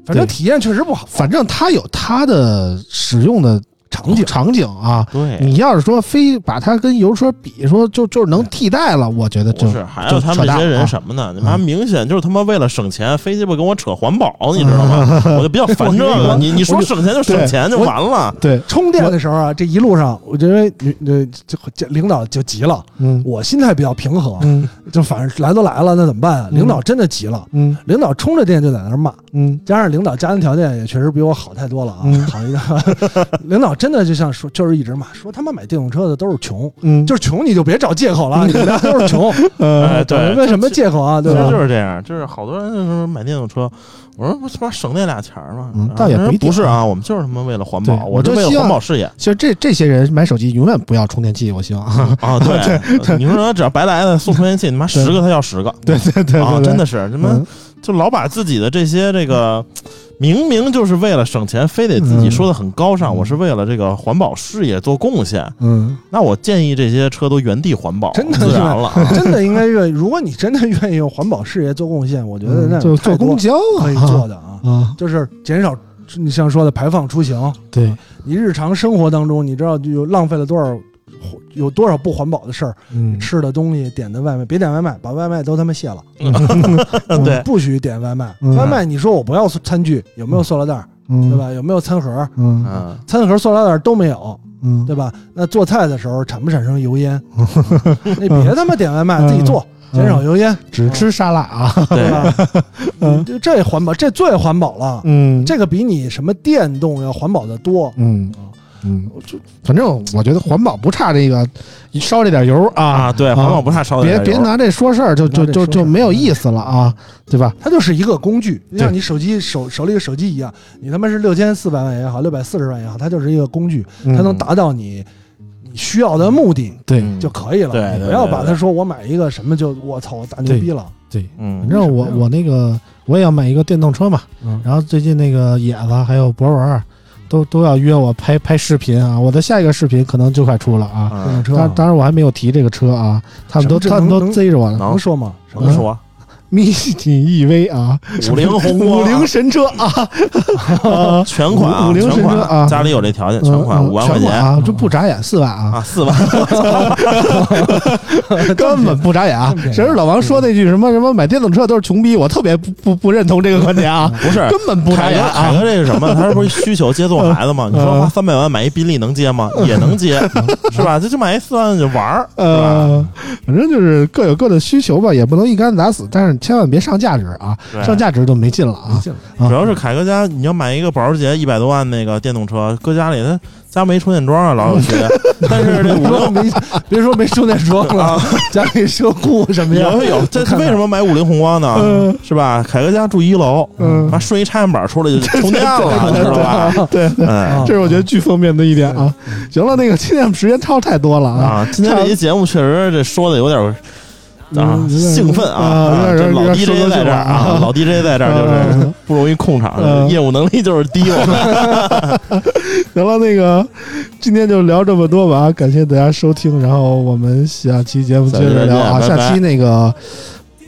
D: 反
B: 对
D: 正体验确实不好。
B: 反正它有它的使用的
D: 场景
B: 场景啊。
C: 对，
B: 你要是说非把它跟油车比，说就就是能替代了，我觉得就啊
C: 不是，还有他们这些人什么呢？你妈明显就是他妈为了省钱，非鸡巴跟我扯环保，你知道吗？我就比较烦这
B: 我
C: 个。你你说
B: 我
C: 省钱就省钱就
B: 我
C: 完了，
B: 对，
D: 充电的时候啊，这一路上，我觉得女呃，这这领导就急了。
B: 嗯
D: 我心态比较平和，
B: 嗯
D: 就反正来都来了，那怎么办啊？
B: 嗯
D: 领导真的急了，
B: 嗯
D: 领导充着电就在那儿骂，
B: 嗯
D: 加上领导家庭条件也确实比我好太多了啊，
B: 嗯
D: (laughs) 好一个。领导真的就像说，就是一直骂，说他妈买电动车的都是穷，
B: 嗯，
D: 就是穷你就别找借口了，
C: (laughs)
D: 你们俩都是穷，
B: 呃
C: 哎，对
D: 找问什么借口啊？
C: 其
D: 对
C: 实
D: 吧？
C: 就是这样，就是好多人就是买电动车，我说不他妈省那俩钱儿嘛，
B: 嗯
C: 啊
B: 倒也不一定
C: 不是啊，我们就是他妈为了环保，
B: 对
C: 我
B: 我
C: 是
B: 就
C: 为
B: 希望
C: 了环保事业
B: 其实这这些人买手机永远不要充电器，我希望。
C: (laughs)
B: (laughs)
C: 啊，对，你说他只要白来的送充电器，你妈
B: 对
C: 十个他要十个，
B: 对对对对
C: (laughs) 啊，
B: (laughs) 对
C: 真的是他妈
B: 嗯
C: 就老把自己的这些这个。明明就是为了省钱，非得自己说的很高尚。
B: 嗯
C: 我是为了这个环保事业做贡献，
B: 嗯，
C: 那我建议这些车都原地环保，
D: 真的
C: 自然了啊。
D: 真的应该愿，如果你真的愿意用环保事业做贡献，我觉
C: 嗯
D: 得
B: 嗯
D: 那
B: 就
D: 太
B: 坐
D: 多
B: 公交啊，
D: 可以做的啊，
B: 啊，
D: 就是减少你像说的排放出行，
B: 对，
D: 你日常生活当中，你知道有浪费了多少。有多少不环保的事儿？
B: 嗯，
D: 吃的东西点的外卖，别点外卖，把外卖都他
B: (laughs)
D: 妈卸了。
B: 嗯
C: 对，
D: 不许点外卖。
B: 嗯
D: 外卖，你说我不要餐具，有没有塑料袋儿，
B: 嗯，
D: 对？吧？有没有餐盒？
B: 嗯
C: 嗯，
D: 餐盒、塑料袋儿都没有，
B: 嗯，
D: 对吧？那做菜的时候产不产生油
B: (laughs)
D: 烟？你别他妈点外卖，
B: 嗯
D: 自己做，
B: 嗯
D: 减少油烟，
B: 只吃沙拉
C: (laughs)
B: 啊，
C: 对
B: (laughs)
D: 对，吧？你这这环保，这最环保了。
B: 嗯，
D: 这个比你什么电动要环保的多。
B: 嗯嗯，反正我觉得环保不差这个，烧这点油啊
C: 啊，，对，环保不差烧的
B: 别
C: 点
B: 别
C: 油
B: 拿这说事儿，就就
D: 别拿
B: 就
D: 这说
B: 就
D: 事儿
B: 没有意思了啊，对吧？
D: 它就是一个工具，就像
B: 对
D: 你手机手手里的手机一样，你他妈是六千四百万也好，六百四十万也好，它就是一个工具，它
B: 嗯
D: 能达到你你需要的目的。
B: 对
C: 嗯
D: 就可以了。
C: 对对
D: 你不要
C: 对
D: 把
C: 对
D: 他说我买一个什么就我操我大牛逼了，
B: 对，
C: 嗯，
B: 反正我
D: 什么呀
B: 我那个我也要买一个电动车嘛，
D: 嗯
B: 然后最近那个野子还有博文儿都都要约我拍拍视频啊，我的下一个视频可能就快出了啊。
D: 电动
C: 嗯
D: 车
B: 当当然我还没有提这个车啊，他们都
D: 什么
B: 他
D: 这
B: 们
D: 能
B: 都追着我呢。
C: 能
D: 能说吗？什
C: 能
D: 么
C: 说
B: 迷你 EV 啊，
C: 五
B: (laughs)
C: 菱宏光
B: 五菱神车啊，啊
C: 全款啊，
B: 五五菱
C: 全
B: 神
C: 款
B: 车啊
C: 家里有这条件，全款
B: 嗯嗯
C: 五万块
B: 全款
C: 钱
B: 啊，就不眨眼四万啊，
C: 啊，四万，
B: (laughs) 根本不眨眼啊
D: 这么便！宜
B: 谁是老王说那句什么什么买电动车都是穷逼，我特别不不不认同这个观点啊，
C: 不是。
B: 根本不眨
C: 凯
B: 眼
C: 哥，凯
B: 啊！嗯
C: 哥，这是什么？他是不是需求接送孩
B: (laughs)
C: 子吗？你说花三百万买一宾利能接吗？也能接，是吧？这就买一四万就玩儿，是吧？
B: 呃，反正就是各有各的需求吧，也不能一竿子打死，但是千万别上价值啊，
C: 对
B: 上价值就没劲了啊。
D: 嗯
B: 啊
C: 主要是凯哥家，你要买一个保时捷一百多万那个电动车，搁家里他家没充电桩啊，老
B: (laughs)
C: 有缺。但是这五菱 (laughs)
D: 说没别说没充电桩了，家里车库什么呀？
C: 啊有有，这
D: 我看看
C: 为什么买五菱宏光呢
B: 嗯？
C: 是吧？凯哥家住一楼，
B: 嗯
C: 妈顺一插线板出来就充
B: (laughs)
C: 电了，知道吧？
B: 对，
C: 嗯
B: 这是我觉得巨方便的一点啊。行了，那个今天时间超太多了啊，
C: 啊，今天这期节目确实这说的有点儿啊
B: 嗯有点
C: 兴奋啊！
B: 啊
C: 啊
B: 有
C: 这
B: 点
C: 老
B: 有点
C: DJ 在这儿
B: 兴奋
C: 啊
B: 啊，
C: 老 DJ 在这儿就是
B: 嗯
C: 不容易控场，
B: 嗯
C: 业务能力就是低。我们
B: (laughs) 行了，那个今天就聊这么多吧，感谢大家收听，然后我们下期节目接着聊啊，
C: 再见拜拜
B: 下期那个。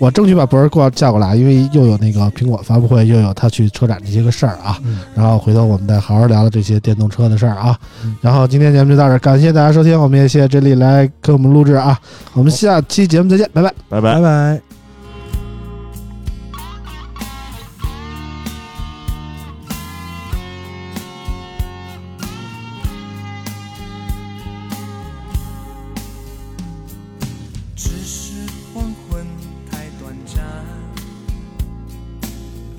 B: 我争取把博儿过叫过来，因为又有那个苹果发布会，又有他去车展这些个事儿啊。
D: 嗯
B: 然后回头我们再好好聊聊这些电动车的事儿啊。
D: 嗯
B: 然后今天节目就到这儿，感谢大家收听，我们也谢谢这里来给我们录制啊。我们下期节目再见，拜拜。
C: 拜拜
D: (laughs) 拜。拜。
A: 只是黄昏太短暂，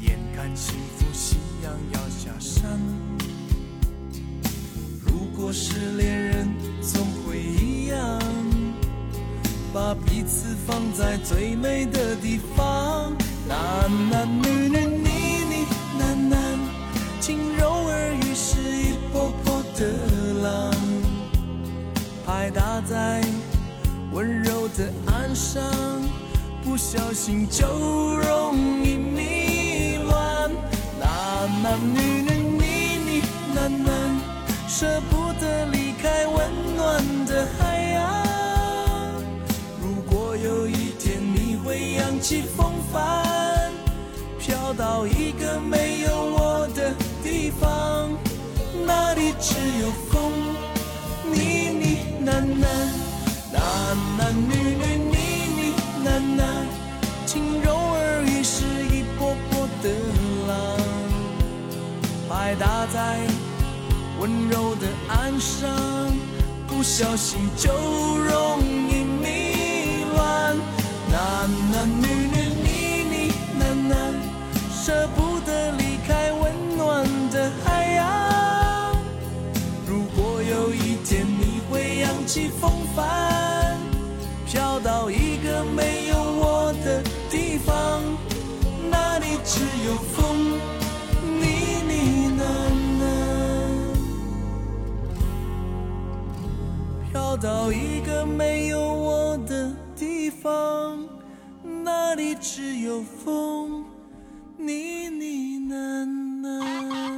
A: 眼看幸福夕阳要下山。如果是恋人，总会一样，把彼此放在最美的地方。男男女女，你你男男，轻柔耳语是一波波的浪，拍打在。温柔的岸上，不小心就容易迷乱。男男女女，你你男男，舍不得离开温暖的海洋。如果有一天你会扬起风帆，飘到一个没有我的地方，那里只有风，你你喃喃，男男女女你你喃喃，轻柔耳语是一波波的浪，拍打在温柔的岸上，不小心就容易迷乱，男男女女你你喃喃，舍不得离开温暖的海洋。如果一个没有我的地方，那里只有风，呢呢喃喃，飘到一个没有我的地方，那里只有风，呢呢喃喃。